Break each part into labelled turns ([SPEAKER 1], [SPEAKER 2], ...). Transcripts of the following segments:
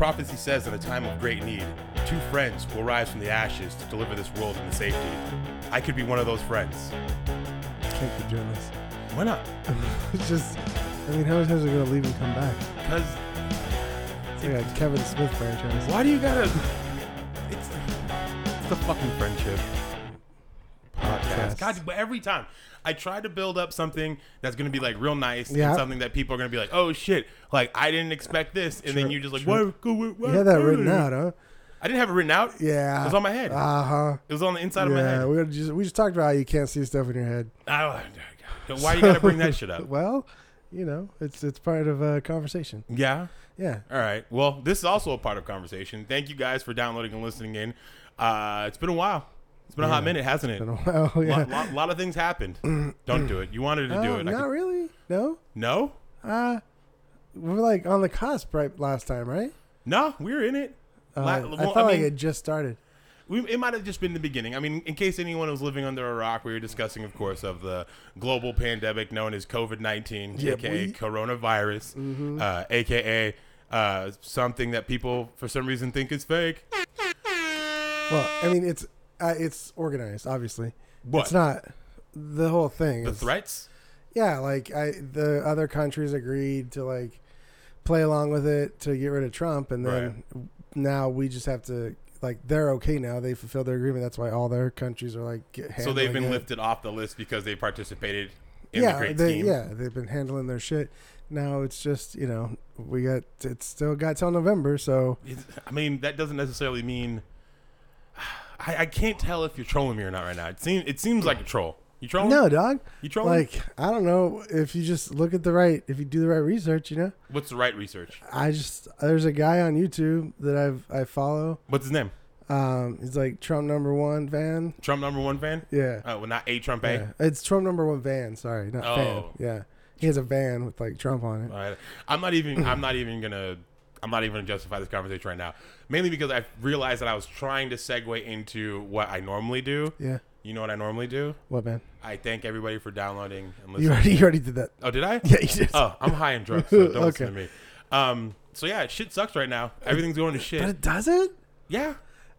[SPEAKER 1] often he says, in a time of great need, two friends will rise from the ashes to deliver this world into safety. I could be one of those friends.
[SPEAKER 2] Can't be jealous.
[SPEAKER 1] Why not?
[SPEAKER 2] It's just, I mean, how many times are they gonna leave and come back?
[SPEAKER 1] Because
[SPEAKER 2] It's like a Kevin Smith franchise.
[SPEAKER 1] why do you gotta? It's it's the fucking friendship podcast.
[SPEAKER 2] Podcast.
[SPEAKER 1] God, but every time I try to build up something that's gonna be like real nice
[SPEAKER 2] Yeah.
[SPEAKER 1] and something that people are gonna be like, oh shit, like I didn't expect this, and then
[SPEAKER 2] True,
[SPEAKER 1] you just like,
[SPEAKER 2] true.
[SPEAKER 1] what? what- what-
[SPEAKER 2] You had that
[SPEAKER 1] what?"
[SPEAKER 2] written out, huh?
[SPEAKER 1] I didn't have it written out.
[SPEAKER 2] Yeah.
[SPEAKER 1] It was on my head.
[SPEAKER 2] Uh huh.
[SPEAKER 1] It was on the inside of my
[SPEAKER 2] Yeah,
[SPEAKER 1] head.
[SPEAKER 2] we were just we just talked about how you can't see stuff in your head.
[SPEAKER 1] I, why you gotta bring that shit up?
[SPEAKER 2] Well, you know, it's it's part of a conversation.
[SPEAKER 1] Yeah.
[SPEAKER 2] Yeah.
[SPEAKER 1] All right. Well, this is also a part of conversation. Thank you guys for downloading and listening in. Uh, it's been a while. It's been a hot minute, hasn't it?
[SPEAKER 2] Been a while.
[SPEAKER 1] A
[SPEAKER 2] Yeah.
[SPEAKER 1] lot, lot, lot of things happened. Don't do it. You wanted to do
[SPEAKER 2] Oh,
[SPEAKER 1] it. I
[SPEAKER 2] not
[SPEAKER 1] could-
[SPEAKER 2] really. No.
[SPEAKER 1] no,
[SPEAKER 2] Uh we were like on the cusp right last time, right?
[SPEAKER 1] no, we were in it.
[SPEAKER 2] Uh,
[SPEAKER 1] La-
[SPEAKER 2] I
[SPEAKER 1] well,
[SPEAKER 2] felt like
[SPEAKER 1] mean,
[SPEAKER 2] it just started.
[SPEAKER 1] we, it might have just been the beginning. I mean, in case anyone was living under a rock, we were discussing, of course, of the global pandemic known as COVID nineteen,
[SPEAKER 2] Yeah,
[SPEAKER 1] aka
[SPEAKER 2] we- Mm-hmm.
[SPEAKER 1] coronavirus, uh, aka uh, something that people for some reason think is fake.
[SPEAKER 2] Well, I mean, it's uh, it's organized, obviously.
[SPEAKER 1] What?
[SPEAKER 2] It's not the whole thing.
[SPEAKER 1] The
[SPEAKER 2] is-
[SPEAKER 1] threats.
[SPEAKER 2] Yeah, like I, the other countries agreed to like play along with it to get rid of Trump, and then now we just have to like they're okay now. They fulfilled their agreement. That's why all their countries are like. Get,
[SPEAKER 1] So they've been
[SPEAKER 2] handling it.
[SPEAKER 1] lifted off the list because they participated in
[SPEAKER 2] yeah,
[SPEAKER 1] the great
[SPEAKER 2] they,
[SPEAKER 1] scheme.
[SPEAKER 2] yeah, they've been handling their shit. Now it's just you know we got it's still got till November, so
[SPEAKER 1] It's- I mean, that doesn't necessarily mean. I, I can't tell if you're trolling me or not right now. It seems it seems like a troll. You trolling?
[SPEAKER 2] no, dog.
[SPEAKER 1] You trolling?
[SPEAKER 2] Like I don't know if you just look at the right, if you do the right research, you know.
[SPEAKER 1] What's the right research?
[SPEAKER 2] I just there's a guy on YouTube that I've I follow.
[SPEAKER 1] What's his name?
[SPEAKER 2] Um, he's like Trump number one van.
[SPEAKER 1] Trump number one fan?
[SPEAKER 2] Yeah.
[SPEAKER 1] Uh, well, not a Trump A.
[SPEAKER 2] yeah. It's Trump number one van. Sorry, not fan.
[SPEAKER 1] Oh.
[SPEAKER 2] Yeah, he has a van with like Trump on it.
[SPEAKER 1] All right. I'm not even. I'm not even gonna. I'm not even gonna justify this conversation right now. Mainly because I realized that I was trying to segue into what I normally do.
[SPEAKER 2] Yeah.
[SPEAKER 1] You know what I normally do?
[SPEAKER 2] What man?
[SPEAKER 1] I thank everybody for downloading and
[SPEAKER 2] You
[SPEAKER 1] listening.
[SPEAKER 2] already you already did that.
[SPEAKER 1] oh, did I?
[SPEAKER 2] Yeah, you did.
[SPEAKER 1] Oh, I'm high on drugs, so don't listen to
[SPEAKER 2] Okay.
[SPEAKER 1] me. Um, so yeah, shit sucks right now. Everything's going to
[SPEAKER 2] but
[SPEAKER 1] shit.
[SPEAKER 2] it doesn't.
[SPEAKER 1] Yeah,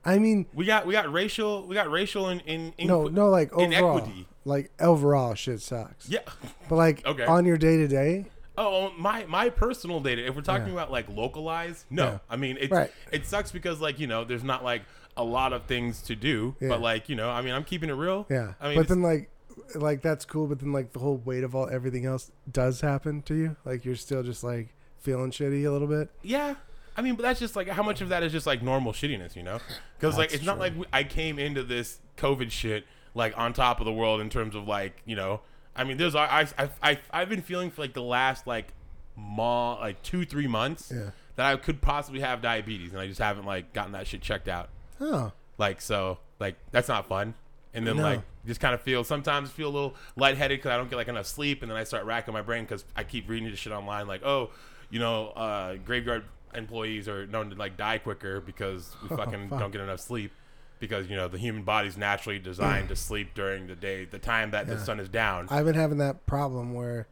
[SPEAKER 2] I mean,
[SPEAKER 1] we got we got racial we got racial in in, in
[SPEAKER 2] no, no, like overall,
[SPEAKER 1] inequity.
[SPEAKER 2] like overall, shit sucks.
[SPEAKER 1] Yeah.
[SPEAKER 2] But like
[SPEAKER 1] Okay.
[SPEAKER 2] on your day to day,
[SPEAKER 1] Oh, my my personal data. If we're talking about like localized, no.
[SPEAKER 2] Yeah.
[SPEAKER 1] I mean, it
[SPEAKER 2] Right.
[SPEAKER 1] it sucks because like you know, there's not like a lot of things to do.
[SPEAKER 2] Yeah.
[SPEAKER 1] But like you know, I mean, I'm keeping it real.
[SPEAKER 2] yeah.
[SPEAKER 1] I mean,
[SPEAKER 2] but
[SPEAKER 1] it's-
[SPEAKER 2] then like, like that's cool. But then like the whole weight of all everything else does happen to you. Like you're still just like feeling shitty a little bit.
[SPEAKER 1] Yeah. I mean, but that's just like how much of that is just like normal shittiness, you know? Because like
[SPEAKER 2] That's
[SPEAKER 1] it's not
[SPEAKER 2] true.
[SPEAKER 1] like we- I came into this COVID shit like on top of the world in terms of like you know. I mean, there's I I I I've been feeling for like the last like ma like two three months
[SPEAKER 2] Yeah.
[SPEAKER 1] that I could possibly have diabetes, and I just haven't like gotten that shit checked out.
[SPEAKER 2] Oh,
[SPEAKER 1] Like so, like that's not fun. And then
[SPEAKER 2] No.
[SPEAKER 1] like just kind of feel sometimes feel a little lightheaded because I don't get like enough sleep, and then I start racking my brain because I keep reading this shit online like oh, you know, uh, graveyard employees are known to like die quicker because we fucking
[SPEAKER 2] Oh, fuck.
[SPEAKER 1] don't get enough sleep because you know the human body's naturally designed to sleep during the day, the time that the sun is down.
[SPEAKER 2] I've been having that problem where,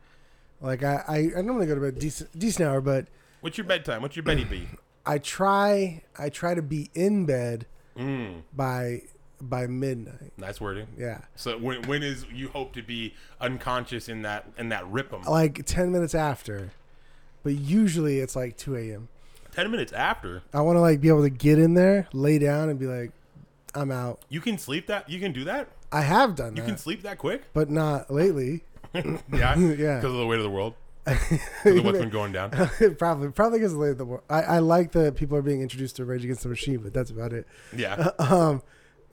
[SPEAKER 2] like, I I, I normally go to bed decent decent hour, but
[SPEAKER 1] What's your bedtime? What's your Betty B?
[SPEAKER 2] I try I try to be in bed
[SPEAKER 1] Mm.
[SPEAKER 2] by by midnight.
[SPEAKER 1] Nice wording.
[SPEAKER 2] Yeah.
[SPEAKER 1] So when when is you hope to be unconscious in that in that rhythm?
[SPEAKER 2] Like ten minutes after, but usually it's like two a.m.
[SPEAKER 1] Ten minutes after
[SPEAKER 2] I want to like be able to get in there, lay down, and be like, I'm out.
[SPEAKER 1] you can sleep that you can do that.
[SPEAKER 2] I have done that,
[SPEAKER 1] You can sleep that quick?
[SPEAKER 2] but not lately.
[SPEAKER 1] Yeah.
[SPEAKER 2] Yeah.
[SPEAKER 1] Because of the weight of the world. 'Cause of what's been going down.
[SPEAKER 2] probably probably because late the world. I, I like that people are being introduced to Rage Against the Machine, but that's about it.
[SPEAKER 1] Yeah.
[SPEAKER 2] Um,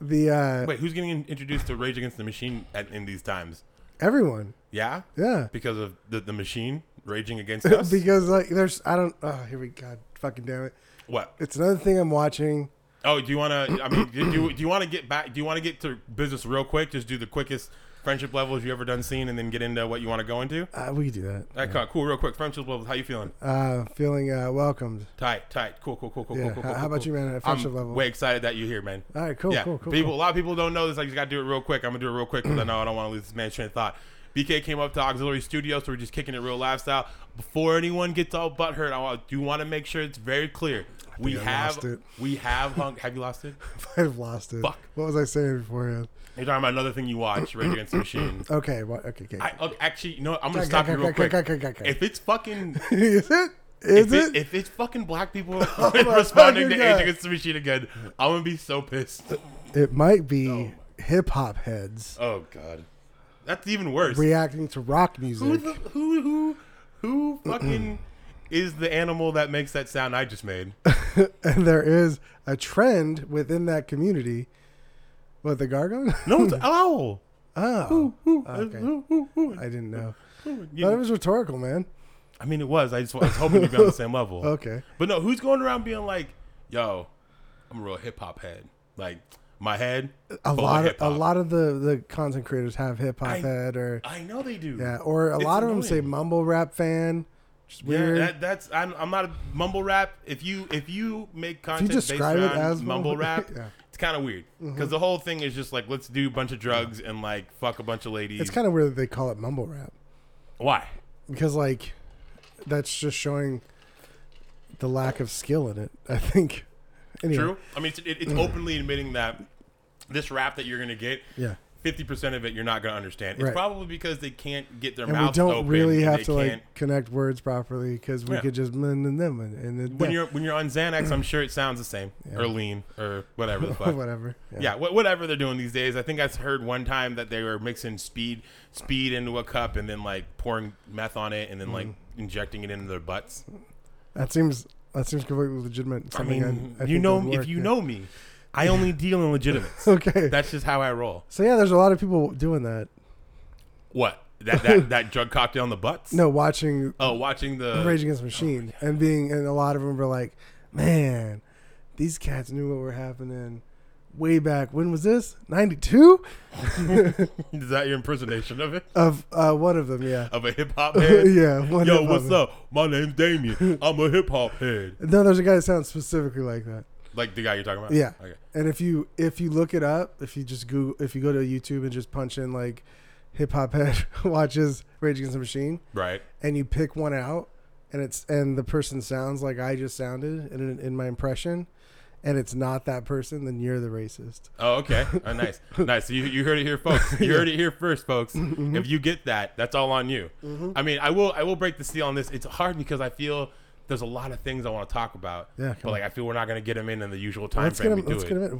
[SPEAKER 2] the uh,
[SPEAKER 1] Wait, who's getting in- introduced to Rage Against the Machine at, in these times?
[SPEAKER 2] everyone,
[SPEAKER 1] Yeah?
[SPEAKER 2] yeah,
[SPEAKER 1] Because of the, the machine raging against us?
[SPEAKER 2] because like there's I don't oh here we god fucking damn it.
[SPEAKER 1] what?
[SPEAKER 2] It's another thing I'm watching.
[SPEAKER 1] Oh, do you want to, I mean, do you, do you want to get back, do you want to get to business real quick? Just do the quickest friendship levels you ever done seen and then get into what you want to go into?
[SPEAKER 2] Uh, we can do that.
[SPEAKER 1] All right, cool, cool, real quick. Friendship levels, how you feeling?
[SPEAKER 2] Uh, feeling uh, welcomed.
[SPEAKER 1] Tight, tight. Cool, cool, cool, cool,
[SPEAKER 2] Yeah.
[SPEAKER 1] cool, cool.
[SPEAKER 2] How- how
[SPEAKER 1] cool,
[SPEAKER 2] about
[SPEAKER 1] cool.
[SPEAKER 2] you, man, at friendship
[SPEAKER 1] I'm
[SPEAKER 2] level? Uh,
[SPEAKER 1] way excited that you're here, man.
[SPEAKER 2] All right, cool,
[SPEAKER 1] yeah,
[SPEAKER 2] cool, cool.
[SPEAKER 1] people.
[SPEAKER 2] cool.
[SPEAKER 1] A lot of people don't know this. I just got to do it real quick. I'm gonna do it real quick because I know I don't want to lose this man's train of thought. BK came up to Auxiliary Studio, so we're just kicking it real lifestyle. Before anyone gets all butthurt, I wa- do want to make sure it's very clear. we
[SPEAKER 2] I
[SPEAKER 1] have
[SPEAKER 2] lost it.
[SPEAKER 1] we have hung. Have you lost it?
[SPEAKER 2] I've lost it.
[SPEAKER 1] Fuck.
[SPEAKER 2] What was I saying beforehand?
[SPEAKER 1] You're talking about another thing you watch, Rage Against the Machine.
[SPEAKER 2] Okay. What? Okay. Okay.
[SPEAKER 1] I, okay, actually, you know, what? I'm gonna
[SPEAKER 2] Okay,
[SPEAKER 1] stop you
[SPEAKER 2] okay,
[SPEAKER 1] real
[SPEAKER 2] okay,
[SPEAKER 1] quick.
[SPEAKER 2] okay, okay, okay.
[SPEAKER 1] If it's fucking,
[SPEAKER 2] Is it? Is
[SPEAKER 1] if, it,
[SPEAKER 2] it?
[SPEAKER 1] if it's fucking black people
[SPEAKER 2] my
[SPEAKER 1] responding to
[SPEAKER 2] fucking
[SPEAKER 1] Rage
[SPEAKER 2] God.
[SPEAKER 1] Against the Machine again, I'm gonna be so pissed.
[SPEAKER 2] It might be hip hop heads
[SPEAKER 1] Oh god, that's even worse.
[SPEAKER 2] reacting to rock music.
[SPEAKER 1] Who the, who who who fucking is the animal that makes that sound I just made?
[SPEAKER 2] and there is a trend within that community. What the gargoyle?
[SPEAKER 1] No, it's an owl.
[SPEAKER 2] oh,
[SPEAKER 1] Ooh,
[SPEAKER 2] Okay.
[SPEAKER 1] ooh, ooh, ooh.
[SPEAKER 2] I didn't know.
[SPEAKER 1] You-
[SPEAKER 2] That was rhetorical, man.
[SPEAKER 1] I mean, it was. I just I was hoping we'd be on the same level.
[SPEAKER 2] Okay.
[SPEAKER 1] But no, who's going around being like, "Yo, I'm a real hip hop head. Like my head,
[SPEAKER 2] A
[SPEAKER 1] full
[SPEAKER 2] lot of a
[SPEAKER 1] hip-hop."
[SPEAKER 2] lot of the the content creators have hip hop
[SPEAKER 1] I-
[SPEAKER 2] head or
[SPEAKER 1] I know they do.
[SPEAKER 2] yeah, or a
[SPEAKER 1] It's
[SPEAKER 2] lot of them say
[SPEAKER 1] annoying.
[SPEAKER 2] mumble rap fan. Which is
[SPEAKER 1] Yeah,
[SPEAKER 2] weird.
[SPEAKER 1] that, that's I'm, I'm not a mumble rap. If you if you make content
[SPEAKER 2] describe it
[SPEAKER 1] based around
[SPEAKER 2] as
[SPEAKER 1] mumble
[SPEAKER 2] mumble-
[SPEAKER 1] rap,
[SPEAKER 2] yeah. Mm-hmm.
[SPEAKER 1] it's kind of weird because the whole thing is just like let's do a bunch of drugs and like fuck a bunch of ladies.
[SPEAKER 2] it's kind of weird that they call it mumble rap
[SPEAKER 1] Why?
[SPEAKER 2] because like that's just showing the lack of skill in it. I think. Anyway,
[SPEAKER 1] True. I mean, it's, it, it's openly admitting that this rap that you're gonna get.
[SPEAKER 2] Yeah.
[SPEAKER 1] Fifty percent of it you're not gonna understand. It's
[SPEAKER 2] Right.
[SPEAKER 1] probably because they can't get their
[SPEAKER 2] And we
[SPEAKER 1] mouths
[SPEAKER 2] don't
[SPEAKER 1] open.
[SPEAKER 2] really
[SPEAKER 1] and
[SPEAKER 2] have
[SPEAKER 1] they
[SPEAKER 2] to like
[SPEAKER 1] can't-
[SPEAKER 2] connect words properly because we
[SPEAKER 1] Yeah.
[SPEAKER 2] could just mm, mm, mm, mm, and then
[SPEAKER 1] when you're when you're on Xanax, I'm sure it sounds the same or lean or whatever the fuck.
[SPEAKER 2] whatever.
[SPEAKER 1] yeah, wh- whatever they're doing these days. I think I heard one time that they were mixing speed speed into a cup and then like pouring meth on it and then like
[SPEAKER 2] Mm-hmm.
[SPEAKER 1] injecting it into their butts.
[SPEAKER 2] that seems that seems completely legitimate.
[SPEAKER 1] I
[SPEAKER 2] Something I
[SPEAKER 1] mean,
[SPEAKER 2] I
[SPEAKER 1] you
[SPEAKER 2] think
[SPEAKER 1] know,
[SPEAKER 2] would
[SPEAKER 1] if
[SPEAKER 2] work,
[SPEAKER 1] you
[SPEAKER 2] yeah.
[SPEAKER 1] know me, I only deal in legitimates.
[SPEAKER 2] Okay.
[SPEAKER 1] That's just how I roll.
[SPEAKER 2] so yeah, there's a lot of people doing that.
[SPEAKER 1] What that that, that drug cocktail in the butts?
[SPEAKER 2] No, watching
[SPEAKER 1] Oh, watching the
[SPEAKER 2] Rage Against the Machine and being and a lot of them were like, man, these cats knew what were happening way back. When was this? Ninety two
[SPEAKER 1] is that your impersonation of it
[SPEAKER 2] of uh, one of them. Yeah.
[SPEAKER 1] of a hip hop head?
[SPEAKER 2] yeah. One
[SPEAKER 1] Oh, Yo,
[SPEAKER 2] of
[SPEAKER 1] what's
[SPEAKER 2] them.
[SPEAKER 1] up? My name's Damien. I'm a hip hop head.
[SPEAKER 2] No, there's a guy that sounds specifically like that.
[SPEAKER 1] Like the guy you're talking about?
[SPEAKER 2] Yeah.
[SPEAKER 1] Okay.
[SPEAKER 2] And if you if you look it up, if you just Google, if you go to YouTube and just punch in like hip hop head watches Rage Against the Machine,
[SPEAKER 1] Right.
[SPEAKER 2] and you pick one out, and it's and the person sounds like I just sounded in in my impression, and it's not that person, then you're the racist.
[SPEAKER 1] Oh, okay. Oh, nice. nice. You, you heard it here, folks. You heard it here first, folks.
[SPEAKER 2] Mm-hmm,
[SPEAKER 1] If you get that, that's all on you. I mean, I will I will break the seal on this. It's hard because I feel there's a lot of things I want to talk about.
[SPEAKER 2] Yeah, come
[SPEAKER 1] But like, I feel we're not gonna get them in in the usual time
[SPEAKER 2] Let's
[SPEAKER 1] frame
[SPEAKER 2] get him.
[SPEAKER 1] we do
[SPEAKER 2] Let's
[SPEAKER 1] it.
[SPEAKER 2] get him.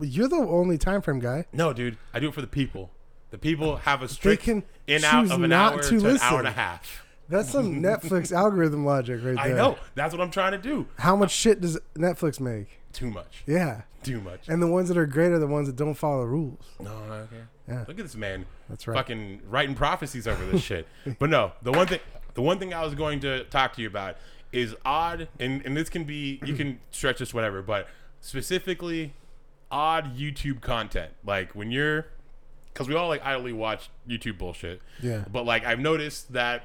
[SPEAKER 2] in. You're the only time frame guy.
[SPEAKER 1] No, dude. I do it for the people. The people have a strict
[SPEAKER 2] can
[SPEAKER 1] in out
[SPEAKER 2] choose
[SPEAKER 1] of an
[SPEAKER 2] not
[SPEAKER 1] hour to,
[SPEAKER 2] to
[SPEAKER 1] an hour and
[SPEAKER 2] listen.
[SPEAKER 1] a half.
[SPEAKER 2] That's some Netflix algorithm logic right there.
[SPEAKER 1] I know. That's what I'm trying to do.
[SPEAKER 2] How much shit does Netflix make?
[SPEAKER 1] Too much.
[SPEAKER 2] Yeah.
[SPEAKER 1] Too much.
[SPEAKER 2] And the ones that are great are the ones that don't follow the rules.
[SPEAKER 1] No, okay.
[SPEAKER 2] Yeah.
[SPEAKER 1] Look at this man.
[SPEAKER 2] That's right.
[SPEAKER 1] Fucking writing prophecies over this shit. But no, the one thing, the one thing I was going to talk to you about is odd, and and this can be you can stretch this whatever, but specifically odd YouTube content, like when you're, because we all like idly watch YouTube bullshit.
[SPEAKER 2] Yeah.
[SPEAKER 1] But like I've noticed that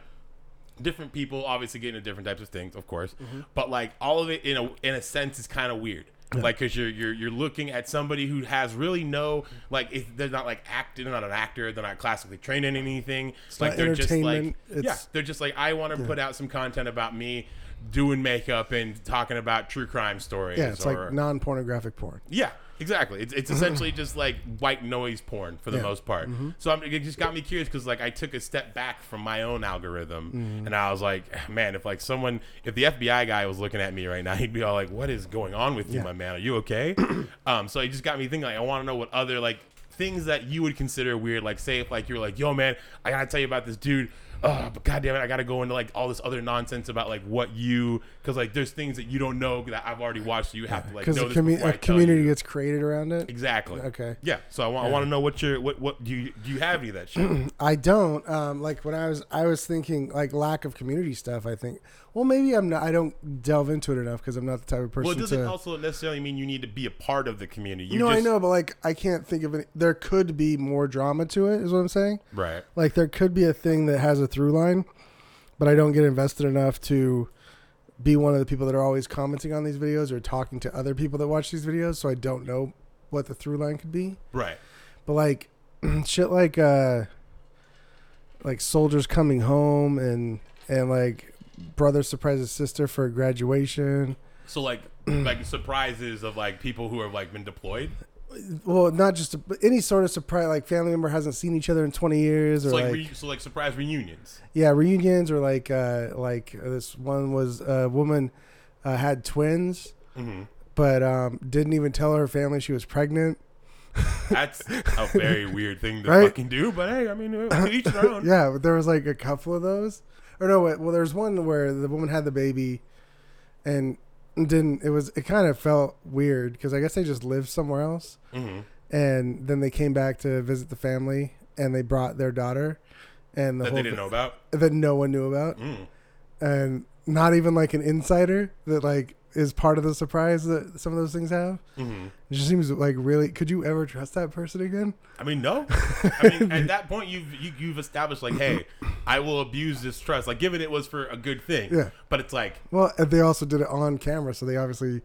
[SPEAKER 1] different people obviously get into different types of things, of course.
[SPEAKER 2] Mm-hmm.
[SPEAKER 1] But like all of it in a in a sense is kind of weird. Like, cause you're you're you're looking at somebody who has really no like if they're not like acting, they're not an actor, they're not classically trained in anything. like
[SPEAKER 2] not
[SPEAKER 1] they're just like
[SPEAKER 2] entertainment,
[SPEAKER 1] yeah,
[SPEAKER 2] it's-
[SPEAKER 1] they're just like I want to put out some content about me doing makeup and talking about true crime stories.
[SPEAKER 2] Yeah, it's
[SPEAKER 1] or-
[SPEAKER 2] like non-pornographic porn.
[SPEAKER 1] yeah, exactly. It's, it's essentially just like white noise porn for the
[SPEAKER 2] Yeah. Mm-hmm.
[SPEAKER 1] most part. So I'm, it just got me curious because like I took a step back from my own algorithm
[SPEAKER 2] Mm-hmm.
[SPEAKER 1] and I was like, man, if like someone, if the FBI guy was looking at me right now, he'd be all like, what is going on with you,
[SPEAKER 2] Yeah.
[SPEAKER 1] my man? Are you okay? um, so it just got me thinking like I want to know what other like things that you would consider weird, like say if like you're like, yo man, I gotta tell you about this dude. Oh, but goddamn it, I gotta go into like all this other nonsense about like what you, because like there's things that you don't know that I've already watched. So you have to like
[SPEAKER 2] Because
[SPEAKER 1] know this
[SPEAKER 2] a, commu-
[SPEAKER 1] before I
[SPEAKER 2] a
[SPEAKER 1] tell you.
[SPEAKER 2] community gets created around it.
[SPEAKER 1] Exactly.
[SPEAKER 2] Okay.
[SPEAKER 1] Yeah. So I want, I want to know what your what what do you do you have any of that shit?
[SPEAKER 2] I don't. Um, like when I was, I was thinking like lack of community stuff. I think. Well, maybe I'm not. I don't delve into it enough because I'm not the type of person
[SPEAKER 1] well, it doesn't
[SPEAKER 2] to.
[SPEAKER 1] also necessarily mean you need to be a part of the community. You
[SPEAKER 2] no,
[SPEAKER 1] just,
[SPEAKER 2] I know, but like I can't think of any. There could be more drama to it. Is what I'm saying.
[SPEAKER 1] Right.
[SPEAKER 2] Like there could be a thing that has a through line, but I don't get invested enough to be one of the people that are always commenting on these videos or talking to other people that watch these videos, so I don't know what the through line could be.
[SPEAKER 1] Right.
[SPEAKER 2] But like shit like uh like soldiers coming home and and like brother surprises sister for graduation
[SPEAKER 1] So like like surprises of like people who have like been deployed.
[SPEAKER 2] Well, not just but any sort of surprise, like family member hasn't seen each other in twenty years, or
[SPEAKER 1] So like,
[SPEAKER 2] like,
[SPEAKER 1] re- so like surprise reunions.
[SPEAKER 2] yeah, reunions, or like uh, like this one was a woman uh, had twins,
[SPEAKER 1] Mm-hmm.
[SPEAKER 2] but um, didn't even tell her family she was pregnant.
[SPEAKER 1] That's a very weird thing to
[SPEAKER 2] Right?
[SPEAKER 1] fucking do. But hey, I mean, to each their own.
[SPEAKER 2] Yeah, but there was like a couple of those. Or no, wait, well, there's one where the woman had the baby, and didn't. It was it kind of felt weird because I guess they just lived somewhere else,
[SPEAKER 1] Mhm.
[SPEAKER 2] and then they came back to visit the family, and they brought their daughter, and the
[SPEAKER 1] That
[SPEAKER 2] whole
[SPEAKER 1] they didn't know about.
[SPEAKER 2] that no one knew about,
[SPEAKER 1] Mm.
[SPEAKER 2] and not even like an insider that like is part of the surprise that some of those things have.
[SPEAKER 1] Mhm.
[SPEAKER 2] It just seems like really. Could you ever trust that person again?
[SPEAKER 1] I mean, no. I mean, at that point, you've you, you've established like, hey, I will abuse this trust. Like, given it was for a good thing,
[SPEAKER 2] Yeah.
[SPEAKER 1] But it's like,
[SPEAKER 2] Well, and they also did it on camera, so they obviously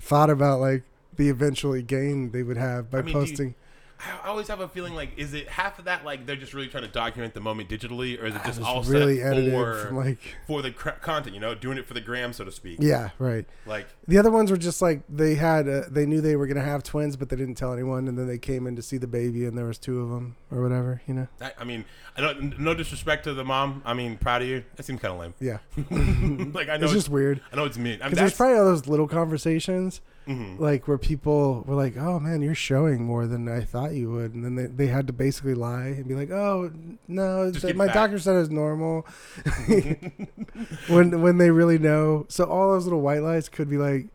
[SPEAKER 2] thought about like the eventually gain they would have by
[SPEAKER 1] mean, do you-
[SPEAKER 2] posting.
[SPEAKER 1] I I always have a feeling like, is it half of that like they're just really trying to document the moment digitally, or is it just all
[SPEAKER 2] Ah, It's
[SPEAKER 1] set
[SPEAKER 2] really
[SPEAKER 1] for
[SPEAKER 2] edited from like
[SPEAKER 1] for the cr- content? You know, doing it for the gram, so to speak.
[SPEAKER 2] yeah, right.
[SPEAKER 1] Like,
[SPEAKER 2] The other ones were just like they had uh they knew they were gonna have twins, but they didn't tell anyone, and then they came in to see the baby, and there was two of them or whatever, you know.
[SPEAKER 1] I, I mean, I don't. No disrespect to the mom. I mean, proud of you. That seems kind of lame.
[SPEAKER 2] Yeah,
[SPEAKER 1] like I know, it's
[SPEAKER 2] it's just weird.
[SPEAKER 1] I know it's mean. I mean,
[SPEAKER 2] Because there's
[SPEAKER 1] that's,
[SPEAKER 2] probably all those little conversations,
[SPEAKER 1] Mhm.
[SPEAKER 2] like where people were like, "Oh man, you're showing more than I thought you would," and then they, they had to basically lie and be like, "Oh no,
[SPEAKER 1] Just
[SPEAKER 2] th-
[SPEAKER 1] give
[SPEAKER 2] my
[SPEAKER 1] back." Mm-hmm.
[SPEAKER 2] doctor said it's normal." when when they really know, so all those little white lies could be like,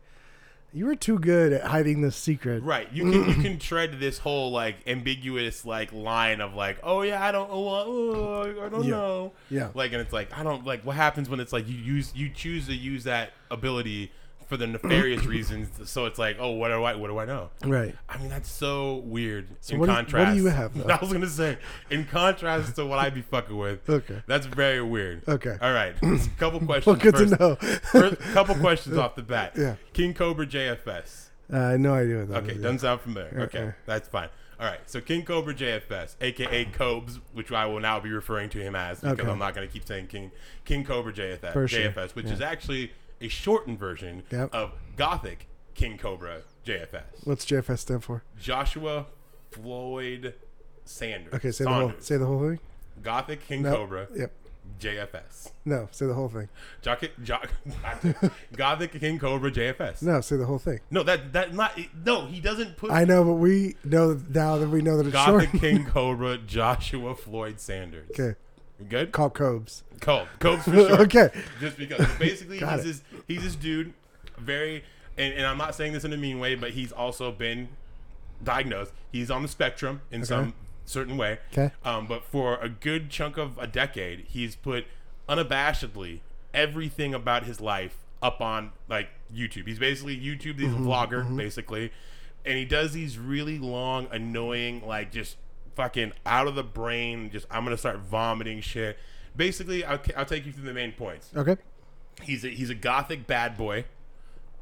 [SPEAKER 2] "You were too good at hiding this secret."
[SPEAKER 1] Right, you can you can tread this whole like ambiguous like line of like, oh yeah, I don't, oh, uh, oh I don't
[SPEAKER 2] Yeah.
[SPEAKER 1] know,
[SPEAKER 2] Yeah.
[SPEAKER 1] like, and it's like I don't like what happens when it's like you use you choose to use that ability for the nefarious reasons, so it's like, oh, what do I what do I know?
[SPEAKER 2] Right.
[SPEAKER 1] I mean, that's so weird. in
[SPEAKER 2] what do you- what do
[SPEAKER 1] contrast,
[SPEAKER 2] you have, though?
[SPEAKER 1] I was gonna say, in contrast to what I be fucking with.
[SPEAKER 2] Okay.
[SPEAKER 1] that's very weird.
[SPEAKER 2] Okay.
[SPEAKER 1] all right, couple questions.
[SPEAKER 2] Well, good
[SPEAKER 1] first.
[SPEAKER 2] to know.
[SPEAKER 1] First, couple questions off the bat.
[SPEAKER 2] Yeah.
[SPEAKER 1] King Cobra JFS.
[SPEAKER 2] uh, no idea what that
[SPEAKER 1] Okay,
[SPEAKER 2] is.
[SPEAKER 1] doesn't sound familiar. Okay,
[SPEAKER 2] Uh-uh.
[SPEAKER 1] that's fine. All right, so King Cobra JFS, aka Cobes, which I will now be referring to him as because
[SPEAKER 2] Uh-huh. Okay.
[SPEAKER 1] I'm not going to keep saying King King Cobra JFS,
[SPEAKER 2] For sure,
[SPEAKER 1] JFS which is actually a shortened version
[SPEAKER 2] Yep.
[SPEAKER 1] of Gothic King Cobra JFS.
[SPEAKER 2] What's JFS stand for?
[SPEAKER 1] Joshua Floyd Sanders.
[SPEAKER 2] Okay, say the whole
[SPEAKER 1] Saunders.
[SPEAKER 2] say the whole thing.
[SPEAKER 1] Gothic King
[SPEAKER 2] No.
[SPEAKER 1] Cobra
[SPEAKER 2] Yep.
[SPEAKER 1] JFS.
[SPEAKER 2] No, say the whole thing.
[SPEAKER 1] Jock, Jock, Gothic King Cobra JFS.
[SPEAKER 2] No, say the whole thing.
[SPEAKER 1] No, that that not no. He doesn't put
[SPEAKER 2] I know, but we know now that we know that it's
[SPEAKER 1] Gothic
[SPEAKER 2] short.
[SPEAKER 1] King Cobra Joshua Floyd Sanders.
[SPEAKER 2] Okay,
[SPEAKER 1] You good?
[SPEAKER 2] call Cobes.
[SPEAKER 1] Cold. Cope's for sure.
[SPEAKER 2] Okay.
[SPEAKER 1] Just because. But basically, he's
[SPEAKER 2] Got it.
[SPEAKER 1] this, he's this dude, very, and, and I'm not saying this in a mean way, but he's also been diagnosed. He's on the spectrum in some certain way.
[SPEAKER 2] Okay.
[SPEAKER 1] Um, but for a good chunk of a decade, he's put unabashedly everything about his life up on like YouTube. He's basically YouTube. He's a vlogger, basically, and he does these really long, annoying, like just fucking out of the brain. Just I'm gonna start vomiting shit. Basically, I'll, I'll take you through the main points.
[SPEAKER 2] Okay.
[SPEAKER 1] He's a, he's a gothic bad boy.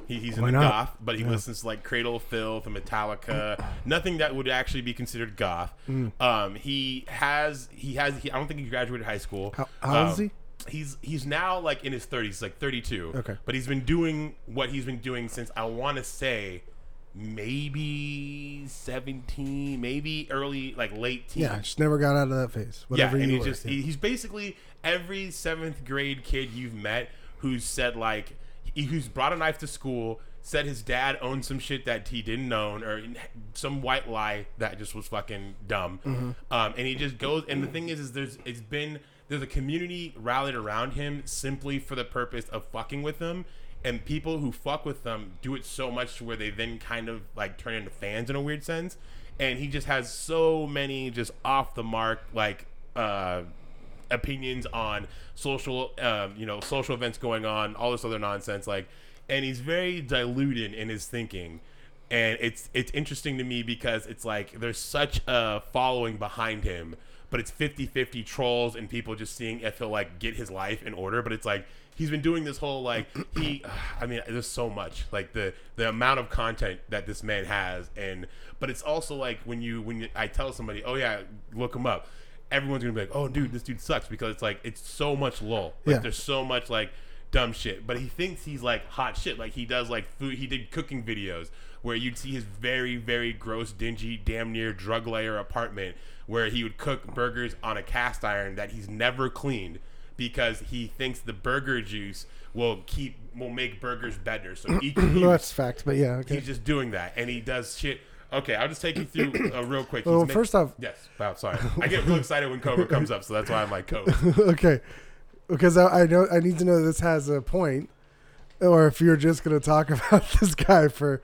[SPEAKER 1] He, he's
[SPEAKER 2] Why
[SPEAKER 1] in the
[SPEAKER 2] not?
[SPEAKER 1] goth, but he listens to like Cradle of Filth and Metallica. Nothing that would actually be considered goth.
[SPEAKER 2] Mm.
[SPEAKER 1] Um, he has he has he, I don't think he graduated high school.
[SPEAKER 2] How- how old is
[SPEAKER 1] Um, He's he's now like in his thirties, like thirty two.
[SPEAKER 2] Okay.
[SPEAKER 1] but he's been doing what he's been doing since I want to say maybe seventeen, maybe early like late teens.
[SPEAKER 2] Yeah, I just never got out of that phase. Whatever
[SPEAKER 1] yeah, and
[SPEAKER 2] you
[SPEAKER 1] he
[SPEAKER 2] were.
[SPEAKER 1] just
[SPEAKER 2] yeah.
[SPEAKER 1] he- he's basically every seventh grade kid you've met who's said like he- who's brought a knife to school, said his dad owned some shit that he didn't own or some white lie that just was fucking dumb,
[SPEAKER 2] Mm-hmm.
[SPEAKER 1] um, and he just goes. And the thing is, is there's it's been there's a community rallied around him simply for the purpose of fucking with him. And people who fuck with them do it so much to where they then kind of like turn into fans in a weird sense. And he just has so many just off the mark like uh, opinions on social, um, you know, social events going on, all this other nonsense. Like, and he's very diluted in his thinking, and it's it's interesting to me because it's like there's such a following behind him, but it's 50-50 trolls and people just seeing if he'll like get his life in order. But it's like he's been doing this whole like he, I mean, there's so much like the the amount of content that this man has, and but it's also like when you when you, I tell somebody, oh yeah, look him up everyone's gonna be like, "Oh, dude, this dude sucks," because it's like it's so much lull. Like
[SPEAKER 2] Yeah.
[SPEAKER 1] there's so much like dumb shit. But he thinks he's like hot shit. Like he does like food. He did cooking videos where you'd see his very very gross, dingy, damn near drug layer apartment where he would cook burgers on a cast iron that he's never cleaned because he thinks the burger juice will keep will make burgers better. So each
[SPEAKER 2] Well, that's fact, but yeah, okay.
[SPEAKER 1] he's just doing that and he does shit. Okay, I'll just take you through uh, real quick. He's
[SPEAKER 2] Well,
[SPEAKER 1] ma-
[SPEAKER 2] first off,
[SPEAKER 1] Yes. Wow. Sorry. I get real excited when Cobra comes up, so that's why I'm like Cobra.
[SPEAKER 2] okay, because I, I know I need to know this has a point, or if you're just gonna talk about this guy for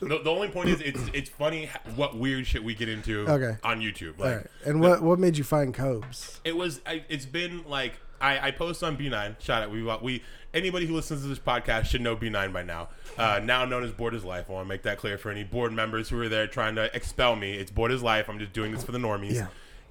[SPEAKER 1] The, the only point is, it's it's funny h- what weird shit we get into
[SPEAKER 2] Okay.
[SPEAKER 1] on YouTube.
[SPEAKER 2] all
[SPEAKER 1] Like
[SPEAKER 2] right. And what what made you find Cobes?
[SPEAKER 1] it was, I, it's been like I, I post on B9. Shout out, we we anybody who listens to this podcast should know B9 by now. Uh, now known as Board is Life. I want to make that clear for any board members who are there trying to expel me. It's Board is Life. I'm just doing this for the normies.
[SPEAKER 2] Yeah.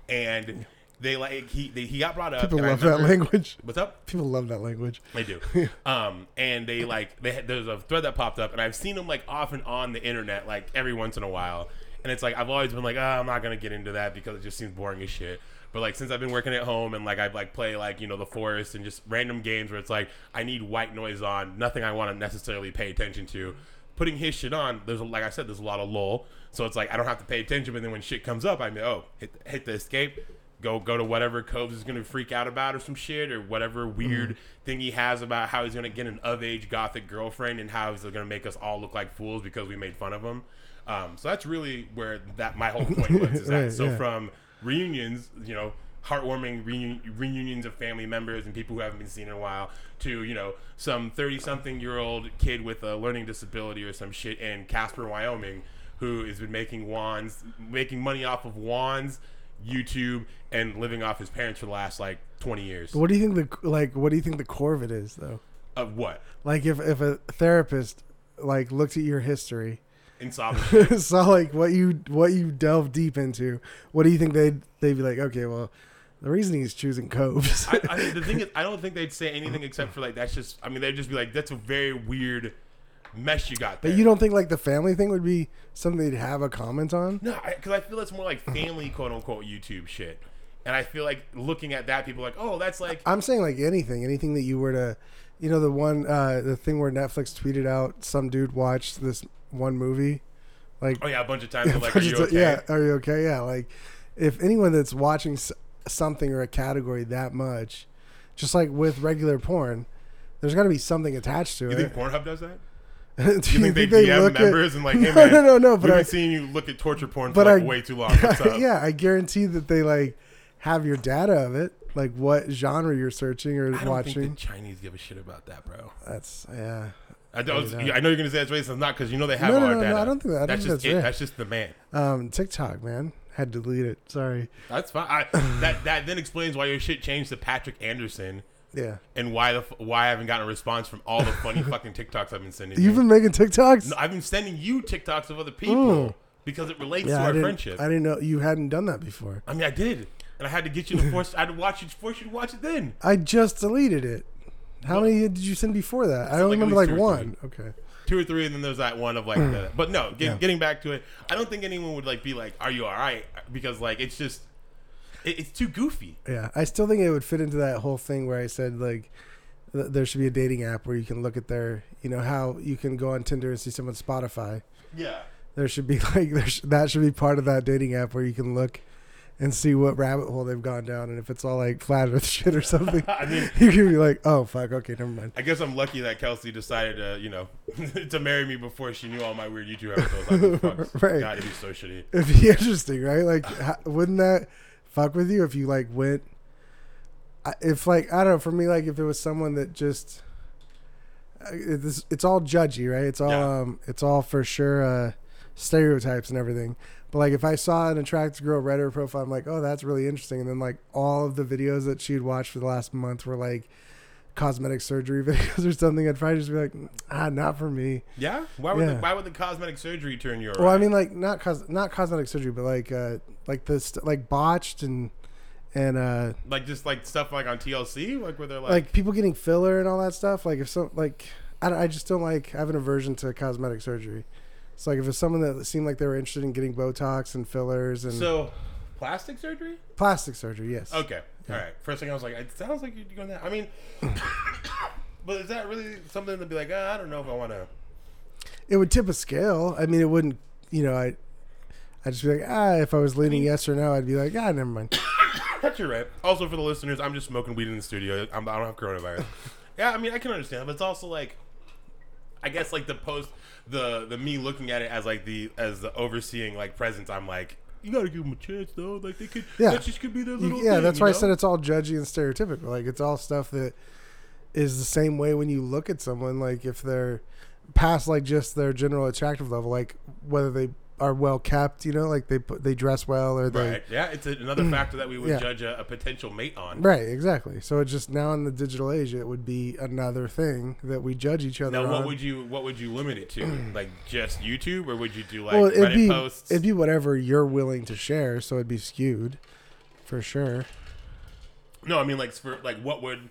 [SPEAKER 1] And they like he they, he got brought up.
[SPEAKER 2] People
[SPEAKER 1] and I
[SPEAKER 2] love that
[SPEAKER 1] remember-
[SPEAKER 2] language.
[SPEAKER 1] What's up?
[SPEAKER 2] People love that language.
[SPEAKER 1] They do. um, and they like they had, there's a thread that popped up, and I've seen them like off and on the internet like every once in a while, and it's like I've always been like, oh, I'm not gonna get into that because it just seems boring as shit. But like since I've been working at home and like I like play like you know the forest and just random games where it's like I need white noise on, nothing I want to necessarily pay attention to. Putting his shit on, there's a- like I said, there's a lot of lull, so it's like I don't have to pay attention. But then when shit comes up, I mean, oh, hit, hit the escape, go go to whatever Coves is gonna freak out about or some shit or whatever weird
[SPEAKER 2] Mm-hmm.
[SPEAKER 1] thing he has about how he's gonna get an of age gothic girlfriend and how he's gonna make us all look like fools because we made fun of him. Um, so that's really where that my whole point was. Is that
[SPEAKER 2] Right,
[SPEAKER 1] so
[SPEAKER 2] yeah.
[SPEAKER 1] from reunions, you know, heartwarming reuni- reunions of family members and people who haven't been seen in a while to you know some thirty something year old kid with a learning disability or some shit in Casper, Wyoming. Who has been making wands, making money off of wands, YouTube and living off his parents for the last like 20 years.
[SPEAKER 2] What do you think the like? What do you think the core of it is though?
[SPEAKER 1] Of what?
[SPEAKER 2] Like if if a therapist like looked at your history,
[SPEAKER 1] In solid
[SPEAKER 2] saw like what you what you delve deep into, what do you think they would they'd be like? Okay, well, the reason he's choosing Coves.
[SPEAKER 1] I, I mean, the thing is, I don't think they'd say anything except for like, that's just, I mean, they'd just be like, that's a very weird mesh you got there.
[SPEAKER 2] But you don't think like the family thing would be something they'd have a comment on?
[SPEAKER 1] No, because I, feel that's more like family quote unquote YouTube shit. And I feel like looking at that, people are like, oh, that's like,
[SPEAKER 2] I'm saying like anything, anything that you were to, you know, the one uh the thing where Netflix tweeted out some dude watched this one movie, like
[SPEAKER 1] oh yeah, a bunch of times. they're like, are you
[SPEAKER 2] Just, uh,
[SPEAKER 1] okay?
[SPEAKER 2] Yeah, are you okay? Yeah, like if anyone that's watching s- something or a category that much, just like with regular porn, there's got to be something attached to
[SPEAKER 1] You
[SPEAKER 2] it.
[SPEAKER 1] think Pornhub does that?
[SPEAKER 2] Do you
[SPEAKER 1] You think they, DM
[SPEAKER 2] look at-
[SPEAKER 1] members and like, hey
[SPEAKER 2] no,
[SPEAKER 1] man,
[SPEAKER 2] no, no, no,
[SPEAKER 1] we've
[SPEAKER 2] but
[SPEAKER 1] been
[SPEAKER 2] I,
[SPEAKER 1] seeing you look at torture porn for
[SPEAKER 2] but
[SPEAKER 1] like
[SPEAKER 2] I-
[SPEAKER 1] way too long. What's up?
[SPEAKER 2] yeah, I guarantee that they like have your data of it, like what genre you're searching or
[SPEAKER 1] I don't
[SPEAKER 2] watching.
[SPEAKER 1] think the Chinese give a shit about that, bro.
[SPEAKER 2] that's yeah.
[SPEAKER 1] I, don't-
[SPEAKER 2] Maybe not.
[SPEAKER 1] I know you're gonna say that's racist, not because you know they have
[SPEAKER 2] No, no,
[SPEAKER 1] our
[SPEAKER 2] no, no,
[SPEAKER 1] data.
[SPEAKER 2] I don't think that- I
[SPEAKER 1] that's
[SPEAKER 2] don't
[SPEAKER 1] just
[SPEAKER 2] think that's
[SPEAKER 1] it.
[SPEAKER 2] right.
[SPEAKER 1] That's just the man.
[SPEAKER 2] Um, TikTok, man, had to delete it. Sorry.
[SPEAKER 1] That's fine. I, that that then explains why your shit changed to Patrick Anderson
[SPEAKER 2] Yeah,
[SPEAKER 1] and why the f- why I haven't gotten a response from all the funny fucking TikToks I've been sending.
[SPEAKER 2] you've
[SPEAKER 1] you.
[SPEAKER 2] been making TikToks.
[SPEAKER 1] No, I've been sending you TikToks of other people
[SPEAKER 2] Mm.
[SPEAKER 1] because it relates
[SPEAKER 2] yeah,
[SPEAKER 1] to
[SPEAKER 2] I
[SPEAKER 1] our
[SPEAKER 2] didn't,
[SPEAKER 1] friendship.
[SPEAKER 2] I
[SPEAKER 1] I,
[SPEAKER 2] didn't know you hadn't done that before.
[SPEAKER 1] mean, I did, and I had to get you to force. I had to watch you force you to watch it then.
[SPEAKER 2] I just deleted it. How many did you send before that? I don't
[SPEAKER 1] like at
[SPEAKER 2] remember
[SPEAKER 1] least
[SPEAKER 2] like
[SPEAKER 1] two or three.
[SPEAKER 2] one. Okay.
[SPEAKER 1] two or three, and then there's that one of like, the, but no, get,
[SPEAKER 2] Hmm. Yeah.
[SPEAKER 1] getting back to it, I don't think anyone would like be like, "Are you all right?" Because like it's just, it, it's too goofy.
[SPEAKER 2] Yeah. I still think it would fit into that whole thing where I said like th- there should be a dating app where you can look at their, you know, how you can go on Tinder and see someone's Spotify.
[SPEAKER 1] Yeah,
[SPEAKER 2] There should be like there sh- that should be part of that dating app where you can look and see what rabbit hole they've gone down and if it's all like flat earth shit or something.
[SPEAKER 1] I mean,
[SPEAKER 2] you can be like, "Oh fuck, okay, never mind."
[SPEAKER 1] I guess I'm lucky that Kelsey decided to, you know, to marry me before she knew all my weird YouTube episodes. Like, fuck,
[SPEAKER 2] Right.
[SPEAKER 1] God, it'd be so shitty.
[SPEAKER 2] It'd be interesting, right? Like, ha- wouldn't that fuck with you if you like went? I- If like I don't know, for me, like if it was someone that just, I- it- this it's all judgy, right? It's all
[SPEAKER 1] Yeah.
[SPEAKER 2] um, it's all for sure uh, stereotypes and everything. But like if I saw an attractive girl read her profile, I'm like, oh, that's really interesting. And then like all of the videos that she'd watched for the last month were like cosmetic surgery videos or something. I'd probably just be like, ah, not for me.
[SPEAKER 1] Yeah, why would
[SPEAKER 2] Yeah.
[SPEAKER 1] The, why would the cosmetic surgery turn you around?
[SPEAKER 2] Well, I mean, like not cos- not cosmetic surgery, but like uh, like this like botched and and uh,
[SPEAKER 1] like just like stuff like on TLC, like where they're like,
[SPEAKER 2] like people getting filler and all that stuff. Like if some like I, don't- I just don't like I have an aversion to cosmetic surgery. So like if it's someone that seemed like they were interested in getting Botox and fillers and
[SPEAKER 1] so Mm. plastic surgery.
[SPEAKER 2] plastic surgery, yes.
[SPEAKER 1] Okay, all right. First thing I was like, it sounds like you're doing that. I mean, But is that really something to be like? "Ah, I don't know if I want to.
[SPEAKER 2] It would tip a scale. I mean, it wouldn't. You know, I. I'd just be like, ah, if I was leaning yes or no, I'd be like, ah, never mind.
[SPEAKER 1] That's your right. Also, for the listeners, I'm just smoking weed in the studio. I'm, I don't have coronavirus. yeah, I mean, I can understand, but it's also like, I guess like the post, the the me looking at it as like the as the overseeing like presence. I'm like, you gotta give them a chance though. Like they could,
[SPEAKER 2] Yeah.
[SPEAKER 1] that just could be their
[SPEAKER 2] You-
[SPEAKER 1] little.
[SPEAKER 2] yeah,
[SPEAKER 1] thing,
[SPEAKER 2] that's
[SPEAKER 1] you
[SPEAKER 2] why I
[SPEAKER 1] know?
[SPEAKER 2] said it's all judgy and stereotypical. Like it's all stuff that is the same way when you look at someone. Like if they're past like just their general attractive level, like whether they are well kept, you know, like they put, they dress well or they
[SPEAKER 1] Right. Yeah, it's a, another factor that we would
[SPEAKER 2] Mm. Yeah.
[SPEAKER 1] judge a, a potential mate on.
[SPEAKER 2] Right, exactly. So it just now in the digital age, it would be another thing that we judge each other
[SPEAKER 1] Now,
[SPEAKER 2] on.
[SPEAKER 1] what would you what would you limit it to? like just YouTube, or would you do like
[SPEAKER 2] well,
[SPEAKER 1] Reddit
[SPEAKER 2] it'd be
[SPEAKER 1] posts?
[SPEAKER 2] it'd be whatever you're willing to share, so it'd be skewed, for sure.
[SPEAKER 1] no, I mean like for like what would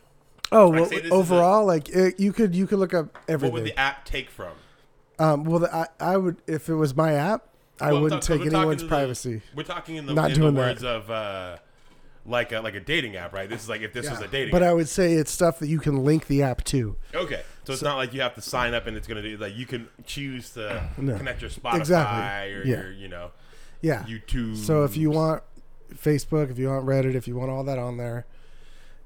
[SPEAKER 2] Oh,
[SPEAKER 1] Like,
[SPEAKER 2] well,
[SPEAKER 1] say this is a-
[SPEAKER 2] overall, like it, you could you could look up
[SPEAKER 1] what
[SPEAKER 2] everything.
[SPEAKER 1] would the app take from?
[SPEAKER 2] um, well, the, I I would if it was my app, I
[SPEAKER 1] Well, I'm
[SPEAKER 2] wouldn't
[SPEAKER 1] talk- 'cause
[SPEAKER 2] take
[SPEAKER 1] we're talking
[SPEAKER 2] anyone's
[SPEAKER 1] to the-
[SPEAKER 2] privacy.
[SPEAKER 1] we're talking in the, in
[SPEAKER 2] Not
[SPEAKER 1] the
[SPEAKER 2] doing that.
[SPEAKER 1] words of uh, like a, like a dating app, right? This is like if this was a dating.
[SPEAKER 2] But
[SPEAKER 1] app.
[SPEAKER 2] I would say it's stuff that you can link the app to.
[SPEAKER 1] okay, so it's not like you have to sign up and it's gonna do like you can choose to
[SPEAKER 2] No.
[SPEAKER 1] connect your Spotify
[SPEAKER 2] Exactly.
[SPEAKER 1] or
[SPEAKER 2] Yeah.
[SPEAKER 1] your you know
[SPEAKER 2] Yeah.
[SPEAKER 1] YouTube.
[SPEAKER 2] So if you want Facebook, if you want Reddit, if you want all that on there,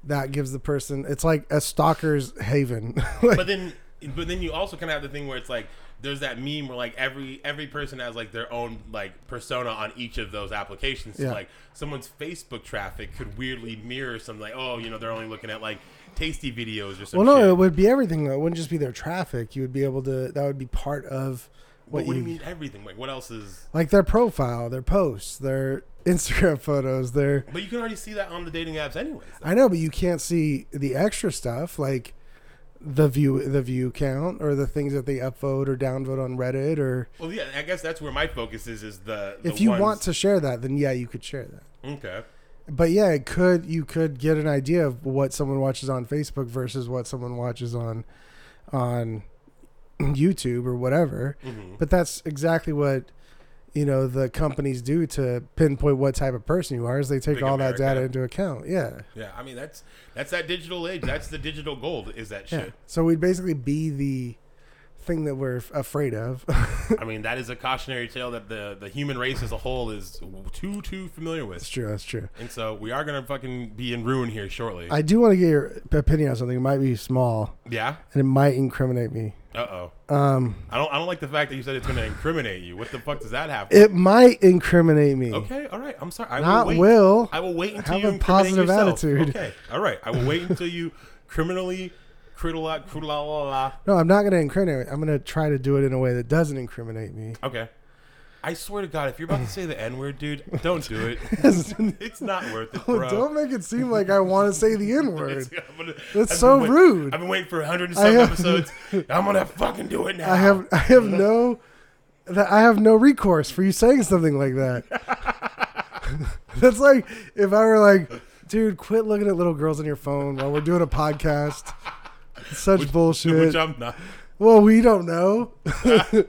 [SPEAKER 2] that gives the person it's like a stalker's haven. Like,
[SPEAKER 1] but then but then you also kind of have the thing where it's like there's that meme where like every every person has like their own like persona on each of those applications so
[SPEAKER 2] Yeah.
[SPEAKER 1] like someone's facebook traffic could weirdly mirror something like oh you know they're only looking at like tasty videos or something
[SPEAKER 2] well, no, it would be everything though. It wouldn't just be their traffic. You would be able to. That would be part of
[SPEAKER 1] what,
[SPEAKER 2] what,
[SPEAKER 1] do
[SPEAKER 2] you,
[SPEAKER 1] you mean everything like what else is
[SPEAKER 2] like their profile, their posts, their Instagram photos, their.
[SPEAKER 1] but you can already see that on the dating apps anyways
[SPEAKER 2] I know, but you can't see the extra stuff like the view, the view count, or the things that they upvote or downvote on Reddit, or
[SPEAKER 1] well yeah i guess that's where my focus is is the, the
[SPEAKER 2] if you
[SPEAKER 1] ones-
[SPEAKER 2] want to share that, then yeah, you could share that.
[SPEAKER 1] okay
[SPEAKER 2] But yeah, it could you could get an idea of what someone watches on Facebook versus what someone watches on on YouTube or whatever.
[SPEAKER 1] Mhm.
[SPEAKER 2] But that's exactly what you know the companies do to pinpoint what type of person you are is they take
[SPEAKER 1] Big
[SPEAKER 2] all that
[SPEAKER 1] America.
[SPEAKER 2] data into account. Yeah.
[SPEAKER 1] yeah i mean that's that's that digital age that's the digital gold is that
[SPEAKER 2] Yeah.
[SPEAKER 1] shit
[SPEAKER 2] So we'd basically be the thing that we're f- afraid of.
[SPEAKER 1] I mean, that is a cautionary tale that the, the human race as a whole is too too familiar
[SPEAKER 2] that's
[SPEAKER 1] with,
[SPEAKER 2] true, that's true.
[SPEAKER 1] and so we are gonna fucking be in ruin here shortly.
[SPEAKER 2] I do want to get your opinion on something. It might be small
[SPEAKER 1] yeah.
[SPEAKER 2] and it might incriminate me.
[SPEAKER 1] Uh oh.
[SPEAKER 2] Um
[SPEAKER 1] I don't. I don't like the fact that you said it's gonna incriminate you. What the fuck does that have?
[SPEAKER 2] it might incriminate me.
[SPEAKER 1] okay. All right. I'm sorry. I
[SPEAKER 2] Not
[SPEAKER 1] will. Wait.
[SPEAKER 2] will.
[SPEAKER 1] I will wait until
[SPEAKER 2] Have
[SPEAKER 1] you
[SPEAKER 2] a
[SPEAKER 1] incriminate
[SPEAKER 2] positive
[SPEAKER 1] yourself.
[SPEAKER 2] attitude.
[SPEAKER 1] Okay. All right. I will wait until you criminally criddle criddle
[SPEAKER 2] No, I'm not going to incriminate. I'm going to try to do it in a way that doesn't incriminate me.
[SPEAKER 1] Okay. I swear to God, if you're about to say the N word, dude, don't do it. it's not worth it, bro.
[SPEAKER 2] Oh, Don't make it seem like I want to say the N word.
[SPEAKER 1] It's- I'm gonna-
[SPEAKER 2] That's
[SPEAKER 1] I've
[SPEAKER 2] so
[SPEAKER 1] been wait-
[SPEAKER 2] rude.
[SPEAKER 1] I've been waiting for 100 and
[SPEAKER 2] I
[SPEAKER 1] some
[SPEAKER 2] have-
[SPEAKER 1] episodes. I'm gonna fucking do it now.
[SPEAKER 2] I have I have no that I have no recourse for you saying something like that. That's like if I were like, dude, quit looking at little girls on your phone while we're doing a podcast. It's Such bullshit.
[SPEAKER 1] Which I'm not.
[SPEAKER 2] well, we don't know.
[SPEAKER 1] Oh,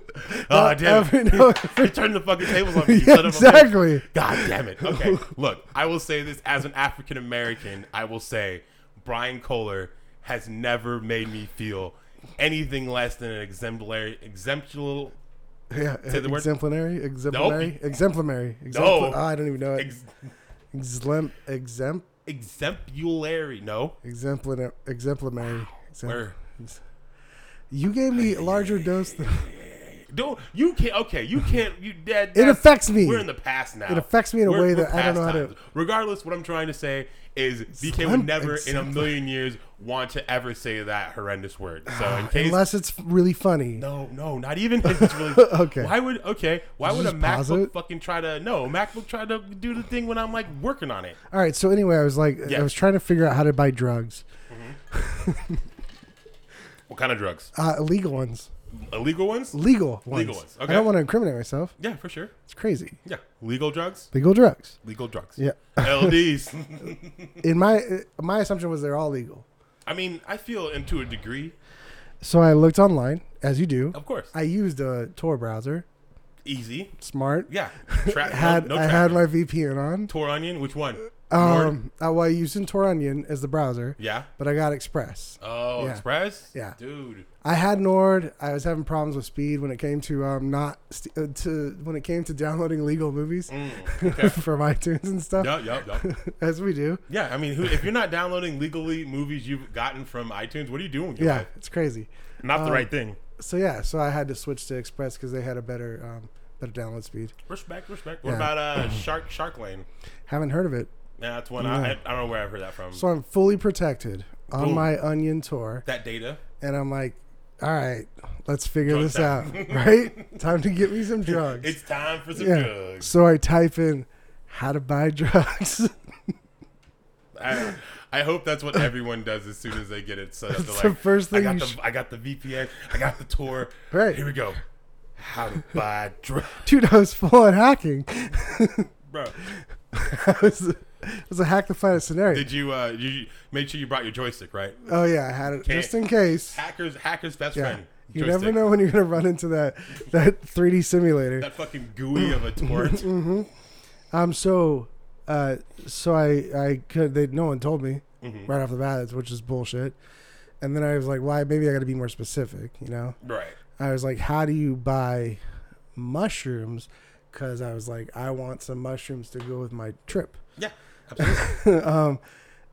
[SPEAKER 2] Not
[SPEAKER 1] damn
[SPEAKER 2] every-
[SPEAKER 1] it.
[SPEAKER 2] no,
[SPEAKER 1] you turned the fucking tables on me. You
[SPEAKER 2] Yeah,
[SPEAKER 1] son of a bitch.
[SPEAKER 2] exactly.
[SPEAKER 1] God damn it. Okay, look, I will say this as an African American. I will say Brian Kohler has never made me feel anything less than an exemplary, exemplary,
[SPEAKER 2] Yeah,
[SPEAKER 1] the word.
[SPEAKER 2] exemplary, exemplary, exemplary, exemplary.
[SPEAKER 1] No.
[SPEAKER 2] I don't even know it.
[SPEAKER 1] ex,
[SPEAKER 2] Exempl, exempt,
[SPEAKER 1] exemplary. No,
[SPEAKER 2] exemplar, exemplary. Exempl-
[SPEAKER 1] where?
[SPEAKER 2] You gave me a larger dose. Than,
[SPEAKER 1] Don't you can't. Okay, you can't. You dead.
[SPEAKER 2] it affects me.
[SPEAKER 1] We're in the past now.
[SPEAKER 2] It affects me in a
[SPEAKER 1] We're-
[SPEAKER 2] way
[SPEAKER 1] we're
[SPEAKER 2] that I
[SPEAKER 1] past
[SPEAKER 2] don't know how to-
[SPEAKER 1] times. Regardless, what I'm trying to say is BK
[SPEAKER 2] Slim-
[SPEAKER 1] would never in a
[SPEAKER 2] exactly.
[SPEAKER 1] million years want to ever say that horrendous word. So in case.
[SPEAKER 2] Unless it's really funny.
[SPEAKER 1] no, no, not even. if It's really,
[SPEAKER 2] Okay.
[SPEAKER 1] Why would okay? Why
[SPEAKER 2] Did you
[SPEAKER 1] would a
[SPEAKER 2] just pause
[SPEAKER 1] MacBook
[SPEAKER 2] it?
[SPEAKER 1] fucking try to no MacBook try to do the thing when I'm like working on it?
[SPEAKER 2] All right. So anyway, I was like,
[SPEAKER 1] Yeah.
[SPEAKER 2] I was trying to figure out how to buy drugs,
[SPEAKER 1] What kind of drugs?
[SPEAKER 2] uh, illegal ones,
[SPEAKER 1] Illegal ones?
[SPEAKER 2] legal ones.
[SPEAKER 1] Legal ones, okay.
[SPEAKER 2] I don't want to incriminate myself.
[SPEAKER 1] Yeah, for sure.
[SPEAKER 2] It's crazy.
[SPEAKER 1] Yeah, legal drugs.
[SPEAKER 2] Legal drugs.
[SPEAKER 1] Legal drugs.
[SPEAKER 2] Yeah.
[SPEAKER 1] LDs.
[SPEAKER 2] In my uh, my assumption was they're all legal.
[SPEAKER 1] I mean, I feel and to a degree,
[SPEAKER 2] So I looked online, as you do.
[SPEAKER 1] of course,
[SPEAKER 2] I used a Tor browser.
[SPEAKER 1] easy.
[SPEAKER 2] Smart.
[SPEAKER 1] Yeah, Tra-
[SPEAKER 2] had
[SPEAKER 1] no, no
[SPEAKER 2] I had
[SPEAKER 1] traffic.
[SPEAKER 2] my VPN on.
[SPEAKER 1] Tor Onion. Which one?
[SPEAKER 2] Um, uh, well, I use Onion as the browser,
[SPEAKER 1] Yeah.
[SPEAKER 2] but I got Express.
[SPEAKER 1] Oh,
[SPEAKER 2] Yeah.
[SPEAKER 1] Express.
[SPEAKER 2] Yeah.
[SPEAKER 1] Dude.
[SPEAKER 2] I had Nord. I was having problems with speed when it came to um not st- uh, to when it came to downloading legal movies
[SPEAKER 1] Mm, okay.
[SPEAKER 2] from iTunes and stuff,
[SPEAKER 1] Yup, yup, yup.
[SPEAKER 2] as we do.
[SPEAKER 1] Yeah, I mean, who, if you're not downloading legally movies you've gotten from iTunes, what are you doing? with your
[SPEAKER 2] Yeah,
[SPEAKER 1] life?
[SPEAKER 2] it's crazy.
[SPEAKER 1] not the
[SPEAKER 2] Um,
[SPEAKER 1] right thing.
[SPEAKER 2] So yeah, so I had to switch to Express because they had a better um better download speed.
[SPEAKER 1] Respect, respect. What
[SPEAKER 2] yeah.
[SPEAKER 1] about uh, Shark Shark Lane?
[SPEAKER 2] Haven't heard of it,
[SPEAKER 1] Yeah, that's one. I, I,
[SPEAKER 2] Yeah.
[SPEAKER 1] I don't know where I heard that from.
[SPEAKER 2] so I'm fully protected on
[SPEAKER 1] Boom.
[SPEAKER 2] my Onion tour,
[SPEAKER 1] that data.
[SPEAKER 2] and I'm like, all right, let's figure
[SPEAKER 1] Drugs
[SPEAKER 2] this out, right? Time to get me some drugs.
[SPEAKER 1] It's time for some drugs.
[SPEAKER 2] So I type in how to buy drugs.
[SPEAKER 1] I, I hope that's what everyone does as soon as they get it set up.
[SPEAKER 2] That's
[SPEAKER 1] They're
[SPEAKER 2] the first thing
[SPEAKER 1] I got
[SPEAKER 2] you
[SPEAKER 1] the
[SPEAKER 2] sh-
[SPEAKER 1] I got the VPN. I got the tour.
[SPEAKER 2] Right.
[SPEAKER 1] here we go. How to buy drugs,
[SPEAKER 2] Dude, I was full on hacking.
[SPEAKER 1] bro?
[SPEAKER 2] I was, it was a hack the planet scenario.
[SPEAKER 1] Did you uh you made sure you brought your joystick right?
[SPEAKER 2] oh yeah, I had it
[SPEAKER 1] Can't-
[SPEAKER 2] just in case.
[SPEAKER 1] Hackers hackers best
[SPEAKER 2] Yeah.
[SPEAKER 1] friend.
[SPEAKER 2] You
[SPEAKER 1] joystick.
[SPEAKER 2] never know when you're gonna run into that that 3D simulator.
[SPEAKER 1] that fucking GUI of a torrent.
[SPEAKER 2] Um, so, uh, so I, I could, they, no one told me
[SPEAKER 1] Mhm.
[SPEAKER 2] right off the bat, which is bullshit. And then I was like, why? Maybe I got to be more specific, you know?
[SPEAKER 1] Right.
[SPEAKER 2] I was like, how do you buy mushrooms? Cause I was like, I want some mushrooms to go with my trip.
[SPEAKER 1] Yeah. Absolutely.
[SPEAKER 2] um,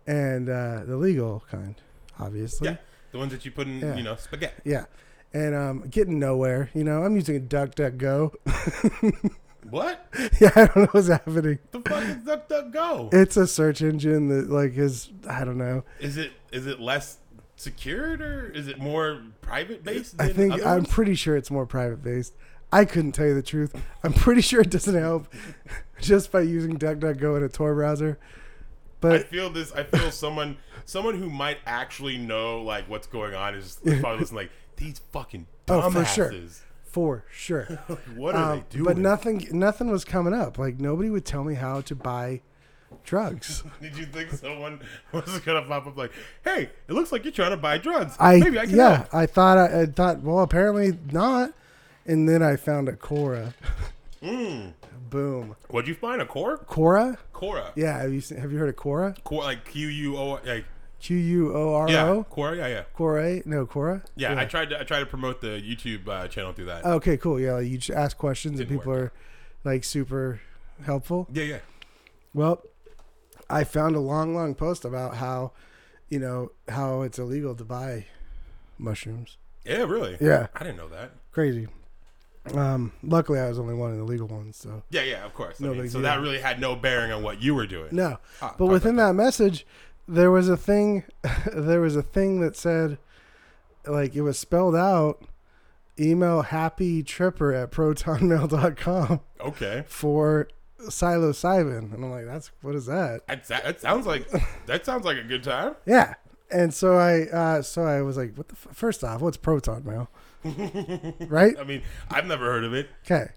[SPEAKER 2] and, uh, the legal kind, obviously.
[SPEAKER 1] yeah. The ones that you put in,
[SPEAKER 2] Yeah.
[SPEAKER 1] you know, spaghetti.
[SPEAKER 2] Yeah. And, um, getting nowhere, you know, I'm using a duck, duck, go.
[SPEAKER 1] What?
[SPEAKER 2] yeah. I don't know what's happening.
[SPEAKER 1] The fuck is DuckDuckGo?
[SPEAKER 2] It's a search engine that like is, I don't know.
[SPEAKER 1] Is it is it less secured or is it more private based?
[SPEAKER 2] I
[SPEAKER 1] than
[SPEAKER 2] think
[SPEAKER 1] other
[SPEAKER 2] I'm
[SPEAKER 1] ones?
[SPEAKER 2] pretty sure it's more private based. I couldn't tell you the truth. I'm pretty sure it doesn't help just by using DuckDuckGo in a Tor browser.
[SPEAKER 1] I
[SPEAKER 2] But
[SPEAKER 1] feel this. I feel someone someone who might actually know like what's going on is probably listening. Like these fucking
[SPEAKER 2] Oh, for sure.
[SPEAKER 1] dumbasses.
[SPEAKER 2] for sure,
[SPEAKER 1] What are
[SPEAKER 2] Um,
[SPEAKER 1] they doing?
[SPEAKER 2] but nothing, nothing was coming up. Like nobody would tell me how to buy drugs.
[SPEAKER 1] Did you think someone was gonna pop up like, "Hey, it looks like you're trying to buy drugs.
[SPEAKER 2] I,
[SPEAKER 1] Maybe I can
[SPEAKER 2] yeah,
[SPEAKER 1] help."
[SPEAKER 2] I thought I, I thought well, apparently not. And then I found a Cora.
[SPEAKER 1] Mm.
[SPEAKER 2] Boom,
[SPEAKER 1] What'd you find? A core?
[SPEAKER 2] Cora.
[SPEAKER 1] Cora.
[SPEAKER 2] Yeah, have you seen, have you heard of Cora?
[SPEAKER 1] Cora like Q U O like
[SPEAKER 2] Q U O R
[SPEAKER 1] yeah.
[SPEAKER 2] O.
[SPEAKER 1] Cora. Yeah. Yeah.
[SPEAKER 2] Cora. No, Cora.
[SPEAKER 1] Yeah, I tried to I tried to promote the YouTube uh, channel through that.
[SPEAKER 2] Okay, cool. Yeah, like you just ask questions and
[SPEAKER 1] Didn't
[SPEAKER 2] people are like super helpful.
[SPEAKER 1] yeah, yeah.
[SPEAKER 2] Well, I found a long, long post about how, you know, how it's illegal to buy mushrooms.
[SPEAKER 1] Yeah, really.
[SPEAKER 2] Yeah,
[SPEAKER 1] I didn't know that.
[SPEAKER 2] crazy. Um, luckily, I was only one of the legal ones, so
[SPEAKER 1] Yeah, yeah, of course. I
[SPEAKER 2] No
[SPEAKER 1] mean,
[SPEAKER 2] big
[SPEAKER 1] so
[SPEAKER 2] deal.
[SPEAKER 1] that really had no bearing on what you were doing.
[SPEAKER 2] no.
[SPEAKER 1] Ah,
[SPEAKER 2] But
[SPEAKER 1] talk
[SPEAKER 2] within
[SPEAKER 1] about
[SPEAKER 2] that message, there was a thing. there was a thing that said, like, it was spelled out. Email happy tripper at protonmail.com
[SPEAKER 1] that. Okay.
[SPEAKER 2] for psilocybin, and I'm like, that's what is that?
[SPEAKER 1] That, that, that sounds like that sounds like a good time.
[SPEAKER 2] Yeah. And so I, uh, so I was like, "What the? F- First off, what's proton mail? right?
[SPEAKER 1] I mean, I've never heard of it.
[SPEAKER 2] Okay.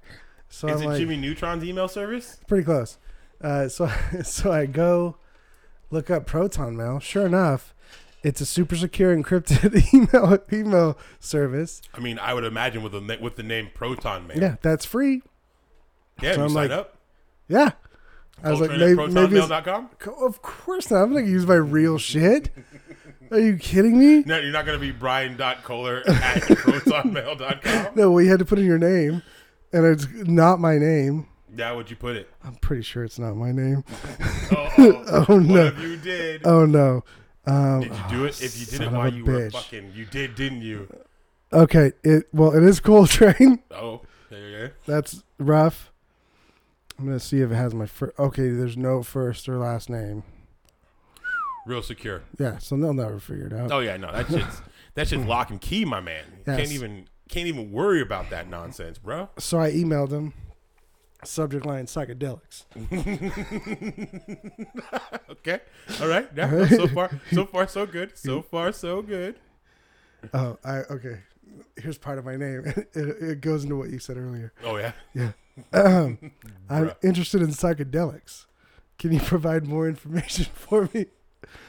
[SPEAKER 2] So
[SPEAKER 1] Is
[SPEAKER 2] I'm
[SPEAKER 1] it
[SPEAKER 2] like,
[SPEAKER 1] Jimmy Neutron's email service?
[SPEAKER 2] pretty close. Uh, so, so I go look up proton mail. Sure enough, it's a super secure encrypted email email service.
[SPEAKER 1] I mean, I would imagine with the na- with the name Proton Man.
[SPEAKER 2] Yeah, that's free.
[SPEAKER 1] yeah.
[SPEAKER 2] So
[SPEAKER 1] you
[SPEAKER 2] I'm
[SPEAKER 1] sign
[SPEAKER 2] like,
[SPEAKER 1] up.
[SPEAKER 2] Yeah. I was like, maybe, maybe it's,
[SPEAKER 1] protonmail.com.
[SPEAKER 2] of course not. I'm not gonna use my real shit. Are you kidding me?
[SPEAKER 1] No, you're not gonna be Brian Kohler at protonmail.com.
[SPEAKER 2] No, we had to put in your name, and it's not my name.
[SPEAKER 1] Yeah, would you put it?
[SPEAKER 2] I'm pretty sure it's not my name.
[SPEAKER 1] Oh, oh,
[SPEAKER 2] Oh
[SPEAKER 1] What
[SPEAKER 2] no!
[SPEAKER 1] if you did?
[SPEAKER 2] Oh no! Um,
[SPEAKER 1] Did you do it? If you did
[SPEAKER 2] son
[SPEAKER 1] it
[SPEAKER 2] of
[SPEAKER 1] while
[SPEAKER 2] a
[SPEAKER 1] you were
[SPEAKER 2] bitch.
[SPEAKER 1] fucking, you did, didn't you?
[SPEAKER 2] Okay. It well, it is Coltrane.
[SPEAKER 1] Oh, yeah, yeah. yeah.
[SPEAKER 2] That's rough. I'm gonna see if it has my first. Okay, there's no first or last name.
[SPEAKER 1] Real secure.
[SPEAKER 2] Yeah, so they'll never figure it out.
[SPEAKER 1] Oh yeah, no, that shit's that shit's lock and key, my man. You Can't
[SPEAKER 2] Yes.
[SPEAKER 1] even can't even worry about that nonsense, bro.
[SPEAKER 2] So I emailed him. Subject line psychedelics.
[SPEAKER 1] Okay, all right. Yeah, no, so far, so far, so good. So far, so good.
[SPEAKER 2] Oh, I okay. Here's part of my name. It, it goes into what you said earlier.
[SPEAKER 1] Oh yeah.
[SPEAKER 2] Yeah. Um, I'm
[SPEAKER 1] Bruh.
[SPEAKER 2] interested in psychedelics. Can you provide more information for me?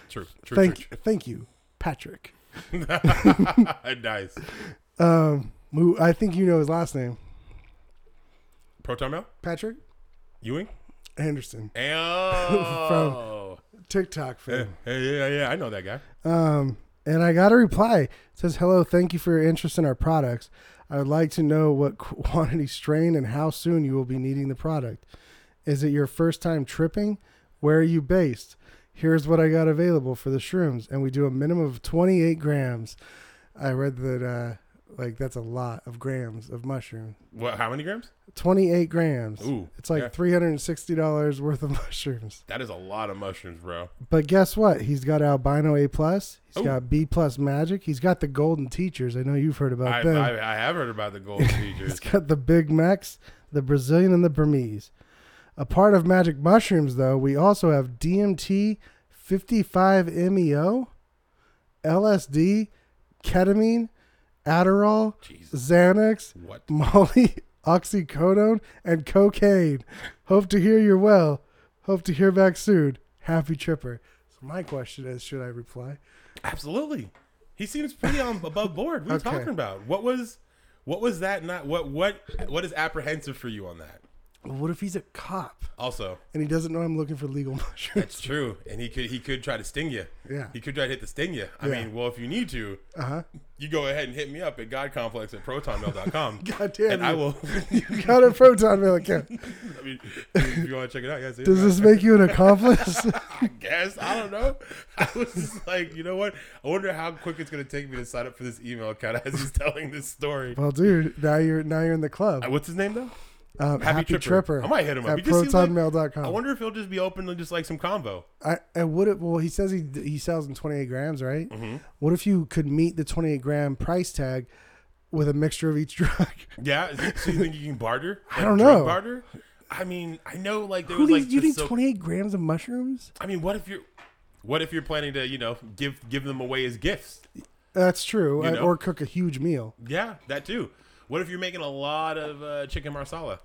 [SPEAKER 1] True. True.
[SPEAKER 2] Thank,
[SPEAKER 1] true.
[SPEAKER 2] thank you, Patrick.
[SPEAKER 1] nice.
[SPEAKER 2] Um, who I think you know his last name,
[SPEAKER 1] Proton mail.
[SPEAKER 2] Patrick.
[SPEAKER 1] Ewing.
[SPEAKER 2] Anderson,
[SPEAKER 1] Oh.
[SPEAKER 2] TikTok
[SPEAKER 1] Hey,
[SPEAKER 2] fame.
[SPEAKER 1] hey, yeah, yeah, I know that guy.
[SPEAKER 2] Um, and I got a reply. It says, "Hello, thank you for your interest in our products. I would like to know what quantity strain and how soon you will be needing the product. Is it your first time tripping? Where are you based? Here's what I got available for the shrooms, and we do a minimum of 28 grams. I read that, uh, like that's a lot of grams of mushroom.
[SPEAKER 1] What? How many grams?
[SPEAKER 2] 28 grams.
[SPEAKER 1] Ooh,
[SPEAKER 2] it's like
[SPEAKER 1] yeah.
[SPEAKER 2] $360 worth of mushrooms.
[SPEAKER 1] That is a lot of mushrooms, bro.
[SPEAKER 2] But guess what? He's got albino A plus. He's
[SPEAKER 1] Ooh.
[SPEAKER 2] got B plus magic. He's got the golden teachers. I know you've heard about
[SPEAKER 1] I,
[SPEAKER 2] them.
[SPEAKER 1] I, I have heard about the golden
[SPEAKER 2] He's
[SPEAKER 1] teachers.
[SPEAKER 2] got the Big Macs, the Brazilian, and the Burmese. A part of magic mushrooms, though, we also have DMT, 55 MEO, LSD, ketamine, Adderall,
[SPEAKER 1] Jesus,
[SPEAKER 2] Xanax,
[SPEAKER 1] what?
[SPEAKER 2] Molly, oxycodone, and cocaine. Hope to hear you're well. Hope to hear back soon. Happy tripper. So my question is, should I reply?
[SPEAKER 1] Absolutely. He seems pretty on above board. What are you
[SPEAKER 2] Okay.
[SPEAKER 1] talking about? What was what was that not what what what is apprehensive for you on that?
[SPEAKER 2] What if he's a cop
[SPEAKER 1] Also,
[SPEAKER 2] and he doesn't know I'm looking for legal mushrooms?
[SPEAKER 1] it's true. And he could he could try to sting you.
[SPEAKER 2] Yeah.
[SPEAKER 1] He could try to hit the sting you. I
[SPEAKER 2] Yeah.
[SPEAKER 1] mean, well, if you need to,
[SPEAKER 2] Uh huh.
[SPEAKER 1] you go ahead and hit me up at godcomplex at protonmail.com.
[SPEAKER 2] God damn
[SPEAKER 1] and
[SPEAKER 2] you.
[SPEAKER 1] I will.
[SPEAKER 2] You got a proton mail account.
[SPEAKER 1] I mean, if you want to check it out, you guys.
[SPEAKER 2] Does this make you an accomplice?
[SPEAKER 1] I guess I don't know. I was just like, you know what? I wonder how quick it's gonna take me to sign up for this email account as he's telling this story.
[SPEAKER 2] well, dude, now you're now you're in the
[SPEAKER 1] Uh,
[SPEAKER 2] club.
[SPEAKER 1] What's his name though?
[SPEAKER 2] Um,
[SPEAKER 1] Happy Tripper. I might hit him up.
[SPEAKER 2] at
[SPEAKER 1] You just seem like- I
[SPEAKER 2] protonmail.com.
[SPEAKER 1] wonder if he'll just be open to just like some convo.
[SPEAKER 2] I, I would it well he says he he sells in 28 grams right
[SPEAKER 1] Mm-hmm.
[SPEAKER 2] what if you could meet the 28 gram price tag with a mixture of each drug
[SPEAKER 1] Yeah. is it- So you think you can barter?
[SPEAKER 2] I
[SPEAKER 1] Like,
[SPEAKER 2] don't
[SPEAKER 1] drug
[SPEAKER 2] know.
[SPEAKER 1] Barter? I mean, I know like there
[SPEAKER 2] who
[SPEAKER 1] was
[SPEAKER 2] needs
[SPEAKER 1] like
[SPEAKER 2] you
[SPEAKER 1] the
[SPEAKER 2] need
[SPEAKER 1] so-
[SPEAKER 2] 28 grams of mushrooms
[SPEAKER 1] I mean, what if you're what if you're planning to you know give give them away as gifts?
[SPEAKER 2] that's true
[SPEAKER 1] You
[SPEAKER 2] I-
[SPEAKER 1] know.
[SPEAKER 2] or cook a huge meal
[SPEAKER 1] Yeah, that too. What if you're making a lot of uh, chicken marsala?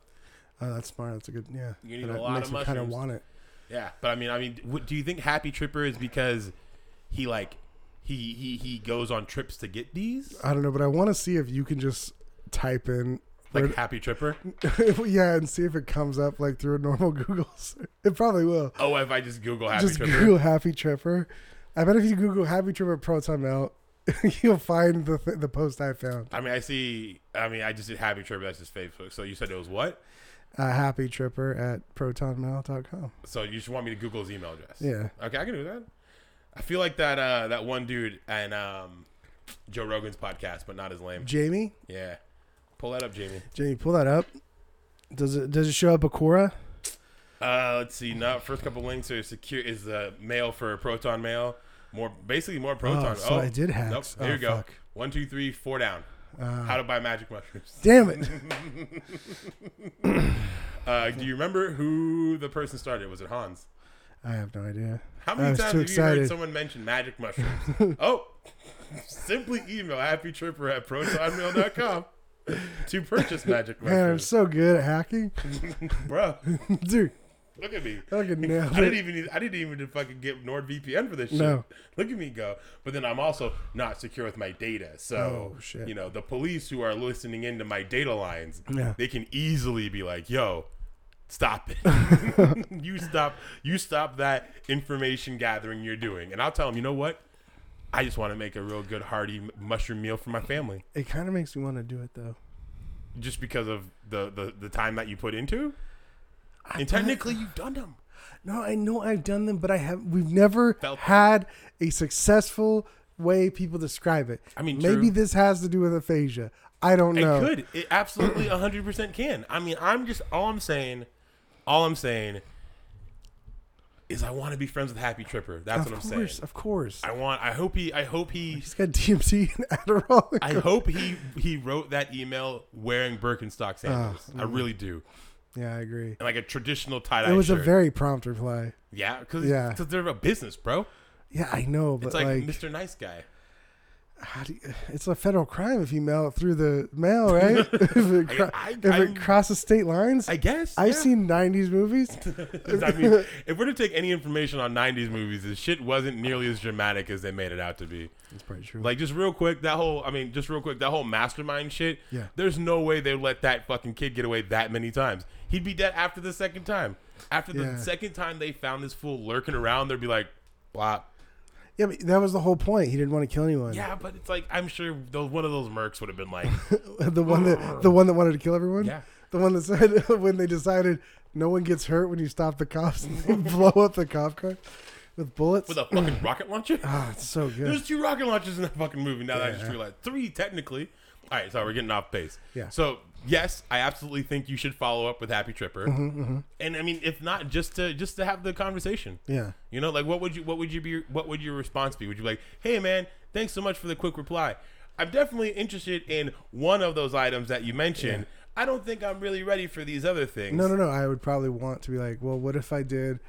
[SPEAKER 2] oh that's smart that's a good yeah
[SPEAKER 1] You need
[SPEAKER 2] That
[SPEAKER 1] a lot
[SPEAKER 2] makes
[SPEAKER 1] of
[SPEAKER 2] me kinda
[SPEAKER 1] mushrooms.
[SPEAKER 2] want it
[SPEAKER 1] Yeah, but I mean, I mean, w- do you think Happy Tripper is because he like he he he goes on trips to get these
[SPEAKER 2] I don't know but I want to see if you can just type in
[SPEAKER 1] like
[SPEAKER 2] where-
[SPEAKER 1] Happy Tripper?
[SPEAKER 2] yeah and see if it comes up like through a normal Google search it probably will
[SPEAKER 1] Oh, if I just Google Happy
[SPEAKER 2] just
[SPEAKER 1] Tripper,
[SPEAKER 2] Google Happy Tripper I bet if you Google Happy Tripper proton mail you'll find the th- the post I found.
[SPEAKER 1] I mean, I see. I mean, I just did Happy Tripper. That's just Facebook. So you said it was what?
[SPEAKER 2] uh, happy tripper at protonmail.com.
[SPEAKER 1] So you just want me to Google his email address?
[SPEAKER 2] Yeah.
[SPEAKER 1] Okay, I can do that. I feel like that uh that one dude and um Joe Rogan's podcast, but not his lame.
[SPEAKER 2] Jamie,
[SPEAKER 1] Yeah. Pull that up, Jamie.
[SPEAKER 2] Jamie, pull that up. Does it does it show up Akora?
[SPEAKER 1] Uh, let's see. Not first couple links are secure. Is the mail for Proton Mail more basically more Proton?
[SPEAKER 2] Oh, so I did hacks.
[SPEAKER 1] Nope. There
[SPEAKER 2] Oh,
[SPEAKER 1] you go.
[SPEAKER 2] fuck. Uh,
[SPEAKER 1] One, two, three, four down. How to buy magic mushrooms.
[SPEAKER 2] Damn it!
[SPEAKER 1] Uh, do you remember who the person started? Was it Hans?
[SPEAKER 2] I have no idea.
[SPEAKER 1] How
[SPEAKER 2] I
[SPEAKER 1] many
[SPEAKER 2] was
[SPEAKER 1] times
[SPEAKER 2] too
[SPEAKER 1] have you heard
[SPEAKER 2] excited.
[SPEAKER 1] someone mention magic mushrooms? oh, simply email happytripper at protonmail.com to purchase magic
[SPEAKER 2] Man, I'm
[SPEAKER 1] mushrooms.
[SPEAKER 2] so good at hacking,
[SPEAKER 1] Bro,
[SPEAKER 2] dude.
[SPEAKER 1] look at me.
[SPEAKER 2] Fucking nailed
[SPEAKER 1] I didn't
[SPEAKER 2] it.
[SPEAKER 1] even need, I didn't even fucking get NordVPN for this shit.
[SPEAKER 2] No.
[SPEAKER 1] Look at me go. But then I'm also not secure with my data. So
[SPEAKER 2] Oh, shit.
[SPEAKER 1] you know, the police who are listening into my data lines,
[SPEAKER 2] Yeah.
[SPEAKER 1] they can easily be like, yo, stop it. you stop you stop that information gathering you're doing. And I'll tell them, you know what? I just want to make a real good hearty m- mushroom meal for my family.
[SPEAKER 2] It kind of makes me want to do it though.
[SPEAKER 1] Just because of the, the, the time that you put into. And technically you've done them.
[SPEAKER 2] No, I know I've done them, but I have. We've never
[SPEAKER 1] Felt it.
[SPEAKER 2] had a successful way people describe it.
[SPEAKER 1] I mean,
[SPEAKER 2] maybe
[SPEAKER 1] true.
[SPEAKER 2] this has to do with aphasia. I don't know.
[SPEAKER 1] It could. It absolutely 100% can. I mean, I'm just all I'm saying, all I'm saying is I want to be friends with Happy Tripper. That's
[SPEAKER 2] Of
[SPEAKER 1] what I'm
[SPEAKER 2] course,
[SPEAKER 1] saying.
[SPEAKER 2] of course.
[SPEAKER 1] I want I hope he I hope he
[SPEAKER 2] He's got DMT and Adderall.
[SPEAKER 1] I hope he he wrote that email wearing Birkenstock sandals. I really do.
[SPEAKER 2] yeah, I agree.
[SPEAKER 1] And like a traditional tie-dye
[SPEAKER 2] It was
[SPEAKER 1] shirt.
[SPEAKER 2] a very prompt reply.
[SPEAKER 1] yeah, cuz
[SPEAKER 2] Yeah.
[SPEAKER 1] they're a business, bro.
[SPEAKER 2] Yeah, I know, but
[SPEAKER 1] It's
[SPEAKER 2] like,
[SPEAKER 1] like Mr. Nice Guy.
[SPEAKER 2] how do you, it's a federal crime if you mail it through the mail, right? if it, cro-
[SPEAKER 1] I-
[SPEAKER 2] if it
[SPEAKER 1] I'm-
[SPEAKER 2] crosses state lines.
[SPEAKER 1] I guess.
[SPEAKER 2] I've
[SPEAKER 1] yeah.
[SPEAKER 2] seen '90s movies.
[SPEAKER 1] 'Cause, I mean, if we're to take any information on '90s movies, the shit wasn't nearly as dramatic as they made it out to be.
[SPEAKER 2] That's pretty true.
[SPEAKER 1] Like, just real quick, that whole, I mean, just real quick, that whole mastermind shit.
[SPEAKER 2] Yeah.
[SPEAKER 1] There's no way they let that fucking kid get away that many times. He'd be dead after the second time. After the
[SPEAKER 2] Yeah.
[SPEAKER 1] second time they found this fool lurking around, they'd be like, "Blop."
[SPEAKER 2] yeah, but that was the whole point. He didn't want to kill anyone.
[SPEAKER 1] Yeah, but it's like I'm sure those one of those mercs would have been like,
[SPEAKER 2] the one that the one that wanted to kill everyone.
[SPEAKER 1] Yeah.
[SPEAKER 2] The one that said when they decided no one gets hurt when you stop the cops and they blow up the cop car with bullets.
[SPEAKER 1] "With a fucking rocket launcher."
[SPEAKER 2] Ah, it's so good.
[SPEAKER 1] There's two rocket launchers in that fucking movie. Now that I just
[SPEAKER 2] Yeah.
[SPEAKER 1] realized, three technically. All right, sorry, we're getting off base.
[SPEAKER 2] Yeah.
[SPEAKER 1] So yes, I absolutely think you should follow up with Happy Tripper,
[SPEAKER 2] Mm-hmm,
[SPEAKER 1] and I mean, if not, just to just to have the conversation.
[SPEAKER 2] yeah.
[SPEAKER 1] You know, like what would you what would you be what would your response be? Would you be like, hey man, thanks so much for the quick reply. I'm definitely interested in one of those items that you mentioned. I don't think I'm really ready for these other things.
[SPEAKER 2] No, no, no. I would probably want to be like, well, what if I did,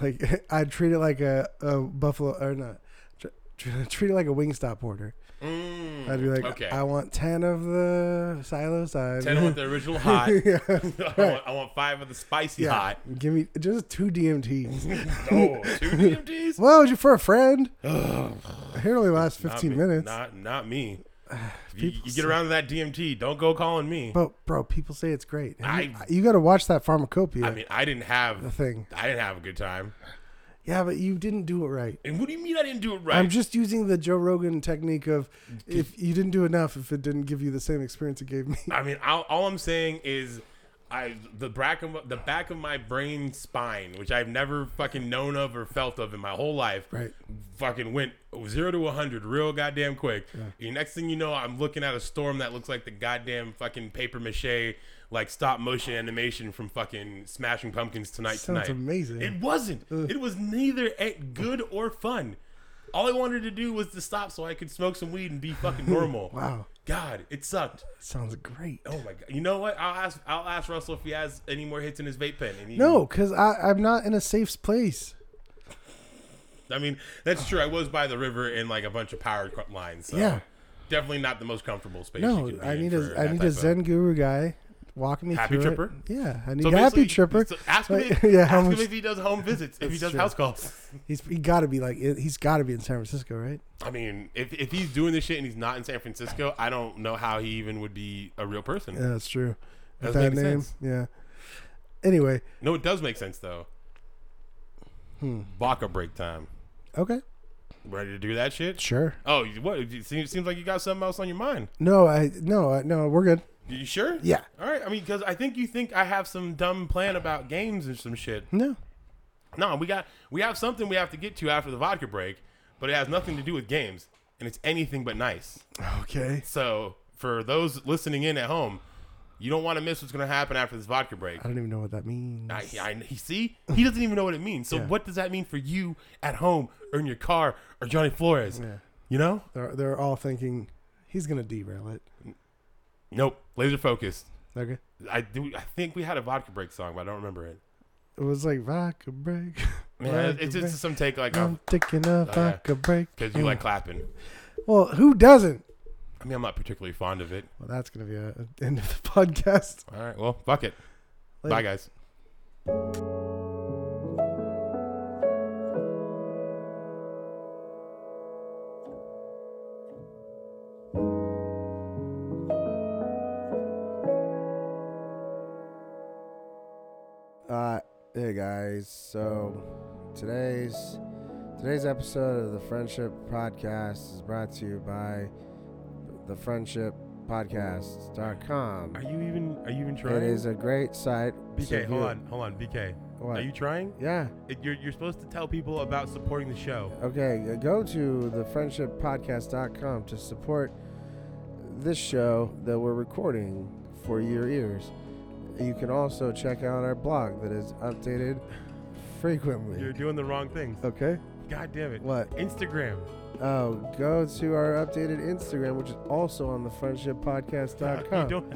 [SPEAKER 2] like, I'd treat it like a, a buffalo or not, tr- tr- treat it like a Wingstop order.
[SPEAKER 1] Mm,
[SPEAKER 2] I'd be like,
[SPEAKER 1] okay.
[SPEAKER 2] I want ten of the silo side.
[SPEAKER 1] Ten with the original hot.
[SPEAKER 2] Yeah.
[SPEAKER 1] I, want, I want five of the spicy
[SPEAKER 2] Yeah.
[SPEAKER 1] hot.
[SPEAKER 2] Give me just two DMTs.
[SPEAKER 1] Oh, two DMTs?
[SPEAKER 2] well, you for a friend. it only lasts
[SPEAKER 1] Not
[SPEAKER 2] fifteen
[SPEAKER 1] me.
[SPEAKER 2] minutes.
[SPEAKER 1] Not not me. you,
[SPEAKER 2] People
[SPEAKER 1] you
[SPEAKER 2] say-
[SPEAKER 1] get around to that DMT. Don't go calling me.
[SPEAKER 2] But bro, people say it's great.
[SPEAKER 1] I-
[SPEAKER 2] you got to watch that pharmacopoeia
[SPEAKER 1] I mean, I didn't have
[SPEAKER 2] thing.
[SPEAKER 1] I didn't have a good time.
[SPEAKER 2] Yeah, but you didn't do it right.
[SPEAKER 1] And what do you mean I didn't do it right?
[SPEAKER 2] I'm just using the Joe Rogan technique of if you didn't do enough, if it didn't give you the same experience it gave me.
[SPEAKER 1] I mean, all, all I'm saying is, I the back of the back of my brain spine, which I've never fucking known of or felt of in my whole life,
[SPEAKER 2] Right.
[SPEAKER 1] Fucking went zero to hundred real goddamn quick. The next thing you know, I'm looking at a storm that looks like the goddamn fucking paper mache, like stop motion animation from fucking Smashing Pumpkins tonight.
[SPEAKER 2] Sounds
[SPEAKER 1] tonight.
[SPEAKER 2] amazing.
[SPEAKER 1] It wasn't. It was neither a- good or fun. All I wanted to do was to stop so I could smoke some weed and be fucking normal.
[SPEAKER 2] Wow.
[SPEAKER 1] God, it sucked.
[SPEAKER 2] Sounds great.
[SPEAKER 1] Oh my god! You know what? I'll ask. I'll ask Russell if he has any more hits in his vape pen. And he,
[SPEAKER 2] No, because I'm not in a safe place.
[SPEAKER 1] I mean that's true. I was by the river in like a bunch of powered cu- lines. So
[SPEAKER 2] Yeah.
[SPEAKER 1] definitely not the most comfortable space. you
[SPEAKER 2] No,
[SPEAKER 1] can be
[SPEAKER 2] I
[SPEAKER 1] in
[SPEAKER 2] need
[SPEAKER 1] for
[SPEAKER 2] a I
[SPEAKER 1] that
[SPEAKER 2] need
[SPEAKER 1] type
[SPEAKER 2] a
[SPEAKER 1] of-
[SPEAKER 2] Zen guru guy walking me
[SPEAKER 1] Happy
[SPEAKER 2] through it.
[SPEAKER 1] Tripper?
[SPEAKER 2] Yeah, I need
[SPEAKER 1] So
[SPEAKER 2] a happy
[SPEAKER 1] basically,
[SPEAKER 2] tripper.
[SPEAKER 1] so ask him.
[SPEAKER 2] Like,
[SPEAKER 1] if,
[SPEAKER 2] yeah,
[SPEAKER 1] ask
[SPEAKER 2] how
[SPEAKER 1] him
[SPEAKER 2] much
[SPEAKER 1] if he does home visits. If he
[SPEAKER 2] That's
[SPEAKER 1] does
[SPEAKER 2] true.
[SPEAKER 1] house calls.
[SPEAKER 2] he's he got to be like he's got to be in San Francisco, right?
[SPEAKER 1] I mean, if if he's doing this shit and he's not in San Francisco, I don't know how he even would be a real person.
[SPEAKER 2] Yeah, that's true. With
[SPEAKER 1] Doesn't
[SPEAKER 2] that
[SPEAKER 1] make
[SPEAKER 2] name,
[SPEAKER 1] sense.
[SPEAKER 2] yeah. Anyway,
[SPEAKER 1] No, it does make sense though.
[SPEAKER 2] Hmm.
[SPEAKER 1] Baka break time.
[SPEAKER 2] okay,
[SPEAKER 1] Ready to do that shit?
[SPEAKER 2] sure.
[SPEAKER 1] Oh, you- what? It seems seems like you got something else on your mind.
[SPEAKER 2] No, I no I, no, we're good.
[SPEAKER 1] You sure?
[SPEAKER 2] Yeah,
[SPEAKER 1] All right. I mean, because I think you think I have some dumb plan about games and some shit.
[SPEAKER 2] no,
[SPEAKER 1] No, we got we have something we have to get to after the vodka break, but it has nothing to do with games, and it's anything but nice.
[SPEAKER 2] okay.
[SPEAKER 1] So for those listening in at home, you don't want to miss what's going to happen after this vodka break.
[SPEAKER 2] I don't even know what that means.
[SPEAKER 1] I, I, he see he doesn't even know what it means. So
[SPEAKER 2] Yeah.
[SPEAKER 1] what does that mean for you at home or in your car or Johnny Flores?
[SPEAKER 2] Yeah,
[SPEAKER 1] You know?
[SPEAKER 2] they're they're all thinking he's gonna derail it.
[SPEAKER 1] Nope. Laser focused.
[SPEAKER 2] Okay,
[SPEAKER 1] I do. I think we had a vodka break song, but I don't remember it.
[SPEAKER 2] it was like vodka break.
[SPEAKER 1] Yeah,
[SPEAKER 2] vodka
[SPEAKER 1] it's just some take like Oh,
[SPEAKER 2] break. I'm taking a
[SPEAKER 1] yeah.
[SPEAKER 2] vodka break.
[SPEAKER 1] because you
[SPEAKER 2] Mm.
[SPEAKER 1] like clapping.
[SPEAKER 2] Well, who doesn't?
[SPEAKER 1] I mean, I'm not particularly fond of it.
[SPEAKER 2] Well, that's gonna be a, a end of the podcast.
[SPEAKER 1] All right. Well, fuck it. Bye,
[SPEAKER 2] Later.
[SPEAKER 1] guys.
[SPEAKER 3] Uh, hey guys. So today's today's episode of the Friendship Podcast is brought to you by the Friendship
[SPEAKER 1] Are
[SPEAKER 3] Podcast.com.
[SPEAKER 1] you even? Are you even trying?
[SPEAKER 3] It is a great site.
[SPEAKER 1] BK,
[SPEAKER 3] to
[SPEAKER 1] hold
[SPEAKER 3] view-
[SPEAKER 1] on, hold on, BK. Are
[SPEAKER 3] What?
[SPEAKER 1] you trying?
[SPEAKER 3] yeah.
[SPEAKER 1] It, you're you're supposed to tell people about supporting the show.
[SPEAKER 3] Okay. uh, Go to the friendshippodcast.com to support this show that we're recording for your ears. You can also check out our blog that is updated frequently.
[SPEAKER 1] You're doing the wrong things.
[SPEAKER 3] okay.
[SPEAKER 1] God damn it.
[SPEAKER 3] What?
[SPEAKER 1] Instagram.
[SPEAKER 3] Oh, go to our updated Instagram, which is also on the
[SPEAKER 1] Uh, you
[SPEAKER 3] friendshippodcast.com.
[SPEAKER 1] don't.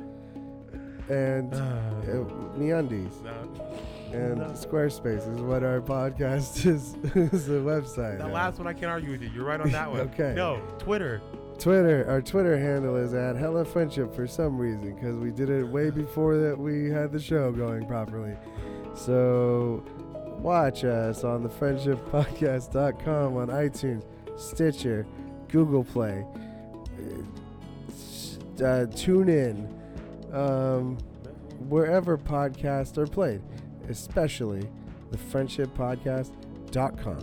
[SPEAKER 3] and uh,
[SPEAKER 1] Uh,
[SPEAKER 3] MeUndies
[SPEAKER 1] no.
[SPEAKER 3] and
[SPEAKER 1] No.
[SPEAKER 3] Squarespace is what our podcast is, is the website.
[SPEAKER 1] That
[SPEAKER 3] of.
[SPEAKER 1] last one, I can't argue with you. You're right on that one.
[SPEAKER 3] Okay.
[SPEAKER 1] No, Twitter.
[SPEAKER 3] Twitter, our Twitter handle is at Hella Friendship for some reason because we did it way before that we had the show going properly. So watch us on the friendshippodcast.com on iTunes, Stitcher, Google Play, uh, uh, tune in, um, wherever podcasts are played, especially the friendshippodcast.com.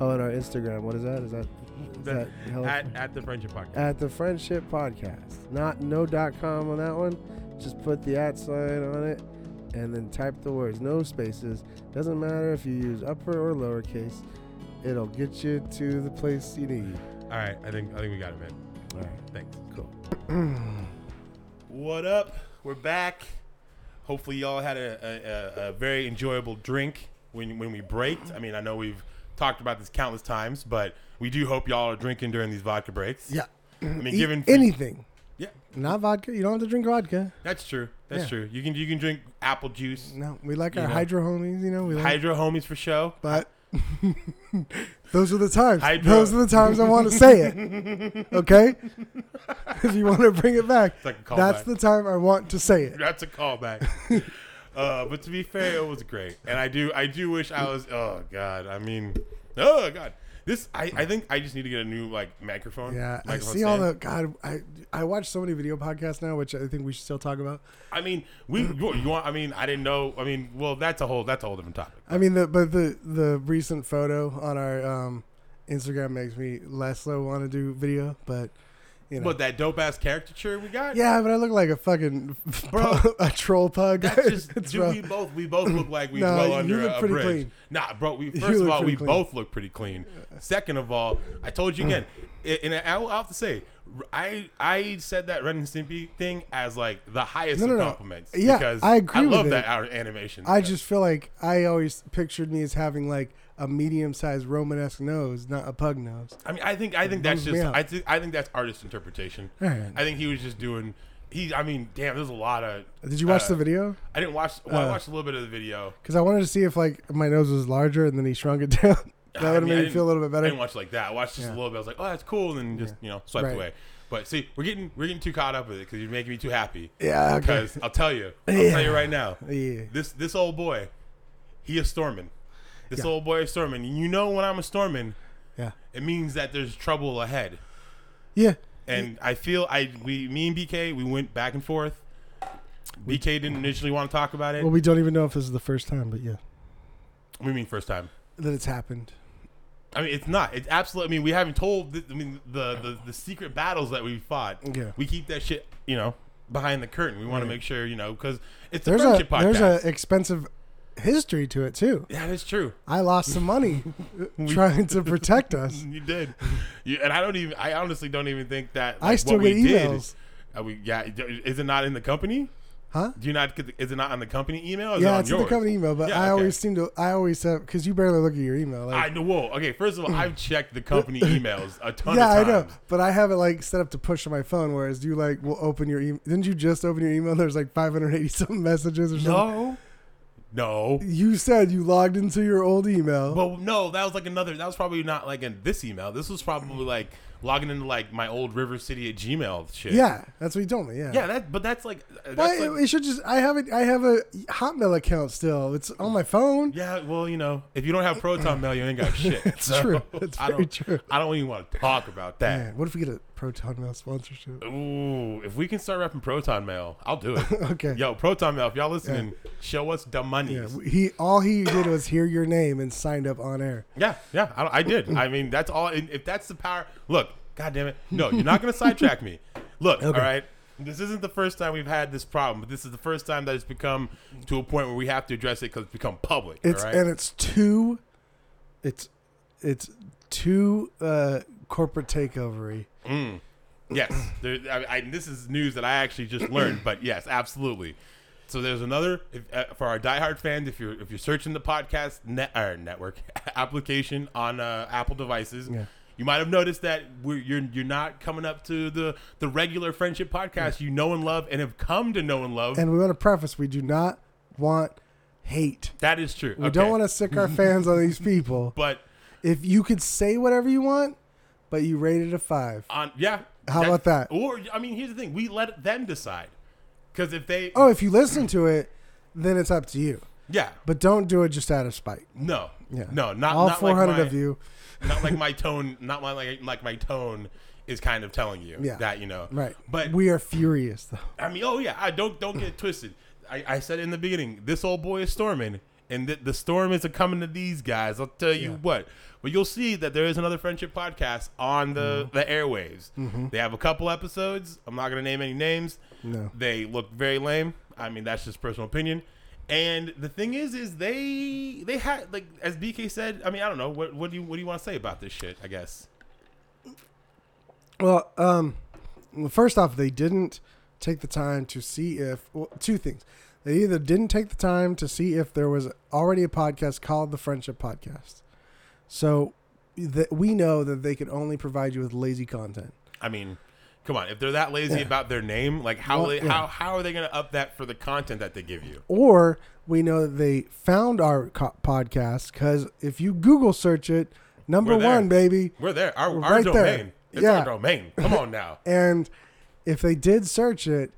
[SPEAKER 3] Oh, and our Instagram, what is that? Is that is
[SPEAKER 1] The-
[SPEAKER 3] that hella
[SPEAKER 1] at, at the friendship podcast.
[SPEAKER 3] at the friendship podcast not no dot com on that one just put the at sign on it and then type the words no spaces doesn't matter if you use upper or lowercase it'll get you to the place you need
[SPEAKER 1] All right, I think I think we got it, man.
[SPEAKER 3] all right
[SPEAKER 1] Thanks.
[SPEAKER 3] cool
[SPEAKER 1] What up? We're back. Hopefully, y'all had a, a, a, a very enjoyable drink when when we braked. I mean, I know we've talked about this countless times, but we do hope y'all are drinking during these vodka breaks.
[SPEAKER 2] Yeah.
[SPEAKER 1] I mean,
[SPEAKER 2] Eat
[SPEAKER 1] given
[SPEAKER 2] anything,
[SPEAKER 1] yeah,
[SPEAKER 2] not vodka. You don't have to drink vodka.
[SPEAKER 1] that's true. That's
[SPEAKER 2] Yeah.
[SPEAKER 1] true. You can you can drink apple juice,
[SPEAKER 2] No, we like
[SPEAKER 1] You
[SPEAKER 2] our
[SPEAKER 1] know.
[SPEAKER 2] hydro homies. You know, we like,
[SPEAKER 1] hydro homies for show.
[SPEAKER 2] but those are the times.
[SPEAKER 1] Hydro-
[SPEAKER 2] Those are the times I want to say it. Okay, if you want to bring it back,
[SPEAKER 1] It's like a callback.
[SPEAKER 2] that's the time I want to say it.
[SPEAKER 1] That's a callback. uh, but to be fair, it was great, and I do I do wish I was. Oh God, I mean, oh God, this I, I think I just need to get a new like microphone.
[SPEAKER 2] Yeah, I
[SPEAKER 1] microphone
[SPEAKER 2] see all the
[SPEAKER 1] stand.
[SPEAKER 2] God. I I watch so many video podcasts now, which I think we should still talk about.
[SPEAKER 1] I mean, we you you want? I mean, I didn't know. I mean, well, that's a whole that's a whole different topic.
[SPEAKER 2] I mean, the but the the recent photo on our um, Instagram makes me less so want to do video, but you know,
[SPEAKER 1] But that dope ass caricature we got.
[SPEAKER 2] yeah, but I look like a fucking
[SPEAKER 1] Bro.
[SPEAKER 2] a troll pug.
[SPEAKER 1] That's just
[SPEAKER 2] It's
[SPEAKER 1] dude,
[SPEAKER 2] rough.
[SPEAKER 1] we both we both look like we
[SPEAKER 2] No,
[SPEAKER 1] well
[SPEAKER 2] you
[SPEAKER 1] under
[SPEAKER 2] look
[SPEAKER 1] a, a
[SPEAKER 2] pretty
[SPEAKER 1] bridge.
[SPEAKER 2] clean.
[SPEAKER 1] Nah, bro. We
[SPEAKER 2] You
[SPEAKER 1] first of
[SPEAKER 2] look
[SPEAKER 1] all we
[SPEAKER 2] pretty clean.
[SPEAKER 1] both look pretty clean. Second of all, I told you again, a- and I will have to say, I I said that Ren and Stimpy thing as like the highest
[SPEAKER 2] No, no,
[SPEAKER 1] of
[SPEAKER 2] no.
[SPEAKER 1] compliments.
[SPEAKER 2] Yeah,
[SPEAKER 1] because
[SPEAKER 2] I agree
[SPEAKER 1] I
[SPEAKER 2] with
[SPEAKER 1] love
[SPEAKER 2] it.
[SPEAKER 1] that our animation.
[SPEAKER 2] I just feel like I always pictured me as having like a medium sized Romanesque nose, not a pug nose.
[SPEAKER 1] I mean, I think I think that's
[SPEAKER 2] bums me
[SPEAKER 1] just
[SPEAKER 2] out.
[SPEAKER 1] I think I think that's artist interpretation.
[SPEAKER 2] Alright.
[SPEAKER 1] I think he was just doing. He, I mean, damn, there's a lot of.
[SPEAKER 2] Did you watch
[SPEAKER 1] uh,
[SPEAKER 2] the video?
[SPEAKER 1] I didn't watch. Well, I
[SPEAKER 2] Uh.
[SPEAKER 1] watched a little bit of the video.
[SPEAKER 2] Because I wanted to see if like my nose was larger, and then he shrunk it down. that would
[SPEAKER 1] I mean,
[SPEAKER 2] have
[SPEAKER 1] I
[SPEAKER 2] made me
[SPEAKER 1] didn't-
[SPEAKER 2] feel a little bit
[SPEAKER 1] I
[SPEAKER 2] better.
[SPEAKER 1] didn't watch like that. I watched just
[SPEAKER 2] Yeah.
[SPEAKER 1] a little bit. I was like, oh, that's cool, and then just you know swiped
[SPEAKER 2] Right.
[SPEAKER 1] away. But see, we're getting we're getting too caught up with it because you're making me too happy.
[SPEAKER 2] yeah, okay.
[SPEAKER 1] Because I'll tell you, I'll tell you right now,
[SPEAKER 2] Yeah.
[SPEAKER 1] this this old boy, he is storming. This
[SPEAKER 2] Yeah.
[SPEAKER 1] old boy is storming. And you know when I'm a storming,
[SPEAKER 2] Yeah.
[SPEAKER 1] it means that there's trouble ahead.
[SPEAKER 2] Yeah.
[SPEAKER 1] And I feel I we me and BK we went back and forth. BK didn't initially want to talk about it.
[SPEAKER 2] Well, we don't even know if this is the first time, but yeah,
[SPEAKER 1] we mean first time.
[SPEAKER 2] that it's happened.
[SPEAKER 1] I mean, it's not. It's absolutely. I mean, we haven't told. The, I mean, the, the the secret battles that we fought.
[SPEAKER 2] Yeah.
[SPEAKER 1] We keep that shit, you know, behind the curtain. We want to
[SPEAKER 2] Right.
[SPEAKER 1] make sure, you know, because it's
[SPEAKER 2] There's
[SPEAKER 1] a
[SPEAKER 2] a
[SPEAKER 1] friendship podcast.
[SPEAKER 2] there's a expensive history to it too.
[SPEAKER 1] yeah, that's true.
[SPEAKER 2] I lost some money trying to protect us.
[SPEAKER 1] You did. You, and I don't even. I honestly don't even think that.
[SPEAKER 2] I still get emails.
[SPEAKER 1] Did, uh, we yeah. Is it not in the company?
[SPEAKER 2] Huh?
[SPEAKER 1] Do you not? get the- Is it not on the company email? Or is it
[SPEAKER 2] Yeah,
[SPEAKER 1] on
[SPEAKER 2] it's in
[SPEAKER 1] yours?
[SPEAKER 2] the company email, but
[SPEAKER 1] Yeah,
[SPEAKER 2] I
[SPEAKER 1] okay.
[SPEAKER 2] always seem to I always have because you barely look at your email. Like,
[SPEAKER 1] I know. Whoa. Okay. First of all, I've checked the company emails a ton.
[SPEAKER 2] yeah, I
[SPEAKER 1] of times.
[SPEAKER 2] know, but I have it like set up to push on my phone. Whereas you like will open your email. Didn't you just open your email? There's like 580 something messages or something.
[SPEAKER 1] No. No.
[SPEAKER 2] You said you logged into your old email.
[SPEAKER 1] Well, no, that was like another. That was probably not like in this email. This was probably like logging into like my old River City at Gmail shit.
[SPEAKER 2] yeah, that's what you told me. Yeah.
[SPEAKER 1] yeah. That, but that's like. uh, That's
[SPEAKER 2] Why,
[SPEAKER 1] like-
[SPEAKER 2] it, it should just. I have it. I have a Hotmail account still. It's on my phone.
[SPEAKER 1] yeah. Well, you know, if you don't have Proton Mail, you ain't got shit. it's
[SPEAKER 2] true. It's
[SPEAKER 1] I
[SPEAKER 2] very
[SPEAKER 1] don't,
[SPEAKER 2] true.
[SPEAKER 1] I don't even want to talk about that.
[SPEAKER 2] Man, what if we get a Proton Mail sponsorship?
[SPEAKER 1] Ooh, if we can start repping Proton Mail, I'll do it.
[SPEAKER 2] Okay.
[SPEAKER 1] Yo, Proton Mail, if y'all listening, show us the money.
[SPEAKER 2] Yeah, he all he did was hear your name and signed up on air.
[SPEAKER 1] Yeah, yeah, I, I did. I mean, that's all. and If that's the power, look, God damn it, no, you're not going to sidetrack me. Look, all right, this isn't the first time we've had this problem, but this is the first time that it's become to a point where we have to address it because it's become public.
[SPEAKER 2] It's
[SPEAKER 1] all right,
[SPEAKER 2] and it's too, it's it's too uh, corporate takeovery.
[SPEAKER 1] yes, there, I, I, this is news that I actually just learned, but yes, absolutely. So there's another if, uh, for our diehard fans. If you're if you're searching the podcast net or network application on uh, Apple devices,
[SPEAKER 2] Yeah.
[SPEAKER 1] you might have noticed that we're, you're you're not coming up to the the regular friendship podcast you know and love and have come to know and love.
[SPEAKER 2] And we want to preface: we do not want hate.
[SPEAKER 1] that is true.
[SPEAKER 2] We don't want to sick our fans on these people.
[SPEAKER 1] but
[SPEAKER 2] If you could say whatever you want, but you rated a five,
[SPEAKER 1] on yeah,
[SPEAKER 2] How about that?
[SPEAKER 1] Or I mean, here's the thing: we let them decide. Because if they,
[SPEAKER 2] Oh, if you listen to it, then it's up to you.
[SPEAKER 1] yeah,
[SPEAKER 2] But don't do it just out of spite.
[SPEAKER 1] no,
[SPEAKER 2] Yeah.
[SPEAKER 1] no, not
[SPEAKER 2] all
[SPEAKER 1] not
[SPEAKER 2] 400
[SPEAKER 1] like my,
[SPEAKER 2] of you.
[SPEAKER 1] not like my tone, not my like like my tone is kind of telling you
[SPEAKER 2] Yeah.
[SPEAKER 1] that you know,
[SPEAKER 2] Right.
[SPEAKER 1] But
[SPEAKER 2] we are furious though.
[SPEAKER 1] I mean, oh yeah, I don't don't get it twisted. I, I said in the beginning, this old boy is storming, and th- the storm is a coming to these guys. I'll tell you what. But you'll see that there is another friendship podcast on the the airwaves. They have a couple episodes. I'm not gonna name any names.
[SPEAKER 2] No.
[SPEAKER 1] They look very lame. I mean, that's just personal opinion. And the thing is, is they they had like as BK said. I mean, I don't know what what do you what do you want to say about this shit? I guess.
[SPEAKER 2] Well, um, well, first off, they didn't take the time to see if well, two things. They either didn't take the time to see if there was already a podcast called the Friendship Podcast, so that we know that they could only provide you with lazy content.
[SPEAKER 1] I mean, come on. If they're that lazy
[SPEAKER 2] Yeah.
[SPEAKER 1] about their name, like how
[SPEAKER 2] Well,
[SPEAKER 1] they,
[SPEAKER 2] yeah.
[SPEAKER 1] how how are they going to up that for the content that they give you?
[SPEAKER 2] or we know that they found our co- podcast because if you Google search it, number
[SPEAKER 1] We're there.
[SPEAKER 2] one, baby.
[SPEAKER 1] We're there. Our,
[SPEAKER 2] We're
[SPEAKER 1] our
[SPEAKER 2] right there.
[SPEAKER 1] domain. It's
[SPEAKER 2] Yeah.
[SPEAKER 1] our domain. Come on now.
[SPEAKER 2] And if they did search it,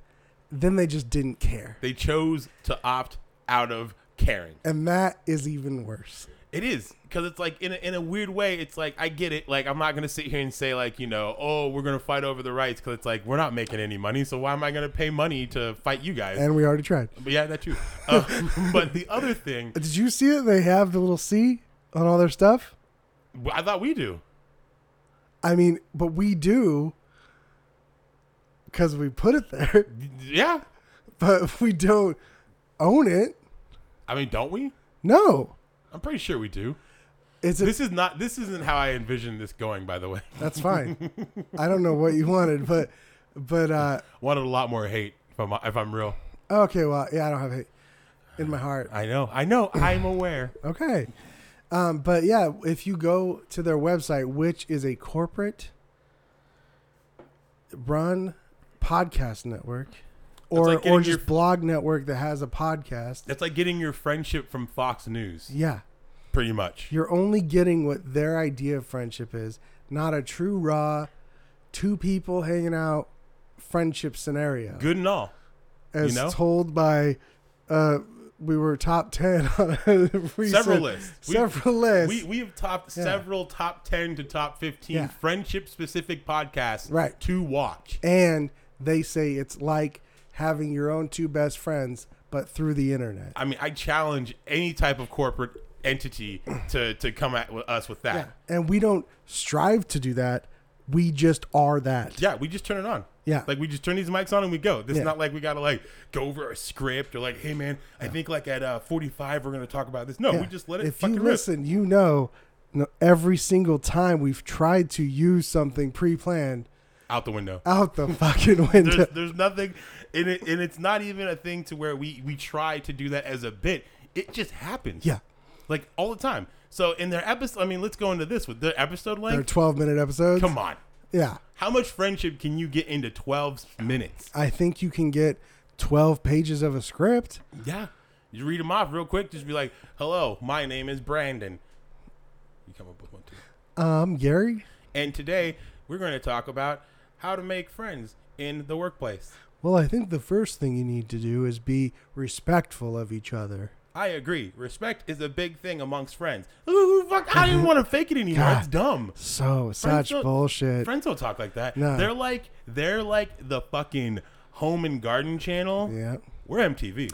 [SPEAKER 2] then they just didn't care,
[SPEAKER 1] they chose to opt out of caring.
[SPEAKER 2] and that is even worse.
[SPEAKER 1] It is because it's like in a, in a weird way. It's like I get it. Like I'm not gonna sit here and say like you know oh we're gonna fight over the rights because it's like we're not making any money. So why am I gonna pay money to fight you guys?
[SPEAKER 2] And we already tried.
[SPEAKER 1] but yeah, that's true. Uh, but the other thing
[SPEAKER 2] Did you see it? They have the little C on all their stuff.
[SPEAKER 1] I thought we do.
[SPEAKER 2] I mean, but we do because we put it there,
[SPEAKER 1] Yeah.
[SPEAKER 2] but we don't own it.
[SPEAKER 1] I mean, don't we?
[SPEAKER 2] No,
[SPEAKER 1] I'm pretty sure we do.
[SPEAKER 2] it's a
[SPEAKER 1] This is not. This isn't how I envisioned this going. By the way,
[SPEAKER 2] That's fine. I don't know what you wanted, but but uh
[SPEAKER 1] wanted a lot more hate. If I'm, if I'm real,
[SPEAKER 2] okay, well, yeah, I don't have hate in my heart.
[SPEAKER 1] I know. I know. I'm aware.
[SPEAKER 2] Okay. Um but yeah, if you go to their website, which is a corporate run podcast network or
[SPEAKER 1] like getting
[SPEAKER 2] or
[SPEAKER 1] your-
[SPEAKER 2] just blog network that has a podcast.
[SPEAKER 1] That's like getting your friendship from Fox News,
[SPEAKER 2] Yeah.
[SPEAKER 1] pretty much.
[SPEAKER 2] You're only getting what their idea of friendship is, not a true raw two people hanging out friendship scenario.
[SPEAKER 1] Good and all.
[SPEAKER 2] as
[SPEAKER 1] know?
[SPEAKER 2] told by uh we were top 10 on a recent,
[SPEAKER 1] Several lists. We-
[SPEAKER 2] several lists
[SPEAKER 1] We we have topped
[SPEAKER 2] Yeah.
[SPEAKER 1] several top ten to top fifteen
[SPEAKER 2] Yeah.
[SPEAKER 1] friendship specific podcasts
[SPEAKER 2] Right.
[SPEAKER 1] to watch.
[SPEAKER 2] and they say it's like having your own two best friends but through the internet
[SPEAKER 1] I mean, I challenge any type of corporate entity to to come at with us with that.
[SPEAKER 2] and we don't strive to do that we just are that
[SPEAKER 1] Yeah, we just turn it on.
[SPEAKER 2] Yeah.
[SPEAKER 1] Like we just turn these mics on and we go. This
[SPEAKER 2] Yeah.
[SPEAKER 1] is not like we gotta like go over a script or like, hey man, I think like at uh, forty five we're gonna talk about this. No,
[SPEAKER 2] Yeah.
[SPEAKER 1] we just let it
[SPEAKER 2] if
[SPEAKER 1] fucking
[SPEAKER 2] you
[SPEAKER 1] rip.
[SPEAKER 2] listen you know no, every single time we've tried to use something pre-planned
[SPEAKER 1] out the window.
[SPEAKER 2] out the fucking window
[SPEAKER 1] There's there's nothing in it and it's not even a thing to where we we try to do that as a bit. It just happens.
[SPEAKER 2] yeah
[SPEAKER 1] Like all the time. So in their episode I mean, let's go into this with their episode
[SPEAKER 2] they're
[SPEAKER 1] length.
[SPEAKER 2] 12 minute episodes
[SPEAKER 1] Come on.
[SPEAKER 2] yeah
[SPEAKER 1] How much friendship can you get into twelve minutes?
[SPEAKER 2] I think you can get 12 pages of a script.
[SPEAKER 1] Yeah. You read them off real quick, just be like, Hello, my name is Brandon. You come up with one too.
[SPEAKER 2] Um, Gary,
[SPEAKER 1] And today we're going to talk about how to make friends in the workplace.
[SPEAKER 2] well, I think the first thing you need to do is be respectful of each other.
[SPEAKER 1] I agree. Respect is a big thing amongst friends. Ooh, fuck, I don't even want to fake it anymore. It's dumb.
[SPEAKER 2] So,
[SPEAKER 1] Friends
[SPEAKER 2] such
[SPEAKER 1] don't-
[SPEAKER 2] bullshit.
[SPEAKER 1] Friends don't talk like that.
[SPEAKER 2] No.
[SPEAKER 1] They're like they're like the fucking home and garden channel.
[SPEAKER 2] yeah.
[SPEAKER 1] We're MTV.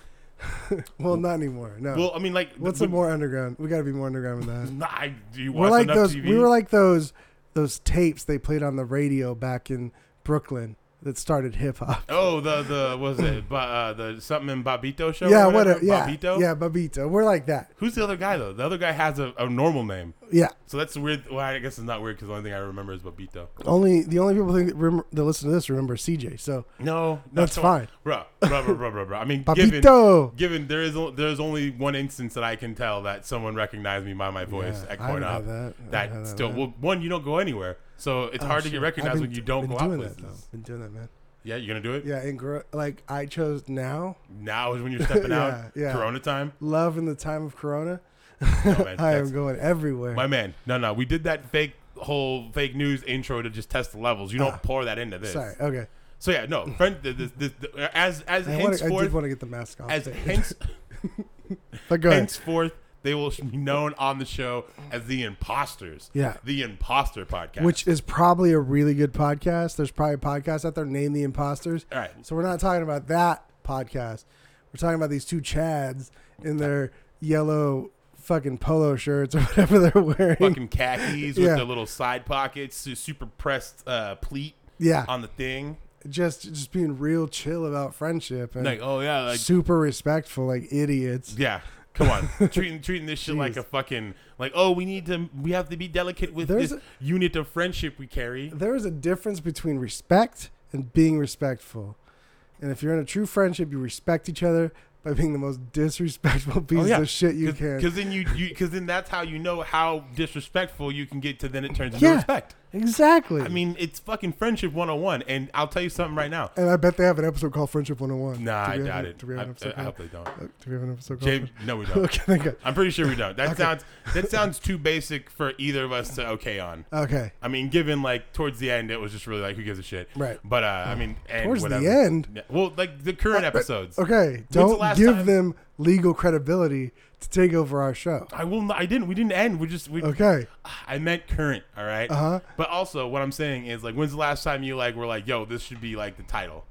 [SPEAKER 2] Well, not anymore. No.
[SPEAKER 1] Well, I mean, like
[SPEAKER 2] What's
[SPEAKER 1] the,
[SPEAKER 2] a more underground? We got to be more underground than that.
[SPEAKER 1] Nah, I- do you
[SPEAKER 2] we're
[SPEAKER 1] watch
[SPEAKER 2] like
[SPEAKER 1] enough
[SPEAKER 2] those.
[SPEAKER 1] TV?
[SPEAKER 2] We were like those those tapes they played on the radio back in Brooklyn that started hip hop.
[SPEAKER 1] oh the the what was it Ba- uh, the something in Babito show? or
[SPEAKER 2] yeah,
[SPEAKER 1] whatever?
[SPEAKER 2] whatever. Yeah,
[SPEAKER 1] Babito.
[SPEAKER 2] yeah, Babito. We're like that.
[SPEAKER 1] Who's the other guy though? The other guy has a, a normal name.
[SPEAKER 2] Yeah.
[SPEAKER 1] So that's weird. Well, I guess it's not weird because the only thing I remember is Babito.
[SPEAKER 2] Only the only people think that, remember, that listen to this remember CJ. So
[SPEAKER 1] No, no,
[SPEAKER 2] That's
[SPEAKER 1] so-
[SPEAKER 2] fine.
[SPEAKER 1] Bruh, bruh, bruh, bruh, bruh, bruh. I mean, given,
[SPEAKER 2] Babito.
[SPEAKER 1] given there is o- there is only one instance that I can tell that someone recognized me by my voice
[SPEAKER 2] Yeah,
[SPEAKER 1] at
[SPEAKER 2] I
[SPEAKER 1] Coin
[SPEAKER 2] haven't
[SPEAKER 1] Op.
[SPEAKER 2] had that. I
[SPEAKER 1] That,
[SPEAKER 2] haven't had
[SPEAKER 1] still,
[SPEAKER 2] that. Oh,
[SPEAKER 1] well, one, you don't go anywhere, so it's hard to
[SPEAKER 2] shit.
[SPEAKER 1] get recognized
[SPEAKER 2] I've
[SPEAKER 1] when
[SPEAKER 2] been-
[SPEAKER 1] you don't
[SPEAKER 2] been
[SPEAKER 1] go out
[SPEAKER 2] doing
[SPEAKER 1] places.
[SPEAKER 2] That, though. Been doing that, man.
[SPEAKER 1] yeah, you're gonna do it.
[SPEAKER 2] Yeah, and grow, like I chose now,
[SPEAKER 1] Now is when you're stepping out.
[SPEAKER 2] Yeah, yeah.
[SPEAKER 1] Corona time.
[SPEAKER 2] love in the time of Corona.
[SPEAKER 1] No, man,
[SPEAKER 2] I
[SPEAKER 1] that's-
[SPEAKER 2] am going everywhere.
[SPEAKER 1] my man. No, no, we did that fake whole fake news intro to just test the levels. You don't pour that into this.
[SPEAKER 2] Ah. Sorry. Mm. Okay.
[SPEAKER 1] So yeah, no. Friend, the, the, the, the, as as
[SPEAKER 2] I, wanna, I did
[SPEAKER 1] henceforth
[SPEAKER 2] want to get the mask off.
[SPEAKER 1] as
[SPEAKER 2] but-
[SPEAKER 1] hence
[SPEAKER 2] but go ahead.
[SPEAKER 1] henceforth they will be known on the show as the imposters.
[SPEAKER 2] Yeah.
[SPEAKER 1] the imposter podcast.
[SPEAKER 2] Which is probably a really good podcast. There's probably podcasts out there named The Imposters.
[SPEAKER 1] all right,
[SPEAKER 2] So we're not talking about that podcast. We're talking about these two Chads in their yellow fucking polo shirts or whatever they're wearing.
[SPEAKER 1] fucking khakis with
[SPEAKER 2] Yeah.
[SPEAKER 1] their little side pockets, su- super pressed uh, pleat
[SPEAKER 2] yeah,
[SPEAKER 1] on the thing.
[SPEAKER 2] just just being real chill about friendship and
[SPEAKER 1] Like oh yeah, like
[SPEAKER 2] super respectful, like idiots.
[SPEAKER 1] yeah. Come on, treating treating this shit like
[SPEAKER 2] Jeez.
[SPEAKER 1] a fucking like oh we need to we have to be delicate with
[SPEAKER 2] There's
[SPEAKER 1] this unit of friendship we carry.
[SPEAKER 2] There is a difference between respect and being respectful. And if you're in a true friendship, you respect each other by being the most disrespectful pieces
[SPEAKER 1] Oh, yeah.
[SPEAKER 2] of shit you can.
[SPEAKER 1] Because then you because then that's how you know how disrespectful you can get to. Then it turns into
[SPEAKER 2] Yeah.
[SPEAKER 1] respect.
[SPEAKER 2] Exactly.
[SPEAKER 1] I mean, it's fucking friendship 101. And I'll tell you something right now.
[SPEAKER 2] and I bet they have an episode called Friendship 101.
[SPEAKER 1] Nah,
[SPEAKER 2] Do
[SPEAKER 1] I
[SPEAKER 2] we have
[SPEAKER 1] doubt
[SPEAKER 2] an-
[SPEAKER 1] it.
[SPEAKER 2] Do we have an
[SPEAKER 1] I,
[SPEAKER 2] episode
[SPEAKER 1] I
[SPEAKER 2] called?
[SPEAKER 1] hope they don't.
[SPEAKER 2] Uh, Do we have an episode called?
[SPEAKER 1] James, no, we don't.
[SPEAKER 2] Okay, thank God.
[SPEAKER 1] I'm pretty sure we don't. That
[SPEAKER 2] Okay.
[SPEAKER 1] sounds that sounds too basic for either of us to okay on.
[SPEAKER 2] Okay.
[SPEAKER 1] I mean, given like towards the end, it was just really like who gives a shit.
[SPEAKER 2] Right.
[SPEAKER 1] But uh, I mean, and
[SPEAKER 2] Towards
[SPEAKER 1] whatever.
[SPEAKER 2] the end.
[SPEAKER 1] Yeah, Well, like the current episodes.
[SPEAKER 2] Okay.
[SPEAKER 1] the
[SPEAKER 2] Don't
[SPEAKER 1] last
[SPEAKER 2] give
[SPEAKER 1] time-
[SPEAKER 2] them legal credibility to take over our show.
[SPEAKER 1] I will. Not, I didn't. We didn't end. We just. We,
[SPEAKER 2] Okay.
[SPEAKER 1] I meant current. All right.
[SPEAKER 2] Uh huh.
[SPEAKER 1] But also, what I'm saying is like, when's the last time you like were like, yo, this should be like the title?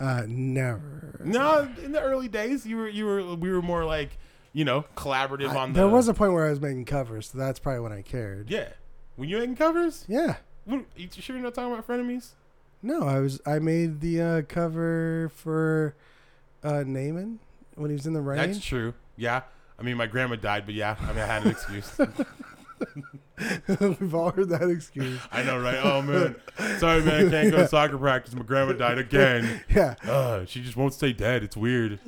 [SPEAKER 2] Uh, never.
[SPEAKER 1] No, in the early days, you were you were we were more like, you know, collaborative
[SPEAKER 2] I-
[SPEAKER 1] on the.
[SPEAKER 2] there was a point where I was making covers, so that's probably when I cared.
[SPEAKER 1] yeah. When you making covers,
[SPEAKER 2] Yeah.
[SPEAKER 1] What- you sure you're not talking about frenemies?
[SPEAKER 2] No, I was. I made the uh, cover for uh, Naaman when he was in the rain.
[SPEAKER 1] That's true. Yeah. I mean, my grandma died, but yeah, I mean, I had an excuse.
[SPEAKER 2] We've all heard that excuse.
[SPEAKER 1] I know, right? Oh man, sorry, man, I can't go to soccer practice. My grandma died again.
[SPEAKER 2] Yeah,
[SPEAKER 1] Uh, she just won't stay dead. It's weird.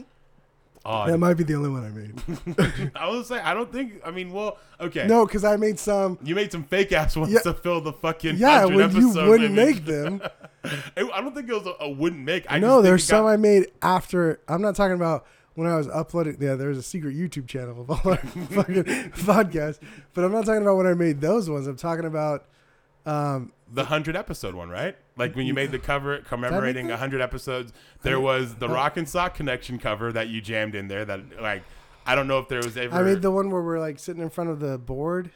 [SPEAKER 1] Odd.
[SPEAKER 2] that might be the only one I made.
[SPEAKER 1] I was say I don't think. I mean, well, okay.
[SPEAKER 2] No, because I made some.
[SPEAKER 1] You made some fake ass ones
[SPEAKER 2] Yeah.
[SPEAKER 1] to fill the fucking
[SPEAKER 2] Yeah,
[SPEAKER 1] 100
[SPEAKER 2] when you
[SPEAKER 1] episode
[SPEAKER 2] wouldn't
[SPEAKER 1] image.
[SPEAKER 2] make them.
[SPEAKER 1] I I don't think it was a, a wouldn't make. I just
[SPEAKER 2] no,
[SPEAKER 1] think
[SPEAKER 2] there's
[SPEAKER 1] it
[SPEAKER 2] some
[SPEAKER 1] got-
[SPEAKER 2] I made after. I'm not talking about when I was uploading. Yeah, there's a secret YouTube channel of all our fucking podcasts. But I'm not talking about when I made those ones. I'm talking about. Um,
[SPEAKER 1] the hundred episode one, right? Like when you made the cover commemorating
[SPEAKER 2] that?
[SPEAKER 1] hundred episodes, there was
[SPEAKER 2] uh,
[SPEAKER 1] the Rock and Sock Connection cover that you jammed in there. That like, I don't know if there was ever.
[SPEAKER 2] I made the one where we're like sitting in front of the board.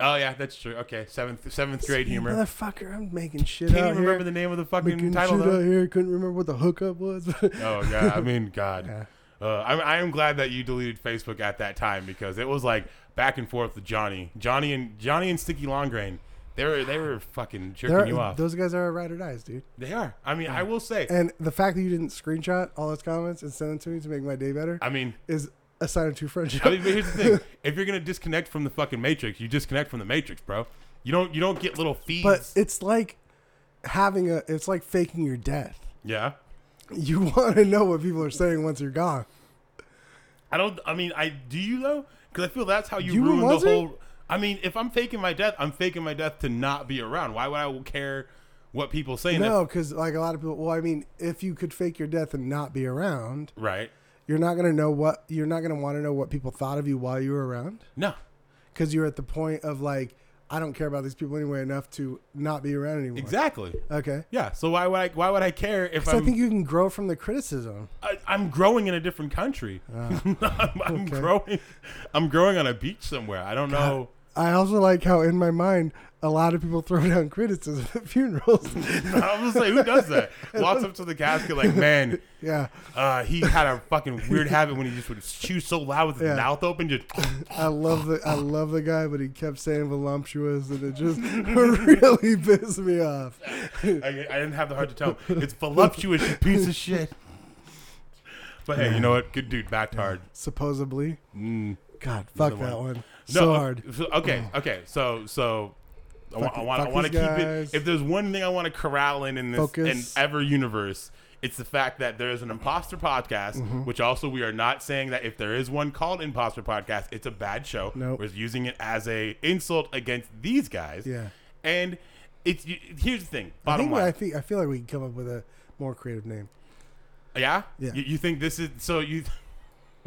[SPEAKER 1] oh yeah, that's true. Okay, seventh seventh grade humor.
[SPEAKER 2] Motherfucker, I'm making shit
[SPEAKER 1] Can't
[SPEAKER 2] out
[SPEAKER 1] even
[SPEAKER 2] here.
[SPEAKER 1] remember the name of the fucking
[SPEAKER 2] Making
[SPEAKER 1] title
[SPEAKER 2] shit out
[SPEAKER 1] though.
[SPEAKER 2] here. Couldn't remember what the hookup was.
[SPEAKER 1] Oh yeah, I mean God.
[SPEAKER 2] Yeah.
[SPEAKER 1] Uh, I'm, I am glad that you deleted Facebook at that time because it was like back and forth with Johnny, Johnny and Johnny and Sticky Longgrain. They were they were fucking jerking
[SPEAKER 2] They're-
[SPEAKER 1] you off.
[SPEAKER 2] Those guys are our ride or dies, dude.
[SPEAKER 1] they are. I mean, I will say.
[SPEAKER 2] And the fact that you didn't screenshot all those comments and send them to me to make my day better
[SPEAKER 1] I mean,
[SPEAKER 2] is a sign of true friendship.
[SPEAKER 1] I mean, but here's the thing: if you're gonna disconnect from the fucking matrix, you disconnect from the matrix, bro. You don't you don't get little feeds.
[SPEAKER 2] but it's like having a. It's like faking your death.
[SPEAKER 1] yeah,
[SPEAKER 2] You want to know what people are saying once you're gone.
[SPEAKER 1] I don't. I mean, I do you though? Because I feel that's how you,
[SPEAKER 2] You
[SPEAKER 1] ruin the
[SPEAKER 2] was it?
[SPEAKER 1] whole. I mean, if I'm faking my death, I'm faking my death to not be around. Why would I care what people say?
[SPEAKER 2] No, because like a lot of people. Well, I mean, if you could fake your death and not be around,
[SPEAKER 1] right?
[SPEAKER 2] you're not gonna know what you're not gonna want to know what people thought of you while you were around.
[SPEAKER 1] No,
[SPEAKER 2] because you're at the point of like I don't care about these people anyway enough to not be around anymore.
[SPEAKER 1] exactly.
[SPEAKER 2] Okay.
[SPEAKER 1] Yeah. So why would I? Why would I care if
[SPEAKER 2] So I
[SPEAKER 1] I'm?
[SPEAKER 2] think you can grow from the criticism.
[SPEAKER 1] I, I'm growing in a different country.
[SPEAKER 2] Ah.
[SPEAKER 1] I'm, I'm growing. I'm growing on a beach somewhere. I don't know.
[SPEAKER 2] I also like how in my mind a lot of people throw down criticism at funerals.
[SPEAKER 1] I was like, who does that? Walks up to the casket like, man,
[SPEAKER 2] yeah,
[SPEAKER 1] Uh, he had a fucking weird habit when he just would chew so loud with his
[SPEAKER 2] Yeah.
[SPEAKER 1] mouth open. Just
[SPEAKER 2] I love the I love the guy, but he kept saying voluptuous, and it just really pissed me off.
[SPEAKER 1] I, I didn't have the heart to tell him. It's voluptuous, you piece of shit. But hey, you know what? Good dude, backed hard.
[SPEAKER 2] Supposedly,
[SPEAKER 1] Mm.
[SPEAKER 2] God, fuck
[SPEAKER 1] Another
[SPEAKER 2] that one.
[SPEAKER 1] No,
[SPEAKER 2] So hard. Oh.
[SPEAKER 1] Okay, okay. So, so I wa- I
[SPEAKER 2] Fuck-
[SPEAKER 1] want, I
[SPEAKER 2] fuck
[SPEAKER 1] want to
[SPEAKER 2] these
[SPEAKER 1] keep it.
[SPEAKER 2] guys.
[SPEAKER 1] If there's one thing I want to corral in in this in
[SPEAKER 2] Focus.
[SPEAKER 1] ever universe, it's the fact that there is an imposter podcast.
[SPEAKER 2] Mm-hmm.
[SPEAKER 1] Which also we are not saying that if there is one called imposter podcast, it's a bad show.
[SPEAKER 2] Nope.
[SPEAKER 1] We're using it as a insult against these guys.
[SPEAKER 2] Yeah,
[SPEAKER 1] And it's you, here's the thing.
[SPEAKER 2] I
[SPEAKER 1] Bottom
[SPEAKER 2] think
[SPEAKER 1] line,
[SPEAKER 2] I think I feel like we can come up with a more creative name.
[SPEAKER 1] yeah,
[SPEAKER 2] Yeah.
[SPEAKER 1] You, you think this is so you?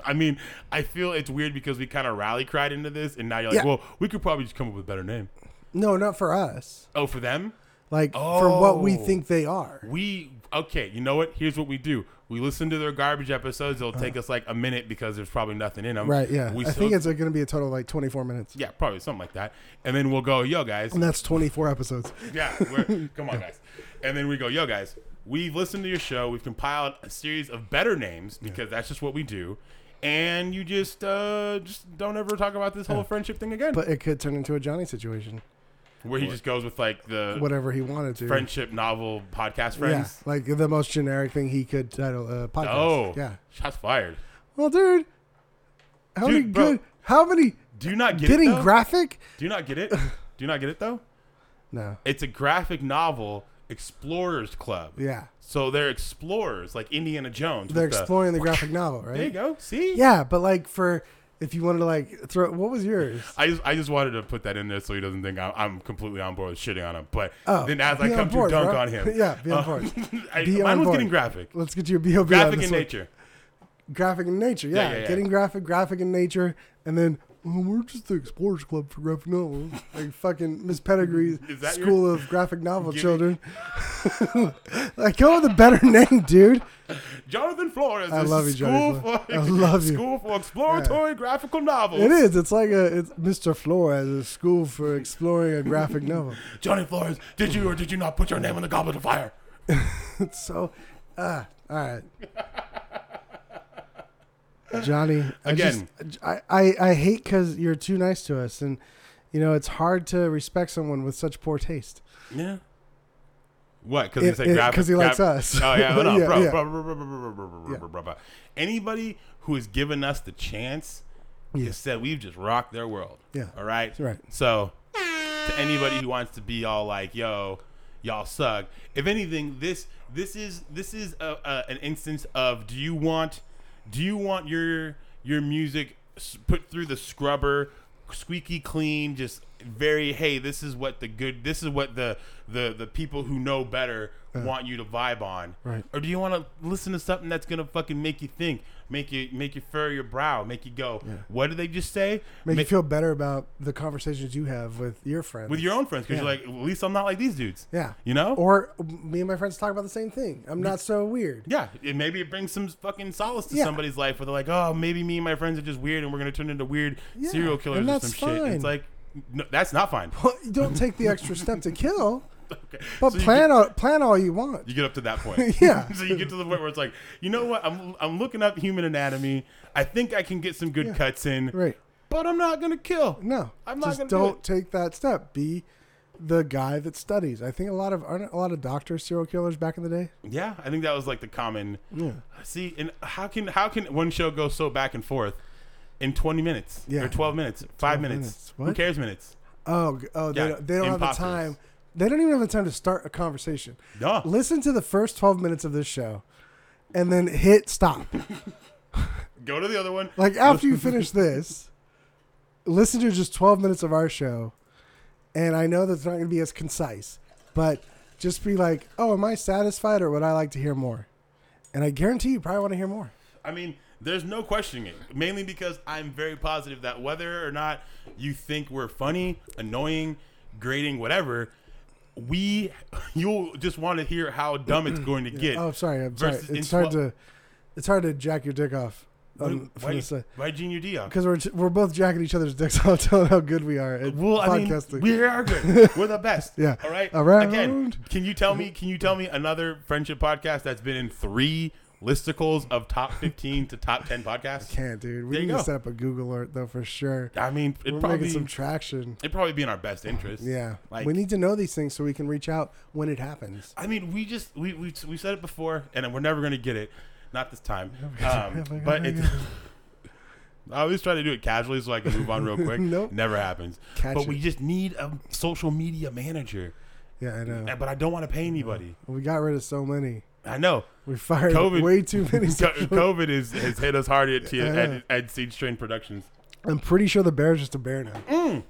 [SPEAKER 1] I mean, I feel it's weird because we kind of rally cried into this, and now you're like,
[SPEAKER 2] Yeah.
[SPEAKER 1] well, we could probably just come up with a better name.
[SPEAKER 2] No, not for us.
[SPEAKER 1] Oh, for them?
[SPEAKER 2] Like for what we
[SPEAKER 1] Oh.
[SPEAKER 2] think they are.
[SPEAKER 1] We okay. You know what? Here's what we do. We listen to their garbage episodes. It'll take us like a minute because there's probably nothing in them.
[SPEAKER 2] Uh-huh. Right, yeah.
[SPEAKER 1] We
[SPEAKER 2] I
[SPEAKER 1] still-
[SPEAKER 2] think it's going to be a total of like 24 minutes.
[SPEAKER 1] yeah, probably something like that. And then we'll go, yo guys,
[SPEAKER 2] And that's 24 episodes.
[SPEAKER 1] yeah, we're, come on guys. And then we go, yo guys, we've listened to your show. We've compiled a series of better names because that's just what we do. And you just uh just don't ever talk about this whole friendship thing again.
[SPEAKER 2] But it could turn into a Johnny situation,
[SPEAKER 1] Where he just goes with like the
[SPEAKER 2] whatever he wanted to.
[SPEAKER 1] friendship novel podcast friends.
[SPEAKER 2] Yeah, like the most generic thing he could title a podcast.
[SPEAKER 1] Oh,
[SPEAKER 2] yeah.
[SPEAKER 1] Shots fired.
[SPEAKER 2] Well, dude, how many
[SPEAKER 1] Dude, bro.
[SPEAKER 2] good? How many
[SPEAKER 1] Do you not get
[SPEAKER 2] getting
[SPEAKER 1] it? though?
[SPEAKER 2] graphic?
[SPEAKER 1] Do you not get it? Do you not get it though?
[SPEAKER 2] No.
[SPEAKER 1] It's a graphic novel explorers club.
[SPEAKER 2] Yeah,
[SPEAKER 1] So they're explorers, like Indiana Jones.
[SPEAKER 2] they're
[SPEAKER 1] with the-
[SPEAKER 2] exploring the graphic novel,
[SPEAKER 1] there you
[SPEAKER 2] right?
[SPEAKER 1] go. See.
[SPEAKER 2] Yeah, but like for if you wanted to like throw, what was yours?
[SPEAKER 1] I just, I just wanted to put that in there so he doesn't think I'm, I'm completely on board with shitting on him. But
[SPEAKER 2] Oh,
[SPEAKER 1] then as I
[SPEAKER 2] be on
[SPEAKER 1] come
[SPEAKER 2] board,
[SPEAKER 1] to dunk
[SPEAKER 2] bro.
[SPEAKER 1] on him,
[SPEAKER 2] Yeah, be on
[SPEAKER 1] uh,
[SPEAKER 2] board.
[SPEAKER 1] I,
[SPEAKER 2] Be
[SPEAKER 1] mine
[SPEAKER 2] on
[SPEAKER 1] was
[SPEAKER 2] board.
[SPEAKER 1] getting graphic,
[SPEAKER 2] Let's get you a BOB. on
[SPEAKER 1] graphic
[SPEAKER 2] this
[SPEAKER 1] in
[SPEAKER 2] one.
[SPEAKER 1] nature.
[SPEAKER 2] Graphic in nature. Yeah,
[SPEAKER 1] Yeah, yeah, yeah.
[SPEAKER 2] getting graphic, graphic in nature, and then. "Oh, we're just the Explorers Club for graphic novels. Like fucking Miss Pedigree's
[SPEAKER 1] Is that your-
[SPEAKER 2] School of Graphic Novel
[SPEAKER 1] Give me-
[SPEAKER 2] Children. like, go with a better name, dude.
[SPEAKER 1] Jonathan Flores.
[SPEAKER 2] I
[SPEAKER 1] is
[SPEAKER 2] love
[SPEAKER 1] a
[SPEAKER 2] you,
[SPEAKER 1] school
[SPEAKER 2] Jonathan Flores.
[SPEAKER 1] For,
[SPEAKER 2] I love you.
[SPEAKER 1] School for exploratory graphical novels.
[SPEAKER 2] It is. It's like a it's Mr. Flores, a school for exploring a graphic novel.
[SPEAKER 1] Johnny Flores, did you or did you not put your name on the goblet of fire?
[SPEAKER 2] It's so, ah, all right. Johnny, I
[SPEAKER 1] Again.
[SPEAKER 2] just- I, I, I hate because you're too nice to us, and you know it's hard to respect someone with such poor taste.
[SPEAKER 1] Yeah. What? Because he
[SPEAKER 2] It-
[SPEAKER 1] said
[SPEAKER 2] it-
[SPEAKER 1] graphic.
[SPEAKER 2] 'cause he likes us.
[SPEAKER 1] Oh yeah, no,
[SPEAKER 2] Yeah,
[SPEAKER 1] bro,
[SPEAKER 2] yeah.
[SPEAKER 1] Bro, bro, bro, bro, bro, bro, bro, bro, bro, bro. Anybody who has given us the chance,
[SPEAKER 2] Yeah.
[SPEAKER 1] has said we've just rocked their world.
[SPEAKER 2] Yeah.
[SPEAKER 1] All right.
[SPEAKER 2] Right.
[SPEAKER 1] So, to anybody who wants to be all like, "Yo, y'all suck," if anything, this this is this is a, a, an instance of do you want do you want your your music s- put through the scrubber, squeaky clean, just very hey, this is what the good, this is what the the the people who know better want you to vibe on,
[SPEAKER 2] Right.
[SPEAKER 1] Or do you want to listen to something that's gonna fucking make you think? Make you make you furrow your brow, make you go. What did they just say?
[SPEAKER 2] Make, you
[SPEAKER 1] Make-
[SPEAKER 2] feel better about the conversations you have with your friends.
[SPEAKER 1] with your own friends because
[SPEAKER 2] Yeah.
[SPEAKER 1] you're like, at least I'm not like these dudes.
[SPEAKER 2] yeah,
[SPEAKER 1] You know?
[SPEAKER 2] or me and my friends talk about the same thing. I'm not so weird.
[SPEAKER 1] yeah. It, maybe it brings some fucking solace to
[SPEAKER 2] Yeah.
[SPEAKER 1] somebody's life where they're like, oh, maybe me and my friends are just weird and we're going to turn into weird
[SPEAKER 2] Yeah,
[SPEAKER 1] serial killers
[SPEAKER 2] and
[SPEAKER 1] or
[SPEAKER 2] that's
[SPEAKER 1] some shit. And
[SPEAKER 2] fine.
[SPEAKER 1] It's like, no, that's not fine.
[SPEAKER 2] Well, you don't take the extra step to kill,
[SPEAKER 1] Okay.
[SPEAKER 2] but
[SPEAKER 1] So you
[SPEAKER 2] plan
[SPEAKER 1] get-
[SPEAKER 2] all plan all you want.
[SPEAKER 1] You get up to that point.
[SPEAKER 2] Yeah.
[SPEAKER 1] so you get to the point where it's like, you know what? I'm, I'm looking up human anatomy. I think I can get some good
[SPEAKER 2] Yeah.
[SPEAKER 1] cuts in,
[SPEAKER 2] Right.
[SPEAKER 1] but I'm not going to kill.
[SPEAKER 2] No,
[SPEAKER 1] I'm not
[SPEAKER 2] just
[SPEAKER 1] gonna do
[SPEAKER 2] don't
[SPEAKER 1] it.
[SPEAKER 2] take that step. Be the guy that studies. I think a lot of aren't a lot of doctors serial killers back in the day.
[SPEAKER 1] Yeah. I think that was like the common.
[SPEAKER 2] Yeah,
[SPEAKER 1] See, and how can how can one show go so back and forth in twenty minutes
[SPEAKER 2] Yeah.
[SPEAKER 1] or twelve minutes, five
[SPEAKER 2] 12
[SPEAKER 1] minutes?
[SPEAKER 2] minutes.
[SPEAKER 1] Who
[SPEAKER 2] What?
[SPEAKER 1] cares minutes?
[SPEAKER 2] Oh, g- oh, they
[SPEAKER 1] Yeah,
[SPEAKER 2] don't, they don't have the
[SPEAKER 1] imposters.
[SPEAKER 2] time. They don't even have the time to start a conversation.
[SPEAKER 1] No,
[SPEAKER 2] Listen to the first twelve minutes of this show, and then hit stop.
[SPEAKER 1] go to the other one.
[SPEAKER 2] Like after you finish this, listen to just 12 minutes of our show. And I know that's not going to be as concise, but just be like, "Oh, am I satisfied or would I like to hear more?" And I guarantee you probably want to hear more.
[SPEAKER 1] I mean, there's no questioning it. Mainly because I'm very positive that whether or not you think we're funny, annoying, grating, whatever, we you'll just want to hear how dumb it's going to get.
[SPEAKER 2] Oh, sorry. I'm sorry.
[SPEAKER 1] Versus in
[SPEAKER 2] It's hard
[SPEAKER 1] twel-
[SPEAKER 2] to it's hard to jack your dick off
[SPEAKER 1] Why-
[SPEAKER 2] on,
[SPEAKER 1] why,
[SPEAKER 2] from this side.
[SPEAKER 1] why Junior D off?
[SPEAKER 2] Cuz we're we're both jacking each other's dicks off telling how good we are at
[SPEAKER 1] Uh, Well, I mean,
[SPEAKER 2] podcasting.
[SPEAKER 1] we are good. We're the best.
[SPEAKER 2] Yeah.
[SPEAKER 1] All right.
[SPEAKER 2] Around.
[SPEAKER 1] Again, can you tell me? Can you tell me another friendship podcast that's been in three listicles of top fifteen to top ten podcasts?
[SPEAKER 2] can't, dude.
[SPEAKER 1] There
[SPEAKER 2] We
[SPEAKER 1] you
[SPEAKER 2] need to
[SPEAKER 1] go.
[SPEAKER 2] set up a Google alert though for sure.
[SPEAKER 1] I mean, it
[SPEAKER 2] We're
[SPEAKER 1] probably
[SPEAKER 2] making some traction.
[SPEAKER 1] it probably be in our best interest.
[SPEAKER 2] Yeah.
[SPEAKER 1] Like-
[SPEAKER 2] we need to know these things so we can reach out when it happens.
[SPEAKER 1] I mean, we just we we we said it before, and we're never gonna get it. Not this time.
[SPEAKER 2] Never
[SPEAKER 1] Um,
[SPEAKER 2] gonna
[SPEAKER 1] but
[SPEAKER 2] get
[SPEAKER 1] it's. I always try to do it casually so I can move on real quick.
[SPEAKER 2] Nope.
[SPEAKER 1] Never happens.
[SPEAKER 2] Catch
[SPEAKER 1] but we
[SPEAKER 2] it.
[SPEAKER 1] just need a social media manager.
[SPEAKER 2] Yeah, I know.
[SPEAKER 1] And- But I don't want to pay anybody.
[SPEAKER 2] We got rid of so many.
[SPEAKER 1] I know.
[SPEAKER 2] We fired
[SPEAKER 1] COVID-
[SPEAKER 2] way too many.
[SPEAKER 1] Co- COVID is, has hit us hard at, T-
[SPEAKER 2] Yeah.
[SPEAKER 1] at, at Seed Strain Productions.
[SPEAKER 2] I'm pretty sure the bear's just a bear now.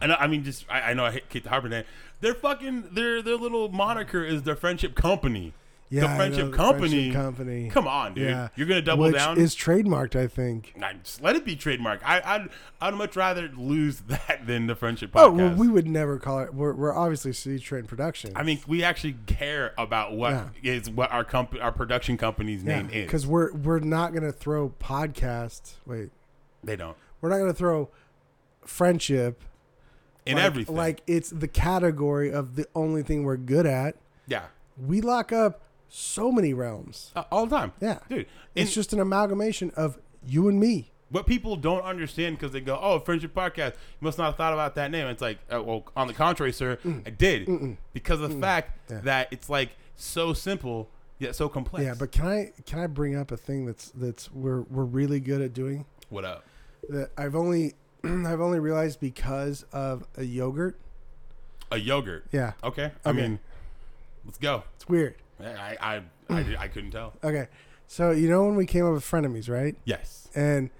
[SPEAKER 1] I know. I mean, just I, I know I hate Kate Harper. Their fucking their their little moniker is their friendship company.
[SPEAKER 2] Yeah, I know
[SPEAKER 1] friendship company.
[SPEAKER 2] company.
[SPEAKER 1] Come on, dude.
[SPEAKER 2] Yeah.
[SPEAKER 1] You're gonna double
[SPEAKER 2] which
[SPEAKER 1] down.
[SPEAKER 2] is trademarked, I think.
[SPEAKER 1] Nah, just let it be trademark. I, I'd I'd much rather lose that than the friendship podcast.
[SPEAKER 2] Oh, well, we would never call it. We're, we're obviously C Train Production.
[SPEAKER 1] I mean, we actually care about what is what our company, our production company's name is.
[SPEAKER 2] because we're we're not gonna throw podcast. Wait,
[SPEAKER 1] they don't
[SPEAKER 2] we're not gonna throw friendship
[SPEAKER 1] in
[SPEAKER 2] like,
[SPEAKER 1] everything.
[SPEAKER 2] Like it's the category of the only thing we're good at.
[SPEAKER 1] yeah,
[SPEAKER 2] We lock up so many realms.
[SPEAKER 1] Uh, all the time.
[SPEAKER 2] Yeah,
[SPEAKER 1] dude. and-
[SPEAKER 2] it's just an amalgamation of you and me.
[SPEAKER 1] what people don't understand because they go, "Oh, friendship podcast." You must not have thought about that name. It's like, uh, well, on the contrary, sir, I did because of the fact
[SPEAKER 2] Mm. Yeah.
[SPEAKER 1] that it's like so simple yet so complex.
[SPEAKER 2] Yeah, but can I can I bring up a thing that's that's we're we're really good at doing
[SPEAKER 1] what up?
[SPEAKER 2] that I've only I've only realized because of a yogurt.
[SPEAKER 1] A yogurt.
[SPEAKER 2] Yeah,
[SPEAKER 1] Okay. I
[SPEAKER 2] Okay.
[SPEAKER 1] mean, let's go.
[SPEAKER 2] it's weird.
[SPEAKER 1] I I, I, I, I couldn't tell.
[SPEAKER 2] Okay, so you know when we came up with frenemies, right?
[SPEAKER 1] Yes.
[SPEAKER 2] And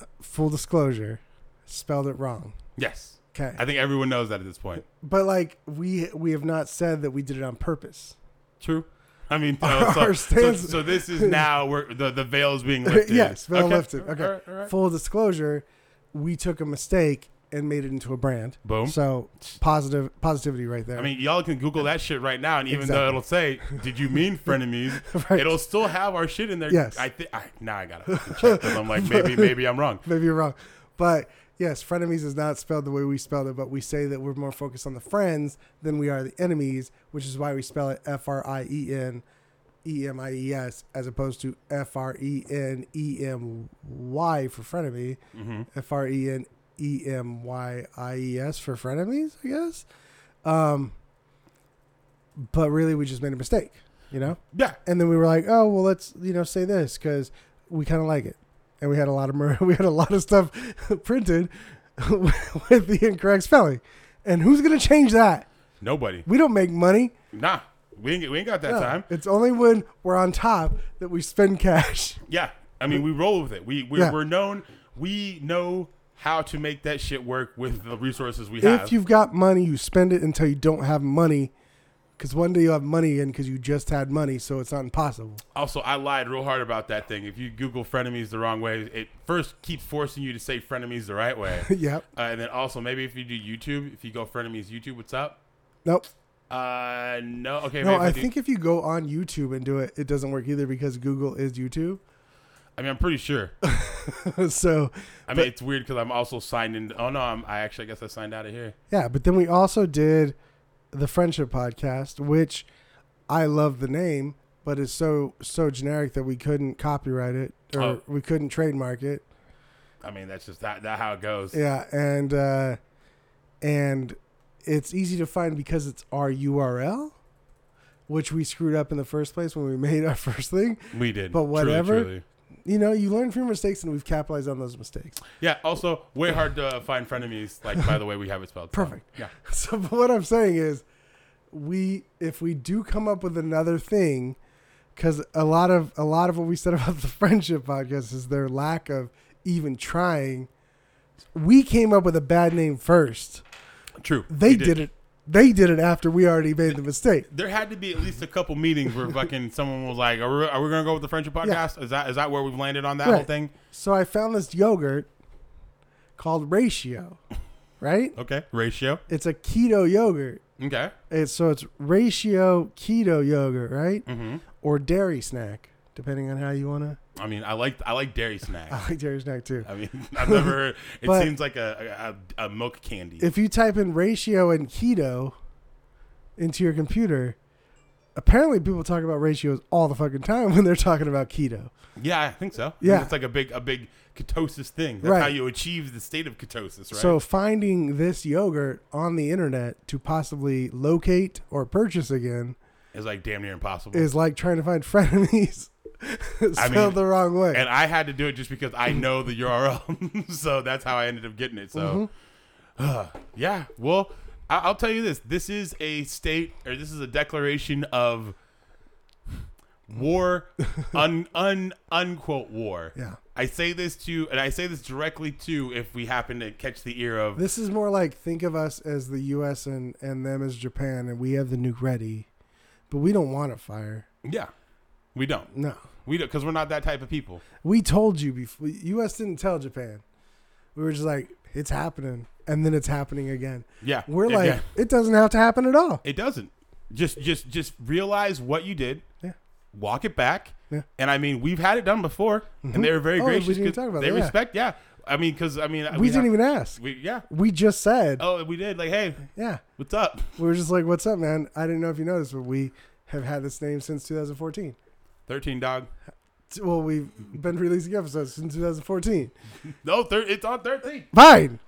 [SPEAKER 2] uh, full disclosure, spelled it wrong.
[SPEAKER 1] Yes.
[SPEAKER 2] Okay,
[SPEAKER 1] I think everyone knows that at this point.
[SPEAKER 2] but like we we have not said that we did it on purpose.
[SPEAKER 1] True. I mean, so-
[SPEAKER 2] Our-
[SPEAKER 1] so,
[SPEAKER 2] our
[SPEAKER 1] so-
[SPEAKER 2] stance-
[SPEAKER 1] so this is now where the the veil's being lifted.
[SPEAKER 2] yes, but I
[SPEAKER 1] Okay.
[SPEAKER 2] left it. Okay,
[SPEAKER 1] All right, all right.
[SPEAKER 2] full disclosure, we took a mistake and made it into a brand.
[SPEAKER 1] Boom.
[SPEAKER 2] So positive positivity right there.
[SPEAKER 1] I mean, y'all can Google that shit right now, and even
[SPEAKER 2] Exactly.
[SPEAKER 1] though it'll say, "Did you mean frenemies?"
[SPEAKER 2] Right.
[SPEAKER 1] It'll still have our shit in there.
[SPEAKER 2] Yes.
[SPEAKER 1] I think. I, now I gotta fucking check them. I'm like, maybe, maybe I'm wrong.
[SPEAKER 2] maybe you're wrong, but yes, frenemies is not spelled the way we spelled it. But we say that we're more focused on the friends than we are the enemies, which is why we spell it F R I E N E M I E S as opposed to F R E N E M Y for frenemy, F R E N E M Y I E S for frenemies, I guess. Um, but really, we just made a mistake, you know.
[SPEAKER 1] Yeah.
[SPEAKER 2] and then we were like, oh well, let's you know say this because we kind of like it, and we had a lot of mer- we had a lot of stuff printed with the incorrect spelling, and who's gonna change that?
[SPEAKER 1] Nobody.
[SPEAKER 2] We don't make money.
[SPEAKER 1] Nah. We ain't, we ain't got that
[SPEAKER 2] No.
[SPEAKER 1] time.
[SPEAKER 2] It's only when we're on top that we spend cash.
[SPEAKER 1] Yeah. I mean, we roll with it. We we're,
[SPEAKER 2] Yeah.
[SPEAKER 1] we're known. We know how to make that shit work with the resources we have.
[SPEAKER 2] If you've got money, you spend it until you don't have money, because one day you'll have money again because you just had money, so it's not impossible.
[SPEAKER 1] Also, I lied real hard about that thing. If you Google frenemies the wrong way, it first keeps forcing you to say frenemies the right way. uh,
[SPEAKER 2] yep.
[SPEAKER 1] and then also, maybe if you do YouTube, if you go frenemies YouTube, what's up?
[SPEAKER 2] Nope.
[SPEAKER 1] Uh, no. Okay.
[SPEAKER 2] No,
[SPEAKER 1] maybe
[SPEAKER 2] I
[SPEAKER 1] do-
[SPEAKER 2] think if you go on YouTube and do it, it doesn't work either because Google is YouTube.
[SPEAKER 1] I mean, I'm pretty sure.
[SPEAKER 2] so
[SPEAKER 1] I mean, it's weird because I'm also signed in. Oh no, I'm. I actually, I guess I signed out of here.
[SPEAKER 2] Yeah, but then we also did the friendship podcast, which I love the name, but it's so so generic that we couldn't copyright it or
[SPEAKER 1] Oh.
[SPEAKER 2] we couldn't trademark it.
[SPEAKER 1] I mean, that's just that. That how it goes.
[SPEAKER 2] Yeah, and uh, and it's easy to find because it's our URL, which we screwed up in the first place when we made our first thing.
[SPEAKER 1] We did.
[SPEAKER 2] But
[SPEAKER 1] Truly,
[SPEAKER 2] whatever.
[SPEAKER 1] truly.
[SPEAKER 2] You know, you learn from your mistakes, and we've capitalized on those mistakes.
[SPEAKER 1] Yeah. Also, way hard to find frenemies. Like by the way, we have it spelled. so,
[SPEAKER 2] Perfect.
[SPEAKER 1] Yeah.
[SPEAKER 2] So, but what I'm saying is, we if we do come up with another thing, because a lot of a lot of what we said about the friendship podcast is their lack of even trying. We came up with a bad name first.
[SPEAKER 1] True.
[SPEAKER 2] They
[SPEAKER 1] we
[SPEAKER 2] did. it. They did it after we already made the mistake.
[SPEAKER 1] There had to be at least a couple meetings where fucking someone was like, "Are we, are we gonna go with the friendship podcast? Is that is that where we've landed on that whole
[SPEAKER 2] Right.
[SPEAKER 1] thing?"
[SPEAKER 2] So I found this yogurt called Ratio, right?
[SPEAKER 1] Okay. Ratio.
[SPEAKER 2] It's a keto yogurt.
[SPEAKER 1] Okay.
[SPEAKER 2] It's so it's ratio keto yogurt, right?
[SPEAKER 1] Mm-hmm.
[SPEAKER 2] Or dairy snack, depending on how you wanna.
[SPEAKER 1] I mean, I like I like dairy snacks.
[SPEAKER 2] I like dairy snack too.
[SPEAKER 1] I mean, I've never. Heard, it
[SPEAKER 2] Ah. But-
[SPEAKER 1] seems like a, a, a milk candy.
[SPEAKER 2] If you type in ratio and keto into your computer, apparently people talk about ratios all the fucking time when they're talking about keto.
[SPEAKER 1] yeah, I think so. I think
[SPEAKER 2] Yeah.
[SPEAKER 1] it's like a big a big ketosis thing. That's
[SPEAKER 2] Right.
[SPEAKER 1] how you achieve the state of ketosis, right?
[SPEAKER 2] So finding this yogurt on the internet to possibly locate or purchase again
[SPEAKER 1] it's like damn near impossible.
[SPEAKER 2] is like trying to find frenemies spelled
[SPEAKER 1] mean,
[SPEAKER 2] the wrong way.
[SPEAKER 1] and I had to do it just because I know the URL, so that's how I ended up getting it. So,
[SPEAKER 2] Mm-hmm.
[SPEAKER 1] yeah. Well, I- I'll tell you this: this is a state, or this is a declaration of war, un un unquote war.
[SPEAKER 2] yeah.
[SPEAKER 1] I say this to, and I say this directly to, if we happen to catch the ear of
[SPEAKER 2] This is more like think of us as the U.S. and and them as Japan, and we have the nuke ready, but we don't want a fire.
[SPEAKER 1] Yeah, we don't.
[SPEAKER 2] No.
[SPEAKER 1] We don't because we're not that type of people.
[SPEAKER 2] We told you before. U.S. didn't tell Japan. We were just like, it's happening, and then it's happening again.
[SPEAKER 1] Yeah,
[SPEAKER 2] We're
[SPEAKER 1] yeah,
[SPEAKER 2] like,
[SPEAKER 1] yeah.
[SPEAKER 2] it doesn't have to happen at all.
[SPEAKER 1] it doesn't. Just just just realize what you did.
[SPEAKER 2] Yeah.
[SPEAKER 1] Walk it back.
[SPEAKER 2] Yeah.
[SPEAKER 1] And I mean, we've had it done before, and they were very
[SPEAKER 2] Oh, we
[SPEAKER 1] gracious.
[SPEAKER 2] didn't
[SPEAKER 1] 'cause
[SPEAKER 2] talk about
[SPEAKER 1] they
[SPEAKER 2] that, yeah.
[SPEAKER 1] respect. Yeah. I mean, because I mean,
[SPEAKER 2] We, didn't even ask.
[SPEAKER 1] even. We, yeah.
[SPEAKER 2] We just said,
[SPEAKER 1] Oh, we did. Like, hey,
[SPEAKER 2] yeah.
[SPEAKER 1] what's up?
[SPEAKER 2] We were just like, what's up, man? I didn't know if you noticed, but we have had this name since 2014.
[SPEAKER 1] Thirteen dog.
[SPEAKER 2] T- Well, we've been releasing episodes since 2014.
[SPEAKER 1] No, thir- it's on thirteen.
[SPEAKER 2] Fine.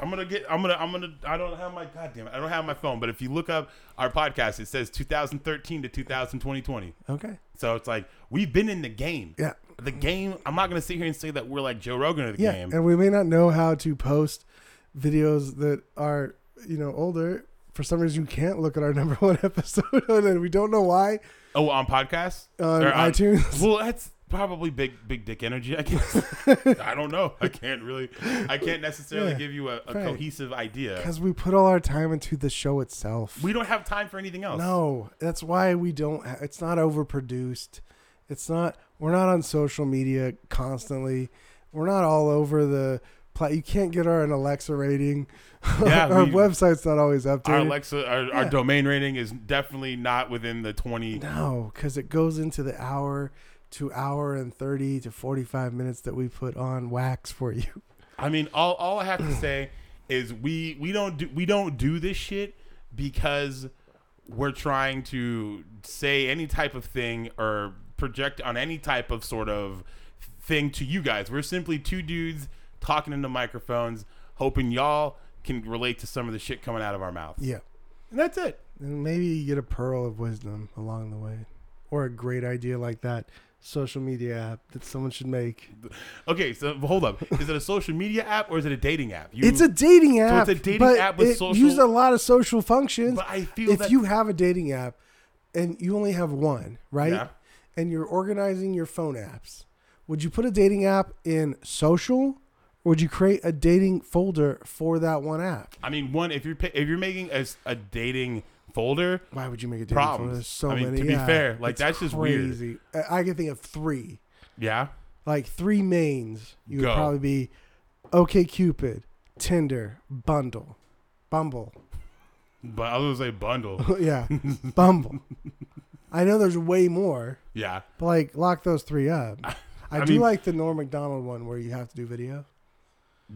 [SPEAKER 1] I'm gonna get. I'm gonna. I'm gonna. I don't have my. God damn it. I don't have my phone. But if you look up our podcast, it says 2013 to 2020.
[SPEAKER 2] Okay.
[SPEAKER 1] So it's like we've been in the game.
[SPEAKER 2] Yeah.
[SPEAKER 1] The game. I'm not gonna sit here and say that we're like Joe Rogan of the
[SPEAKER 2] Yeah.
[SPEAKER 1] game.
[SPEAKER 2] And we may not know how to post videos that are, you know, older. For some reason, you can't look at our number one episode, and then we don't know why
[SPEAKER 1] oh, on podcasts
[SPEAKER 2] on
[SPEAKER 1] Or on-
[SPEAKER 2] iTunes.
[SPEAKER 1] Well, that's probably big big dick energy. I guess. I don't know. I can't really. I can't necessarily
[SPEAKER 2] Yeah,
[SPEAKER 1] give you a, a
[SPEAKER 2] right.
[SPEAKER 1] cohesive idea.
[SPEAKER 2] Because we put all our time into the show itself.
[SPEAKER 1] We don't have time for anything else.
[SPEAKER 2] No, that's why we don't. Ha- it's not overproduced. It's not. We're not on social media constantly. We're not all over the. Pla- you can't get our an Alexa rating.
[SPEAKER 1] Yeah,
[SPEAKER 2] our
[SPEAKER 1] we-
[SPEAKER 2] website's not always
[SPEAKER 1] Our
[SPEAKER 2] updated.
[SPEAKER 1] Alexa, our, our
[SPEAKER 2] Yeah.
[SPEAKER 1] domain rating is definitely not within the 20.
[SPEAKER 2] no, because it goes into the hour to hour and thirty to forty-five minutes that we put on wax for you.
[SPEAKER 1] I mean, all, all I have to say is we we don't do we don't do this shit because we're trying to say any type of thing or project on any type of sort of thing to you guys. We're simply two dudes talking into microphones, hoping y'all can relate to some of the shit coming out of our mouths.
[SPEAKER 2] Yeah,
[SPEAKER 1] And that's it.
[SPEAKER 2] and maybe you get a pearl of wisdom along the way, or a great idea like that social media app that someone should make.
[SPEAKER 1] Okay, so hold up. Is it a social media app or is it a dating app? You,
[SPEAKER 2] It's a dating app.
[SPEAKER 1] a dating
[SPEAKER 2] but
[SPEAKER 1] app with
[SPEAKER 2] it
[SPEAKER 1] social-
[SPEAKER 2] uses a lot of social functions.
[SPEAKER 1] But I feel
[SPEAKER 2] If
[SPEAKER 1] that-
[SPEAKER 2] you have a dating app and you only have one, right?
[SPEAKER 1] Yeah.
[SPEAKER 2] And you're organizing your phone apps, would you put a dating app in social, or would you create a dating folder for that one app?
[SPEAKER 1] I mean, one if you're pi- if you're making a, s- a dating folder,
[SPEAKER 2] Why would you make a dating
[SPEAKER 1] Problems.
[SPEAKER 2] folder? There's so
[SPEAKER 1] I mean,
[SPEAKER 2] many.
[SPEAKER 1] to be
[SPEAKER 2] yeah.
[SPEAKER 1] fair, like,
[SPEAKER 2] It's
[SPEAKER 1] that's just weird.
[SPEAKER 2] crazy. weird. I can think of three,
[SPEAKER 1] yeah.
[SPEAKER 2] like three mains. You
[SPEAKER 1] Go.
[SPEAKER 2] would probably be OK Cupid, Tinder, Bundle, Bumble.
[SPEAKER 1] But I was gonna say bundle.
[SPEAKER 2] yeah, Bumble. I know there's way more,
[SPEAKER 1] Yeah.
[SPEAKER 2] but like lock those three up. I,
[SPEAKER 1] I
[SPEAKER 2] do
[SPEAKER 1] mean-
[SPEAKER 2] like the Norm Macdonald one where you have to do video.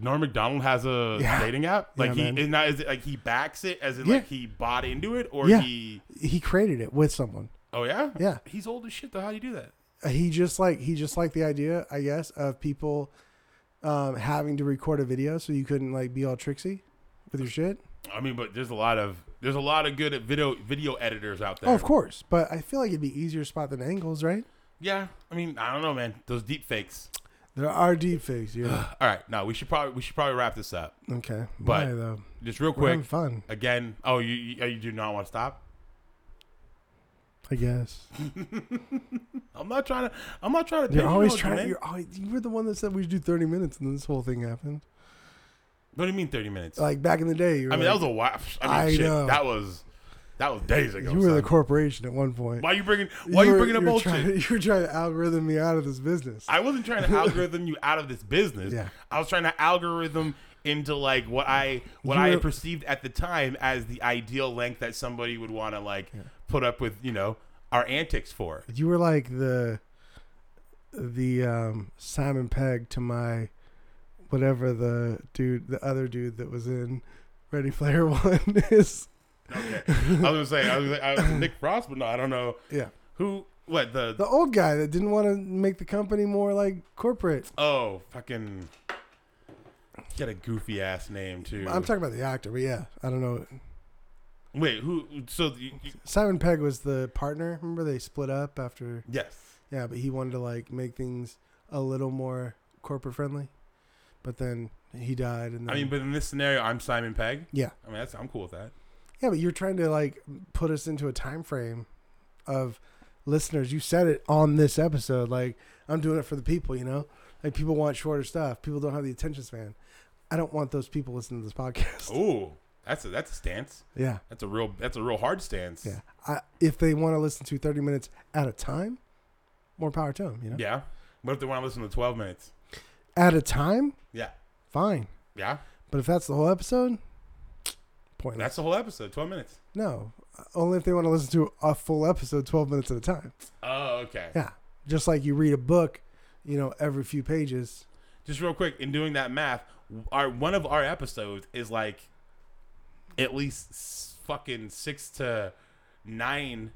[SPEAKER 1] Norm Macdonald has a
[SPEAKER 2] Yeah.
[SPEAKER 1] dating app. Like
[SPEAKER 2] Yeah, man.
[SPEAKER 1] he is not is it like he backs it as in
[SPEAKER 2] Yeah.
[SPEAKER 1] like he bought into it or
[SPEAKER 2] Yeah.
[SPEAKER 1] he
[SPEAKER 2] He created it with someone.
[SPEAKER 1] Oh yeah?
[SPEAKER 2] Yeah, Uh,
[SPEAKER 1] He's old as shit though. How do you do that?
[SPEAKER 2] he just like he just liked the idea, I guess, of people um, having to record a video so you couldn't like be all tricksy with your shit.
[SPEAKER 1] I mean, but there's a lot of there's a lot of good at video video editors out there.
[SPEAKER 2] Oh, of course, but I feel like it'd be easier spot than angles, right?
[SPEAKER 1] Yeah. I mean, I don't know, man. Those deep fakes.
[SPEAKER 2] There are deep fakes, yeah.
[SPEAKER 1] All right. No, we should probably we should probably wrap this up.
[SPEAKER 2] okay,
[SPEAKER 1] But-
[SPEAKER 2] Why, though
[SPEAKER 1] Just real
[SPEAKER 2] we're
[SPEAKER 1] quick.
[SPEAKER 2] having fun,
[SPEAKER 1] Again, oh, you, you you do not want to stop.
[SPEAKER 2] I guess.
[SPEAKER 1] I'm not trying to. I'm not trying to.
[SPEAKER 2] You're
[SPEAKER 1] pigeonhole
[SPEAKER 2] always
[SPEAKER 1] you,
[SPEAKER 2] trying.
[SPEAKER 1] man.
[SPEAKER 2] you're always, you were the one that said we should do 30 minutes, and then this whole thing happened.
[SPEAKER 1] What do you mean 30 minutes?
[SPEAKER 2] Like back in the day, you were
[SPEAKER 1] I mean, that
[SPEAKER 2] like-
[SPEAKER 1] was a while. I mean,
[SPEAKER 2] I
[SPEAKER 1] shit,
[SPEAKER 2] know.
[SPEAKER 1] that was that was days ago.
[SPEAKER 2] you were the
[SPEAKER 1] son.
[SPEAKER 2] corporation at one point.
[SPEAKER 1] why you bringing why you,
[SPEAKER 2] were-
[SPEAKER 1] bringing up
[SPEAKER 2] were
[SPEAKER 1] bullshit?
[SPEAKER 2] trying- you were trying to algorithm me out of this business.
[SPEAKER 1] I wasn't trying to algorithm you out of this business.
[SPEAKER 2] Yeah.
[SPEAKER 1] I was trying to algorithm into like what I what
[SPEAKER 2] You
[SPEAKER 1] I
[SPEAKER 2] were-
[SPEAKER 1] perceived at the time as the ideal length that somebody would want to like put up with, you know, our antics for.
[SPEAKER 2] you were like the the um, Simon Pegg to my whatever the dude, the other dude that was in Ready Player One is.
[SPEAKER 1] Okay. I was gonna say I was, I was Nick Frost, but no, I don't know
[SPEAKER 2] Yeah,
[SPEAKER 1] who what the,
[SPEAKER 2] the old guy that didn't want to make the company more like corporate.
[SPEAKER 1] oh fucking he had a goofy ass name too.
[SPEAKER 2] I'm talking about the actor, but yeah, I don't know.
[SPEAKER 1] Wait, who? So you, you,
[SPEAKER 2] Simon Pegg was the partner. Remember they split up after
[SPEAKER 1] yes.
[SPEAKER 2] yeah, but he wanted to like make things a little more corporate friendly. But then he died and then,
[SPEAKER 1] I mean, but in this scenario, I'm Simon Pegg.
[SPEAKER 2] Yeah.
[SPEAKER 1] I mean, that's I'm cool with that.
[SPEAKER 2] Yeah, but you're trying to like put us into a time frame of listeners. You said it on this episode like I'm doing it for the people, you know? Like
[SPEAKER 1] Oh.
[SPEAKER 2] people want shorter stuff. People don't have the attention span. I don't want those people listening to this podcast.
[SPEAKER 1] Ooh, That's a that's a stance.
[SPEAKER 2] Yeah.
[SPEAKER 1] That's a real that's a real hard stance.
[SPEAKER 2] Yeah. I, if they want to listen to 30 minutes at a time, more power to them, you know?
[SPEAKER 1] Yeah. What if they want to listen to twelve minutes?
[SPEAKER 2] At a time,
[SPEAKER 1] Yeah.
[SPEAKER 2] fine.
[SPEAKER 1] Yeah.
[SPEAKER 2] But if that's the whole episode, pointless.
[SPEAKER 1] That's the whole episode. Twelve minutes.
[SPEAKER 2] no. Only if they want to listen to a full episode 12 minutes at a time.
[SPEAKER 1] Oh, okay.
[SPEAKER 2] Yeah. Just like you read a book, you know, every few pages.
[SPEAKER 1] Just real quick, in doing that math, our one of our episodes is like at least s- fucking six to nine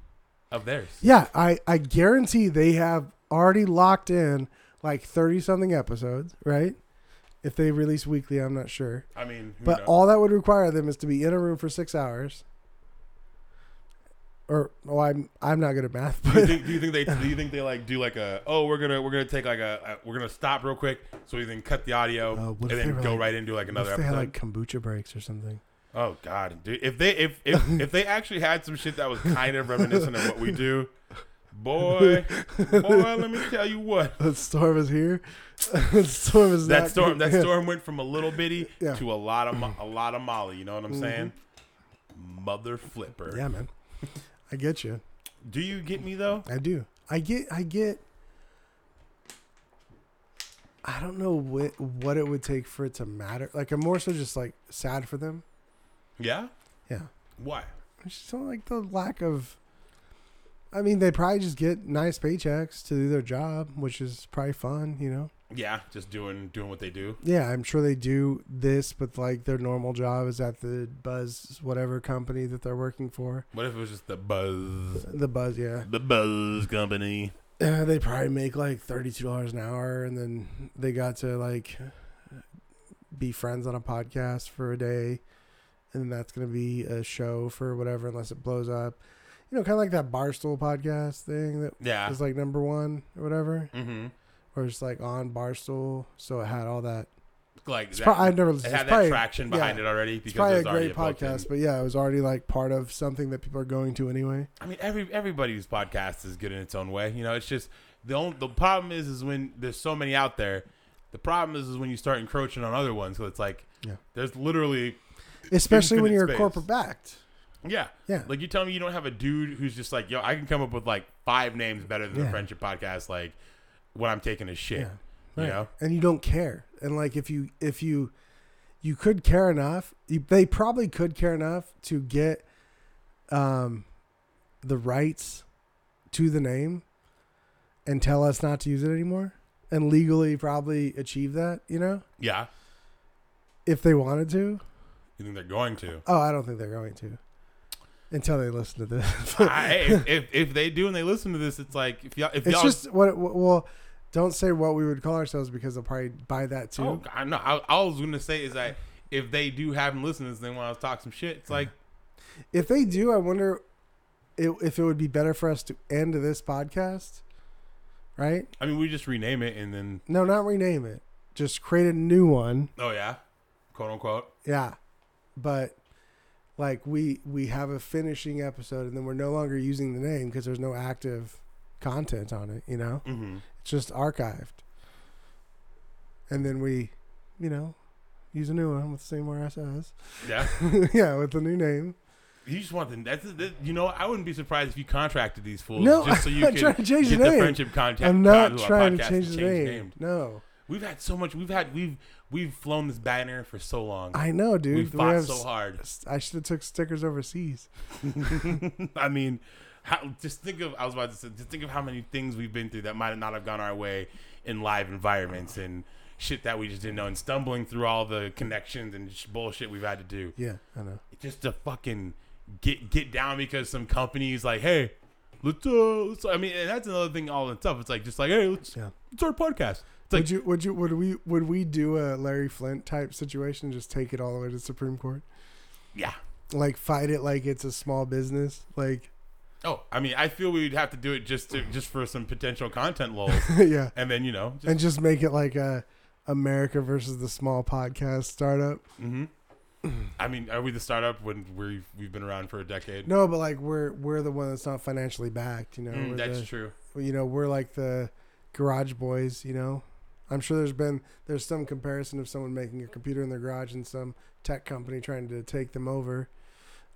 [SPEAKER 1] of theirs.
[SPEAKER 2] Yeah, I, I guarantee they have already locked in like 30 something episodes, right? If they release weekly, I'm not sure.
[SPEAKER 1] I mean, who
[SPEAKER 2] But
[SPEAKER 1] knows?
[SPEAKER 2] all that would require them is to be in a room for six hours. Or, oh, I'm, I'm not good at math,
[SPEAKER 1] do you
[SPEAKER 2] but
[SPEAKER 1] think, do you think they do you think they like do like a oh we're gonna we're gonna take like a, a we're gonna stop real quick so we can cut the audio
[SPEAKER 2] Oh,
[SPEAKER 1] and
[SPEAKER 2] what if they
[SPEAKER 1] then
[SPEAKER 2] were
[SPEAKER 1] go
[SPEAKER 2] like-
[SPEAKER 1] right into like
[SPEAKER 2] if
[SPEAKER 1] another
[SPEAKER 2] they
[SPEAKER 1] episode.
[SPEAKER 2] had like kombucha breaks or something.
[SPEAKER 1] oh god, dude, if they if if, if they actually had some shit that was kind of reminiscent of what we do, boy, boy, let me tell you what.
[SPEAKER 2] That storm is here. that storm is
[SPEAKER 1] That
[SPEAKER 2] not-
[SPEAKER 1] storm, that
[SPEAKER 2] Yeah.
[SPEAKER 1] storm went from a little bitty
[SPEAKER 2] Yeah. Mm-hmm.
[SPEAKER 1] to a lot of mo- a lot of Molly. You know what I'm saying? Mother flipper.
[SPEAKER 2] Yeah, man. I get you.
[SPEAKER 1] Do you get me though?
[SPEAKER 2] I do. I get. I get. I don't know what what it would take for it to matter. Like I'm more so just like sad for them.
[SPEAKER 1] Yeah.
[SPEAKER 2] Yeah.
[SPEAKER 1] Why?
[SPEAKER 2] I just don't like the lack of. I mean, they probably just get nice paychecks to do their job, which is probably fun, you know.
[SPEAKER 1] Yeah, just doing doing what they do.
[SPEAKER 2] Yeah, I'm sure they do this, but like their normal job is at the Buzz whatever company that they're working for.
[SPEAKER 1] What if it was just the buzz?
[SPEAKER 2] The Buzz, yeah.
[SPEAKER 1] The Buzz Company.
[SPEAKER 2] Uh, they probably make like thirty-two dollars an hour, and then they got to like be friends on a podcast for a day, and then that's gonna be a show for whatever, unless it blows up. You know, kind of like that Barstool podcast thing that
[SPEAKER 1] Yeah.
[SPEAKER 2] was like number one or whatever,
[SPEAKER 1] Mm-hmm.
[SPEAKER 2] or it's like on Barstool, so it had all that.
[SPEAKER 1] Like
[SPEAKER 2] It's
[SPEAKER 1] that,
[SPEAKER 2] probably I've never
[SPEAKER 1] it
[SPEAKER 2] listened.
[SPEAKER 1] had
[SPEAKER 2] It's
[SPEAKER 1] that
[SPEAKER 2] probably,
[SPEAKER 1] traction behind
[SPEAKER 2] yeah.
[SPEAKER 1] it already
[SPEAKER 2] it's
[SPEAKER 1] because
[SPEAKER 2] probably a
[SPEAKER 1] there's already
[SPEAKER 2] great
[SPEAKER 1] a
[SPEAKER 2] podcast,
[SPEAKER 1] podcast.
[SPEAKER 2] but yeah, it was already like part of something that people are going to anyway.
[SPEAKER 1] I mean, every everybody's podcast is good in its own way. You know, it's just the only the problem is is when there's so many out there. The problem is is when you start encroaching on other ones. So it's like
[SPEAKER 2] Yeah.
[SPEAKER 1] there's literally
[SPEAKER 2] Especially when
[SPEAKER 1] Infinite
[SPEAKER 2] you're
[SPEAKER 1] space.
[SPEAKER 2] corporate backed.
[SPEAKER 1] yeah
[SPEAKER 2] Yeah.
[SPEAKER 1] Like you tell me you don't have a dude who's just like yo, I can come up with like five names better than
[SPEAKER 2] Yeah.
[SPEAKER 1] the friendship podcast. Like when I'm taking a shit,
[SPEAKER 2] Yeah.
[SPEAKER 1] you
[SPEAKER 2] Right.
[SPEAKER 1] know.
[SPEAKER 2] and you don't care and like if you if you you could care enough you, they probably could care enough to get um the rights to the name and tell us not to use it anymore and legally probably achieve that you know
[SPEAKER 1] Yeah.
[SPEAKER 2] if they wanted to
[SPEAKER 1] You think they're going to?
[SPEAKER 2] oh i don't think they're going to until they listen to this
[SPEAKER 1] I, if, if if they do and they listen to this, it's like if y'all if
[SPEAKER 2] it's
[SPEAKER 1] y'all
[SPEAKER 2] just what it, well don't say what we would call ourselves because they'll probably buy that too
[SPEAKER 1] Oh, God, no. I, I was gonna say is that if they do have them listeners, they want to talk some shit. It's like
[SPEAKER 2] If they do, I wonder i- if it would be better for us to end this podcast, right?
[SPEAKER 1] I mean, we just rename it and then
[SPEAKER 2] No, not rename it. Just create a new one.
[SPEAKER 1] oh yeah, quote unquote.
[SPEAKER 2] Yeah. But like we we have a finishing episode and then we're no longer using the name because there's no active content on it, you know?
[SPEAKER 1] Mm-hmm.
[SPEAKER 2] It's just archived. And then we, you know, use a new one with the same RSS.
[SPEAKER 1] Yeah,
[SPEAKER 2] yeah, with the new name.
[SPEAKER 1] you just want them. That's that, you know. I wouldn't be surprised if you contracted these fools
[SPEAKER 2] No,
[SPEAKER 1] just so you
[SPEAKER 2] I'm
[SPEAKER 1] could
[SPEAKER 2] trying to change
[SPEAKER 1] get
[SPEAKER 2] the name.
[SPEAKER 1] friendship contact.
[SPEAKER 2] I'm not
[SPEAKER 1] pod-
[SPEAKER 2] trying to
[SPEAKER 1] podcast
[SPEAKER 2] change the name.
[SPEAKER 1] it
[SPEAKER 2] No.
[SPEAKER 1] We've had so much. We've had we've we've flown this banner for so long.
[SPEAKER 2] I know, dude.
[SPEAKER 1] we
[SPEAKER 2] We
[SPEAKER 1] fought
[SPEAKER 2] have
[SPEAKER 1] so hard.
[SPEAKER 2] I should have took stickers overseas.
[SPEAKER 1] I mean, how, just think of I was about to say, just think of how many things we've been through that might not have gone our way in live environments and shit that we just didn't know, and stumbling through all the connections and sh- bullshit we've had to do
[SPEAKER 2] Yeah, I know.
[SPEAKER 1] just to fucking get get down because some companies like, hey, let's uh, let's. I mean, and that's another thing all in itself. It's like just like, hey, let's
[SPEAKER 2] Yeah.
[SPEAKER 1] let's start a podcast. It's like
[SPEAKER 2] would you would you would we would we do a Larry Flint type situation? Just take it all the way to Supreme Court,
[SPEAKER 1] yeah.
[SPEAKER 2] like fight it like it's a small business, like
[SPEAKER 1] Oh, I mean, I feel we'd have to do it just to just for some potential content lulls,
[SPEAKER 2] yeah,
[SPEAKER 1] and then you know, just,
[SPEAKER 2] and just make it like a America versus the small podcast startup.
[SPEAKER 1] hmm I mean, are we the startup when we we've been around for a decade?
[SPEAKER 2] No, but like we're we're the one that's not financially backed. You know,
[SPEAKER 1] Mm,
[SPEAKER 2] we're
[SPEAKER 1] that's
[SPEAKER 2] the,
[SPEAKER 1] true.
[SPEAKER 2] you know we're like the Garage Boys. You know, I'm sure there's been there's some comparison of someone making a computer in their garage and some tech company trying to take them over,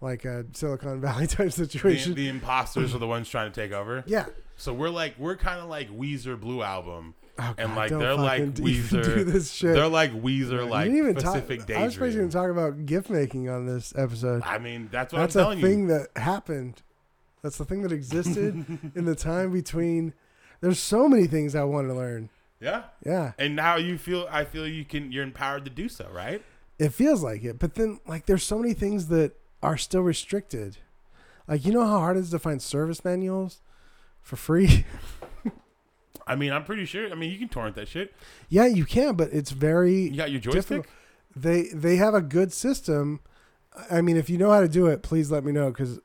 [SPEAKER 2] like a Silicon Valley type
[SPEAKER 1] The,
[SPEAKER 2] situation.
[SPEAKER 1] the imposters are the ones trying to take over.
[SPEAKER 2] yeah.
[SPEAKER 1] So we're like we're kind of like Weezer Blue Album,
[SPEAKER 2] Oh,
[SPEAKER 1] and
[SPEAKER 2] God,
[SPEAKER 1] like
[SPEAKER 2] don't
[SPEAKER 1] they're like
[SPEAKER 2] fucking
[SPEAKER 1] Weezer.
[SPEAKER 2] Do this shit.
[SPEAKER 1] They're like Weezer, like
[SPEAKER 2] you didn't even
[SPEAKER 1] Pacific
[SPEAKER 2] talk, I was supposed
[SPEAKER 1] Daydream.
[SPEAKER 2] to even talk about gift making on this episode.
[SPEAKER 1] I mean, that's what
[SPEAKER 2] That's
[SPEAKER 1] I'm
[SPEAKER 2] a
[SPEAKER 1] telling
[SPEAKER 2] thing
[SPEAKER 1] you.
[SPEAKER 2] that happened. That's the thing that existed in the time between. There's so many things I want to learn.
[SPEAKER 1] Yeah.
[SPEAKER 2] Yeah,
[SPEAKER 1] And now you feel, I feel you can, you're empowered to do so, right?
[SPEAKER 2] it feels like it. But then, like, there's so many things that are still restricted. Like, you know how hard it is to find service manuals for free?
[SPEAKER 1] I mean, I'm pretty sure. I mean, you can torrent that shit.
[SPEAKER 2] yeah, you can, but it's very
[SPEAKER 1] You got your joystick.
[SPEAKER 2] Difficult. they they have a good system. I mean, if you know how to do it, please let me know because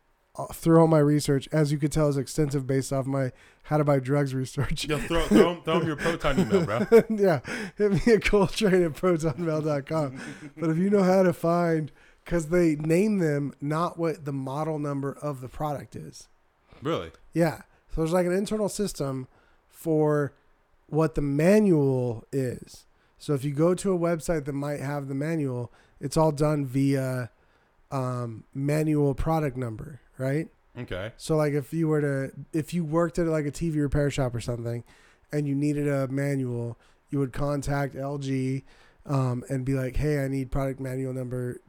[SPEAKER 2] through all my research, as you could tell, is extensive based off my how to buy drugs research.
[SPEAKER 1] Yo, throw, throw, 'em- throw 'em your proton email, bro.
[SPEAKER 2] yeah, hit me at coltrane at protonmail.com. but if you know how to find, because they name them not what the model number of the product is.
[SPEAKER 1] Really?
[SPEAKER 2] Yeah. So there's like an internal system for what the manual is. So if you go to a website that might have the manual, it's all done via um, manual product number, right?
[SPEAKER 1] Okay.
[SPEAKER 2] So like if you were to if you worked at like a TV repair shop or something and you needed a manual, you would contact LG um, and be like, "Hey, I need product manual number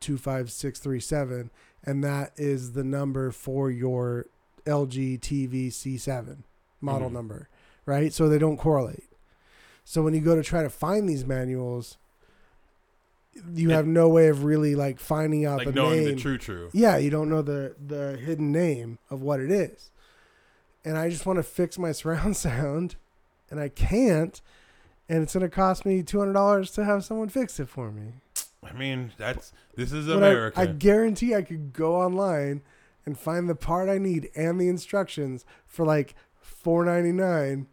[SPEAKER 2] 25637." And that is the number for your LG TV C7 model
[SPEAKER 1] Mhm.
[SPEAKER 2] number, right? So they don't correlate. So when you go to try to find these manuals, you
[SPEAKER 1] It-
[SPEAKER 2] have no way of really like finding out
[SPEAKER 1] Like
[SPEAKER 2] the
[SPEAKER 1] knowing
[SPEAKER 2] name.
[SPEAKER 1] the true, true.
[SPEAKER 2] Yeah, you don't know the the hidden name of what it is. And I just want to fix my surround sound and I can't and it's going to cost me $200 to have someone fix it for me.
[SPEAKER 1] I mean, that's this is
[SPEAKER 2] When I-
[SPEAKER 1] America.
[SPEAKER 2] I, guarantee I could go online and find the part I need and the instructions for like 4.99.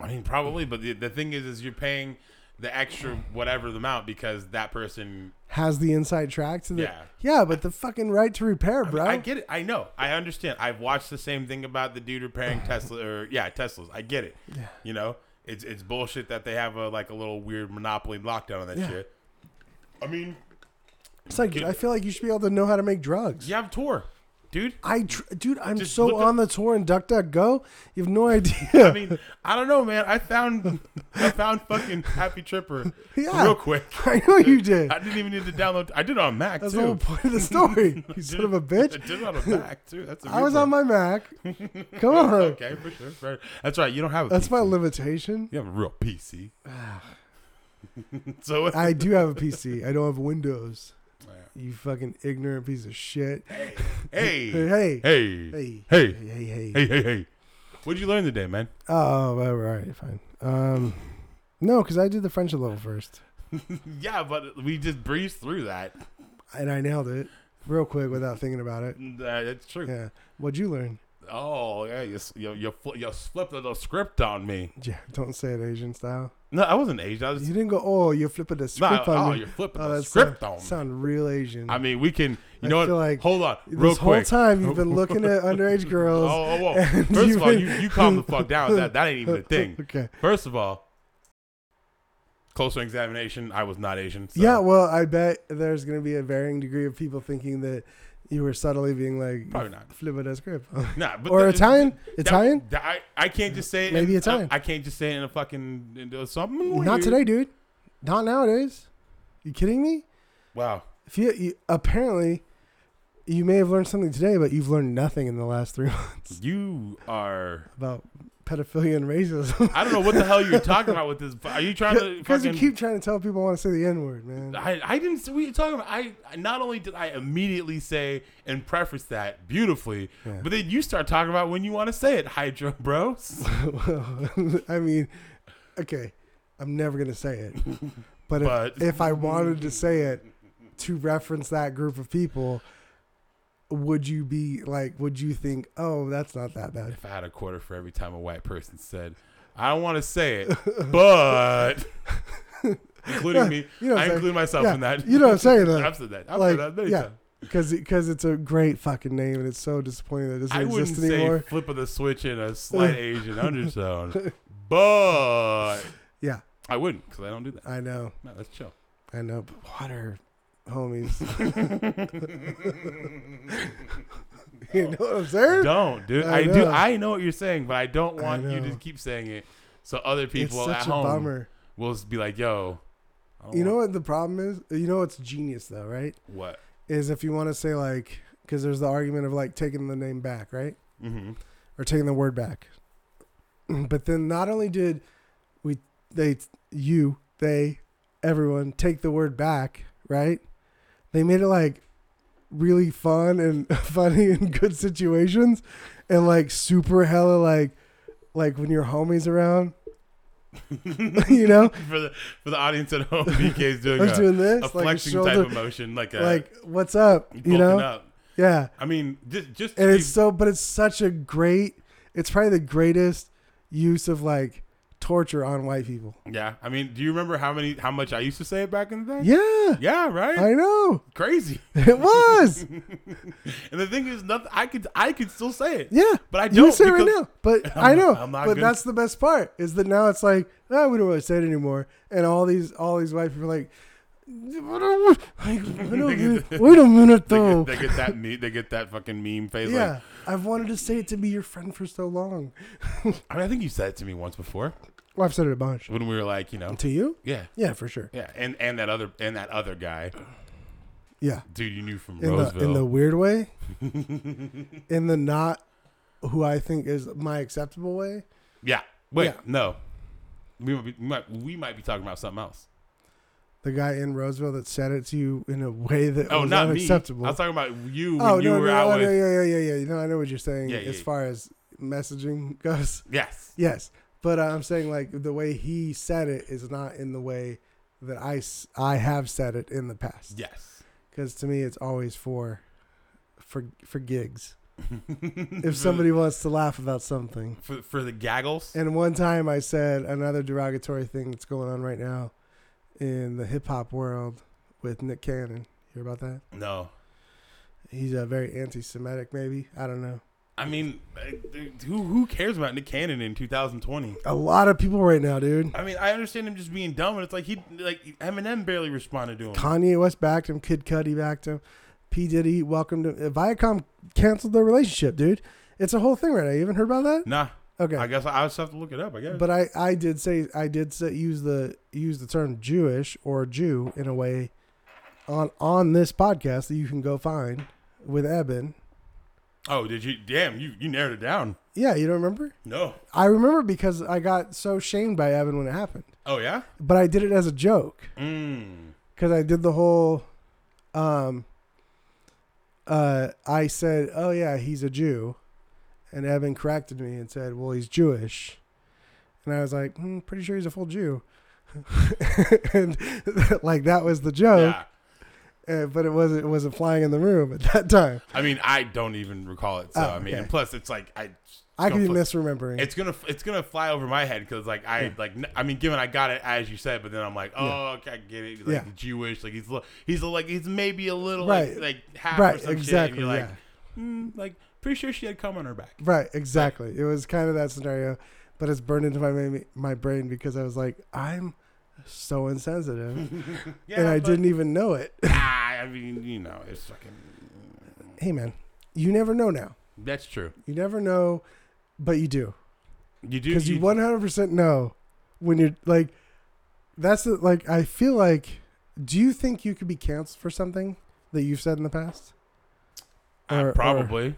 [SPEAKER 1] I mean, probably, but the, the thing is, is you're paying the extra whatever the amount because that person.
[SPEAKER 2] Has the inside track to the
[SPEAKER 1] Yeah.
[SPEAKER 2] Yeah, but the fucking right to repair,
[SPEAKER 1] I,
[SPEAKER 2] bro.
[SPEAKER 1] I get it. I know. I understand. I've watched the same thing about the dude repairing Tesla or yeah, Teslas. I get it.
[SPEAKER 2] Yeah.
[SPEAKER 1] You know, it's it's bullshit that they have a like a little weird monopoly lockdown on that
[SPEAKER 2] Yeah.
[SPEAKER 1] shit. I mean,
[SPEAKER 2] it's like
[SPEAKER 1] get-
[SPEAKER 2] I feel like you should be able to know how to make drugs.
[SPEAKER 1] you have Tor, dude.
[SPEAKER 2] I tr- dude, I'm
[SPEAKER 1] Just
[SPEAKER 2] so
[SPEAKER 1] look up-
[SPEAKER 2] on the tour in DuckDuckGo. You have no idea.
[SPEAKER 1] I mean, I don't know, man. I found I found fucking Happy Tripper
[SPEAKER 2] Yeah.
[SPEAKER 1] real quick.
[SPEAKER 2] I know you did.
[SPEAKER 1] I didn't even need to download. I did it on Mac
[SPEAKER 2] That's
[SPEAKER 1] too.
[SPEAKER 2] the whole point of the story. You son of a
[SPEAKER 1] I
[SPEAKER 2] bitch.
[SPEAKER 1] did it on a Mac too. That's a
[SPEAKER 2] I was on my Mac. Come on.
[SPEAKER 1] okay for sure. Right. That's Ah. right. You don't have a
[SPEAKER 2] That's
[SPEAKER 1] PC.
[SPEAKER 2] my limitation.
[SPEAKER 1] You have a real PC. so
[SPEAKER 2] I do have a PC. I don't have Windows. You fucking ignorant piece of shit.
[SPEAKER 1] hey, hey,
[SPEAKER 2] Hey.
[SPEAKER 1] hey, hey,
[SPEAKER 2] Hey.
[SPEAKER 1] hey,
[SPEAKER 2] Hey. Hey.
[SPEAKER 1] hey, hey. What'd you learn today, man?
[SPEAKER 2] Oh, all right. Fine. Um, no, because I did the friendship level first.
[SPEAKER 1] yeah, but we just breezed through that.
[SPEAKER 2] And I nailed it real quick without thinking about it.
[SPEAKER 1] Uh, it's true.
[SPEAKER 2] Yeah. What'd you learn?
[SPEAKER 1] Oh, yeah. You s- you you, fl- you flipped the script on me.
[SPEAKER 2] Yeah. Don't say it Asian style.
[SPEAKER 1] No, I wasn't Asian. I was
[SPEAKER 2] You didn't go, oh, you're flipping the
[SPEAKER 1] No,
[SPEAKER 2] script on
[SPEAKER 1] oh,
[SPEAKER 2] me.
[SPEAKER 1] you're flipping
[SPEAKER 2] Oh,
[SPEAKER 1] the
[SPEAKER 2] that
[SPEAKER 1] script
[SPEAKER 2] sound,
[SPEAKER 1] on me.
[SPEAKER 2] sound real Asian.
[SPEAKER 1] I mean, we can. You
[SPEAKER 2] I
[SPEAKER 1] know what?
[SPEAKER 2] feel like
[SPEAKER 1] Hold on,
[SPEAKER 2] this
[SPEAKER 1] real
[SPEAKER 2] whole
[SPEAKER 1] quick.
[SPEAKER 2] time you've been looking at underage
[SPEAKER 1] oh,
[SPEAKER 2] girls.
[SPEAKER 1] oh, whoa.
[SPEAKER 2] and
[SPEAKER 1] First of
[SPEAKER 2] you've
[SPEAKER 1] all,
[SPEAKER 2] been-
[SPEAKER 1] you, you calm the fuck down. That that ain't even a thing.
[SPEAKER 2] Okay.
[SPEAKER 1] First of all, closer examination. I was not Asian. So.
[SPEAKER 2] Yeah, well, I bet there's going to be a varying degree of people thinking that you were subtly being like
[SPEAKER 1] Probably not.
[SPEAKER 2] flipping the script.
[SPEAKER 1] Nah, but
[SPEAKER 2] or
[SPEAKER 1] the-
[SPEAKER 2] Italian?
[SPEAKER 1] that-
[SPEAKER 2] Italian?
[SPEAKER 1] that- I, I can't just say it
[SPEAKER 2] Maybe
[SPEAKER 1] in,
[SPEAKER 2] Italian.
[SPEAKER 1] I, I can't just say it in a fucking into something.
[SPEAKER 2] Not
[SPEAKER 1] weird.
[SPEAKER 2] today, dude. Not nowadays. You kidding me?
[SPEAKER 1] Wow.
[SPEAKER 2] If you, you apparently you may have learned something today, but you've learned nothing in the last three months
[SPEAKER 1] You are.
[SPEAKER 2] about pedophilia and racism.
[SPEAKER 1] I don't know what the hell you're talking about with this. Are you trying to
[SPEAKER 2] Because you
[SPEAKER 1] fucking?
[SPEAKER 2] keep tryn- trying to tell people I want to say the N word, man.
[SPEAKER 1] I, I didn't. What are you talking about? I I- not only did I immediately say and preface that beautifully,
[SPEAKER 2] Yeah.
[SPEAKER 1] but then you start talking about when you want to say it, Hydra Bros.
[SPEAKER 2] Well, I mean, okay, I'm never gonna say it, but if,
[SPEAKER 1] But-
[SPEAKER 2] if I wanted to say it to reference that group of people, would you be like, would you think, oh, that's not that bad?
[SPEAKER 1] If I had a quarter for every time a white person said, I don't want to say it, but including me,
[SPEAKER 2] You know what
[SPEAKER 1] I
[SPEAKER 2] I'm saying?
[SPEAKER 1] include myself
[SPEAKER 2] Yeah,
[SPEAKER 1] in that.
[SPEAKER 2] you know what I'm saying, though.
[SPEAKER 1] I've said that. I've
[SPEAKER 2] Like,
[SPEAKER 1] said that many
[SPEAKER 2] yeah.
[SPEAKER 1] times.
[SPEAKER 2] Because it's a great fucking name, and it's so disappointing that it doesn't
[SPEAKER 1] I wouldn't
[SPEAKER 2] exist
[SPEAKER 1] say
[SPEAKER 2] anymore.
[SPEAKER 1] flip of the switch in a slight Asian undertone, but
[SPEAKER 2] Yeah,
[SPEAKER 1] I wouldn't because I don't do that.
[SPEAKER 2] I know.
[SPEAKER 1] No, that's chill.
[SPEAKER 2] I know. But water, homies. you know what I'm saying?
[SPEAKER 1] Don't, dude.
[SPEAKER 2] I
[SPEAKER 1] I, do.
[SPEAKER 2] know.
[SPEAKER 1] I know what you're saying, but I don't want you
[SPEAKER 2] know.
[SPEAKER 1] to keep saying it, so other
[SPEAKER 2] It's
[SPEAKER 1] people
[SPEAKER 2] such
[SPEAKER 1] at
[SPEAKER 2] a
[SPEAKER 1] home
[SPEAKER 2] bummer.
[SPEAKER 1] will just be like, "Yo, I don't
[SPEAKER 2] You know
[SPEAKER 1] want-
[SPEAKER 2] what the problem is? You know what's genius though, right?
[SPEAKER 1] what?
[SPEAKER 2] Is if you want to say like, because there's the argument of like taking the name back, right?
[SPEAKER 1] Mm-hmm.
[SPEAKER 2] or taking the word back. But then not only did we they you they everyone take the word back, right? They made it like really fun and funny and good situations and like super hella like like when your homies around you know
[SPEAKER 1] For the for the audience at home, BK's doing
[SPEAKER 2] I was
[SPEAKER 1] a,
[SPEAKER 2] doing this
[SPEAKER 1] a
[SPEAKER 2] like a
[SPEAKER 1] flexing
[SPEAKER 2] shoulder
[SPEAKER 1] type of motion, like a
[SPEAKER 2] like what's up you know
[SPEAKER 1] Up.
[SPEAKER 2] yeah
[SPEAKER 1] I mean, just just to
[SPEAKER 2] and
[SPEAKER 1] be-
[SPEAKER 2] it's so but it's such a great it's probably the greatest use of like torture on white people
[SPEAKER 1] yeah. I mean, do you remember how many how much I used to say it back in the day?
[SPEAKER 2] yeah
[SPEAKER 1] Yeah, right.
[SPEAKER 2] i know
[SPEAKER 1] Crazy.
[SPEAKER 2] it was
[SPEAKER 1] And the thing is, nothing. I could I could still say it.
[SPEAKER 2] yeah
[SPEAKER 1] But I
[SPEAKER 2] you
[SPEAKER 1] don't
[SPEAKER 2] say it right
[SPEAKER 1] because-
[SPEAKER 2] now but
[SPEAKER 1] I'm
[SPEAKER 2] i know
[SPEAKER 1] not- I'm not
[SPEAKER 2] but
[SPEAKER 1] gonna-
[SPEAKER 2] that's the best part is that now it's like ah, we don't really say it anymore and all these all these white people are like "What are we- like, wait, a minute, wait a minute
[SPEAKER 1] They
[SPEAKER 2] though
[SPEAKER 1] get, they get that me. They get that fucking meme face.
[SPEAKER 2] Oh. yeah
[SPEAKER 1] Like,
[SPEAKER 2] i've wanted to say it to be your friend for so long
[SPEAKER 1] I mean, I think you said it to me once before
[SPEAKER 2] well i've said it a bunch
[SPEAKER 1] when we were like, you know,
[SPEAKER 2] to you
[SPEAKER 1] yeah,
[SPEAKER 2] yeah for sure
[SPEAKER 1] yeah, and and that other and that other guy,
[SPEAKER 2] yeah
[SPEAKER 1] dude, you knew from
[SPEAKER 2] in the,
[SPEAKER 1] Roseville.
[SPEAKER 2] in the weird way, in the not who I think is my acceptable way.
[SPEAKER 1] yeah. Wait,
[SPEAKER 2] Yeah.
[SPEAKER 1] no. We might, be, we might we might be talking about something else.
[SPEAKER 2] The guy in Roseville that said it to you in a way that
[SPEAKER 1] Oh,
[SPEAKER 2] was
[SPEAKER 1] not me.
[SPEAKER 2] unacceptable.
[SPEAKER 1] I was talking about you when
[SPEAKER 2] oh
[SPEAKER 1] you
[SPEAKER 2] no,
[SPEAKER 1] were
[SPEAKER 2] no,
[SPEAKER 1] out
[SPEAKER 2] oh,
[SPEAKER 1] with.
[SPEAKER 2] no, yeah, yeah, yeah, yeah. No, I know what you're saying
[SPEAKER 1] Yeah, yeah,
[SPEAKER 2] as
[SPEAKER 1] yeah.
[SPEAKER 2] far as messaging goes.
[SPEAKER 1] Yes.
[SPEAKER 2] Yes, but uh, I'm saying like the way he said it is not in the way that I s- I have said it in the past.
[SPEAKER 1] Yes.
[SPEAKER 2] because to me it's always for for for gigs. if somebody wants to laugh about something.
[SPEAKER 1] For, for the gaggles.
[SPEAKER 2] And one time I said another derogatory thing that's going on right now in the hip hop world with Nick Cannon. Hear about that?
[SPEAKER 1] No.
[SPEAKER 2] He's a very anti Semitic, maybe. I don't know.
[SPEAKER 1] I mean, I- dude, who who cares about Nick Cannon in 2020?
[SPEAKER 2] A lot of people right now, dude.
[SPEAKER 1] I mean, I understand him just being dumb, and it's like he like Eminem barely responded to him.
[SPEAKER 2] Kanye West backed him, Kid Cudi backed him, P. Diddy welcomed him. Viacom canceled their relationship, dude. It's a whole thing right now. You haven't heard about that?
[SPEAKER 1] nah.
[SPEAKER 2] Okay.
[SPEAKER 1] I guess I, I just have to look it up. I guess.
[SPEAKER 2] but I, I did say I did say, use the use the term Jewish or Jew in a way on on this podcast that you can go find with Eben.
[SPEAKER 1] oh, did you? Damn, you you narrowed it down.
[SPEAKER 2] Yeah, you don't remember?
[SPEAKER 1] No.
[SPEAKER 2] I remember because I got so shamed by Evan when it happened.
[SPEAKER 1] Oh yeah.
[SPEAKER 2] But I did it as a joke
[SPEAKER 1] Mm.
[SPEAKER 2] because I did the whole. Um, uh, I said, "Oh yeah, he's a Jew," and Evan corrected me and said, "Well, he's Jewish," and I was like, hmm, "Pretty sure he's a full Jew," and like that was the joke.
[SPEAKER 1] Yeah.
[SPEAKER 2] Uh, but it wasn't it wasn't flying in the room at that time.
[SPEAKER 1] I mean, I don't even recall it. So
[SPEAKER 2] Oh,
[SPEAKER 1] I mean,
[SPEAKER 2] okay.
[SPEAKER 1] and plus, it's like I. it's
[SPEAKER 2] I could
[SPEAKER 1] gonna
[SPEAKER 2] be
[SPEAKER 1] fl-
[SPEAKER 2] misremembering.
[SPEAKER 1] It's gonna it's gonna fly over my head because like I like n- I mean, given I got it as you said, but then I'm like, oh, okay, I get it. Like
[SPEAKER 2] Yeah.
[SPEAKER 1] Jewish, like he's li- he's like he's maybe a little
[SPEAKER 2] Right.
[SPEAKER 1] like, like half or
[SPEAKER 2] Right,
[SPEAKER 1] some
[SPEAKER 2] exactly,
[SPEAKER 1] shit. And you're
[SPEAKER 2] yeah.
[SPEAKER 1] like, mm, like pretty sure she had cum on her back.
[SPEAKER 2] Right, exactly. It was kind of that scenario, but it's burned into my ma- my brain because I was like, I'm so insensitive,
[SPEAKER 1] Yeah,
[SPEAKER 2] and I
[SPEAKER 1] but-
[SPEAKER 2] didn't even know it.
[SPEAKER 1] Ah, I mean, you know, it's fucking.
[SPEAKER 2] hey, man, you never know now.
[SPEAKER 1] That's true.
[SPEAKER 2] You never know, but you do
[SPEAKER 1] You do
[SPEAKER 2] because you 100 percent know when you're like. That's the, like I feel like. Do you think you could be canceled for something that you've said in the past?
[SPEAKER 1] uh,
[SPEAKER 2] or- or-
[SPEAKER 1] probably.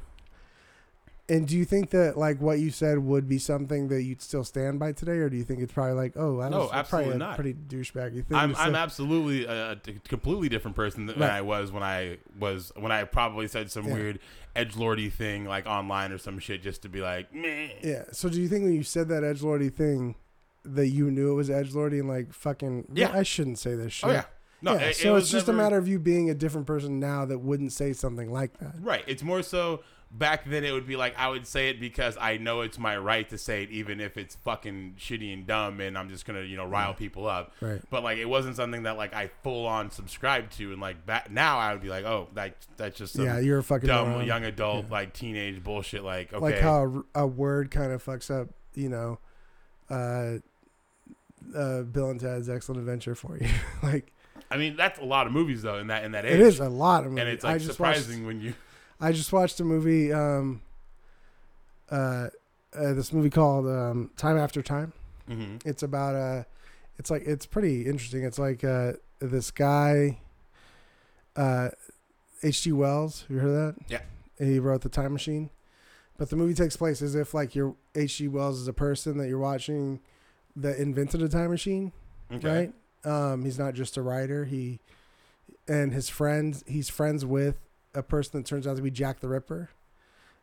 [SPEAKER 2] And do you think that like what you said would be something that you'd still stand by today, or do you think it's probably like, oh, that
[SPEAKER 1] No,
[SPEAKER 2] was probably
[SPEAKER 1] absolutely
[SPEAKER 2] a
[SPEAKER 1] not.
[SPEAKER 2] pretty douchebaggy thing?
[SPEAKER 1] I'm,
[SPEAKER 2] to
[SPEAKER 1] I'm
[SPEAKER 2] say.
[SPEAKER 1] absolutely a, a t- completely different person than
[SPEAKER 2] Right.
[SPEAKER 1] I was when I was when I probably said some
[SPEAKER 2] Yeah.
[SPEAKER 1] weird edge lordy thing like online or some shit just to be like meh.
[SPEAKER 2] Yeah. So do you think when you said that edge lordy thing, that you knew it was edge lordy and like fucking
[SPEAKER 1] Yeah.
[SPEAKER 2] I shouldn't say this shit.
[SPEAKER 1] oh yeah no
[SPEAKER 2] Yeah,
[SPEAKER 1] it- it
[SPEAKER 2] so
[SPEAKER 1] was
[SPEAKER 2] it's just
[SPEAKER 1] never-
[SPEAKER 2] a matter of you being a different person now that wouldn't say something like that.
[SPEAKER 1] right it's more so back then it would be like I would say it because I know it's my right to say it even if it's fucking shitty and dumb and I'm just gonna you know
[SPEAKER 2] Mm.
[SPEAKER 1] rile people up
[SPEAKER 2] Right.
[SPEAKER 1] but like it wasn't something that like I full on subscribed to and like back now I would be like oh like that's just some
[SPEAKER 2] yeah, you're a fucking
[SPEAKER 1] dumb
[SPEAKER 2] moron.
[SPEAKER 1] young adult like teenage bullshit like okay
[SPEAKER 2] Like how a, a word kind of fucks up, you know, uh, uh, Bill and Ted's Excellent Adventure for you. like
[SPEAKER 1] I mean, that's a lot of movies though in that in that age.
[SPEAKER 2] it is a lot of movies.
[SPEAKER 1] and it's like
[SPEAKER 2] I just
[SPEAKER 1] surprising
[SPEAKER 2] Watched,
[SPEAKER 1] when you.
[SPEAKER 2] I just watched a movie. Um, uh, uh, this movie called um, Time After Time.
[SPEAKER 1] hmm
[SPEAKER 2] It's about uh It's like it's pretty interesting. It's like uh, this guy, uh, H. G. Wells. You heard of that?
[SPEAKER 1] Yeah.
[SPEAKER 2] He wrote the Time Machine, but the movie takes place as if like your H. G. Wells is a person that you're watching that invented a time machine
[SPEAKER 1] Okay.
[SPEAKER 2] right? Um, he's not just a writer. He and his friends. He's friends with a person that turns out to be Jack the Ripper,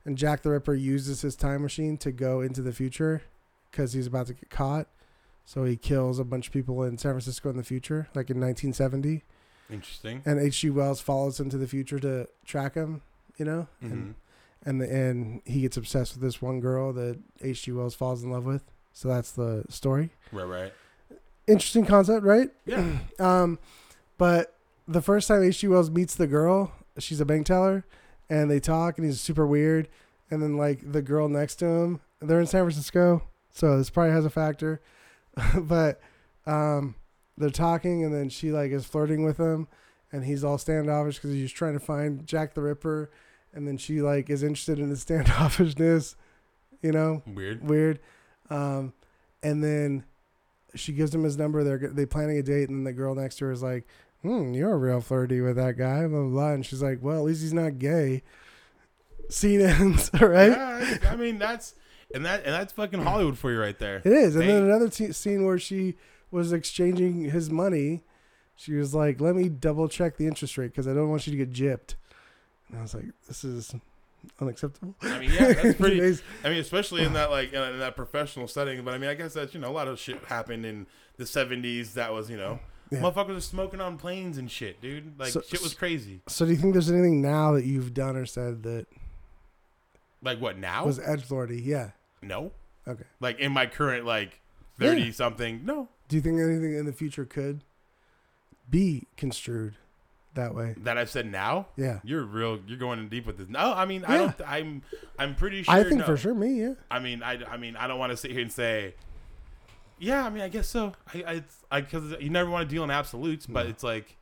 [SPEAKER 2] and Jack the Ripper uses his time machine to go into the future because he's about to get caught. So he kills a bunch of people in San Francisco in the future, like in 1970.
[SPEAKER 1] Interesting.
[SPEAKER 2] And H.G. Wells follows him to the future to track him, you know.
[SPEAKER 1] hmm
[SPEAKER 2] And and the, and he gets obsessed with this one girl that H.G. Wells falls in love with. So that's the story.
[SPEAKER 1] Right, right.
[SPEAKER 2] Interesting concept, right?
[SPEAKER 1] Yeah.
[SPEAKER 2] Um, but the first time H.G. Wells meets the girl, she's a bank teller, and they talk, and he's super weird. And then like the girl next to him, they're in San Francisco, so this probably has a factor. but um, they're talking, and then she like is flirting with him, and he's all standoffish because he's trying to find Jack the Ripper, and then she like is interested in his standoffishness, you know
[SPEAKER 1] Weird.
[SPEAKER 2] weird. Um, and then she gives him his number. They're they planning a date, and the girl next to her is like, "Hmm, you're real flirty with that guy." Blah blah. blah. And she's like, "Well, at least he's not gay." Scene ends. All right.
[SPEAKER 1] Yeah, I I mean that's and that and that's fucking Hollywood for you right there.
[SPEAKER 2] It is. And
[SPEAKER 1] They-
[SPEAKER 2] then another t- scene where she was exchanging his money. She was like, "Let me double check the interest rate because I don't want you to get gypped." And I was like, "This is unacceptable."
[SPEAKER 1] I mean, yeah, that's pretty.
[SPEAKER 2] Today's-
[SPEAKER 1] I mean, especially in that like in, in that professional setting. But I mean, I guess that's you know a lot of shit happened in the '70s. That was you know,
[SPEAKER 2] Yeah.
[SPEAKER 1] motherfuckers were smoking on planes and shit, dude. Like
[SPEAKER 2] So-
[SPEAKER 1] shit was crazy.
[SPEAKER 2] so, do you think there's anything now that you've done or said that
[SPEAKER 1] Like what now?
[SPEAKER 2] was edge lordy? Yeah.
[SPEAKER 1] no,
[SPEAKER 2] Okay.
[SPEAKER 1] like in my current like thirty
[SPEAKER 2] Yeah.
[SPEAKER 1] something. No,
[SPEAKER 2] Do you think anything in the future could be construed that way?
[SPEAKER 1] that I've said now.
[SPEAKER 2] Yeah.
[SPEAKER 1] You're real. You're going in deep with this. No, I mean I don't. I'm I'm pretty sure.
[SPEAKER 2] I think
[SPEAKER 1] no.
[SPEAKER 2] for sure me, yeah.
[SPEAKER 1] I mean, I, I mean, I don't want to sit here and say, yeah. I mean, I guess so. I, I, it's, I, because you never want to deal in absolutes, but it's like,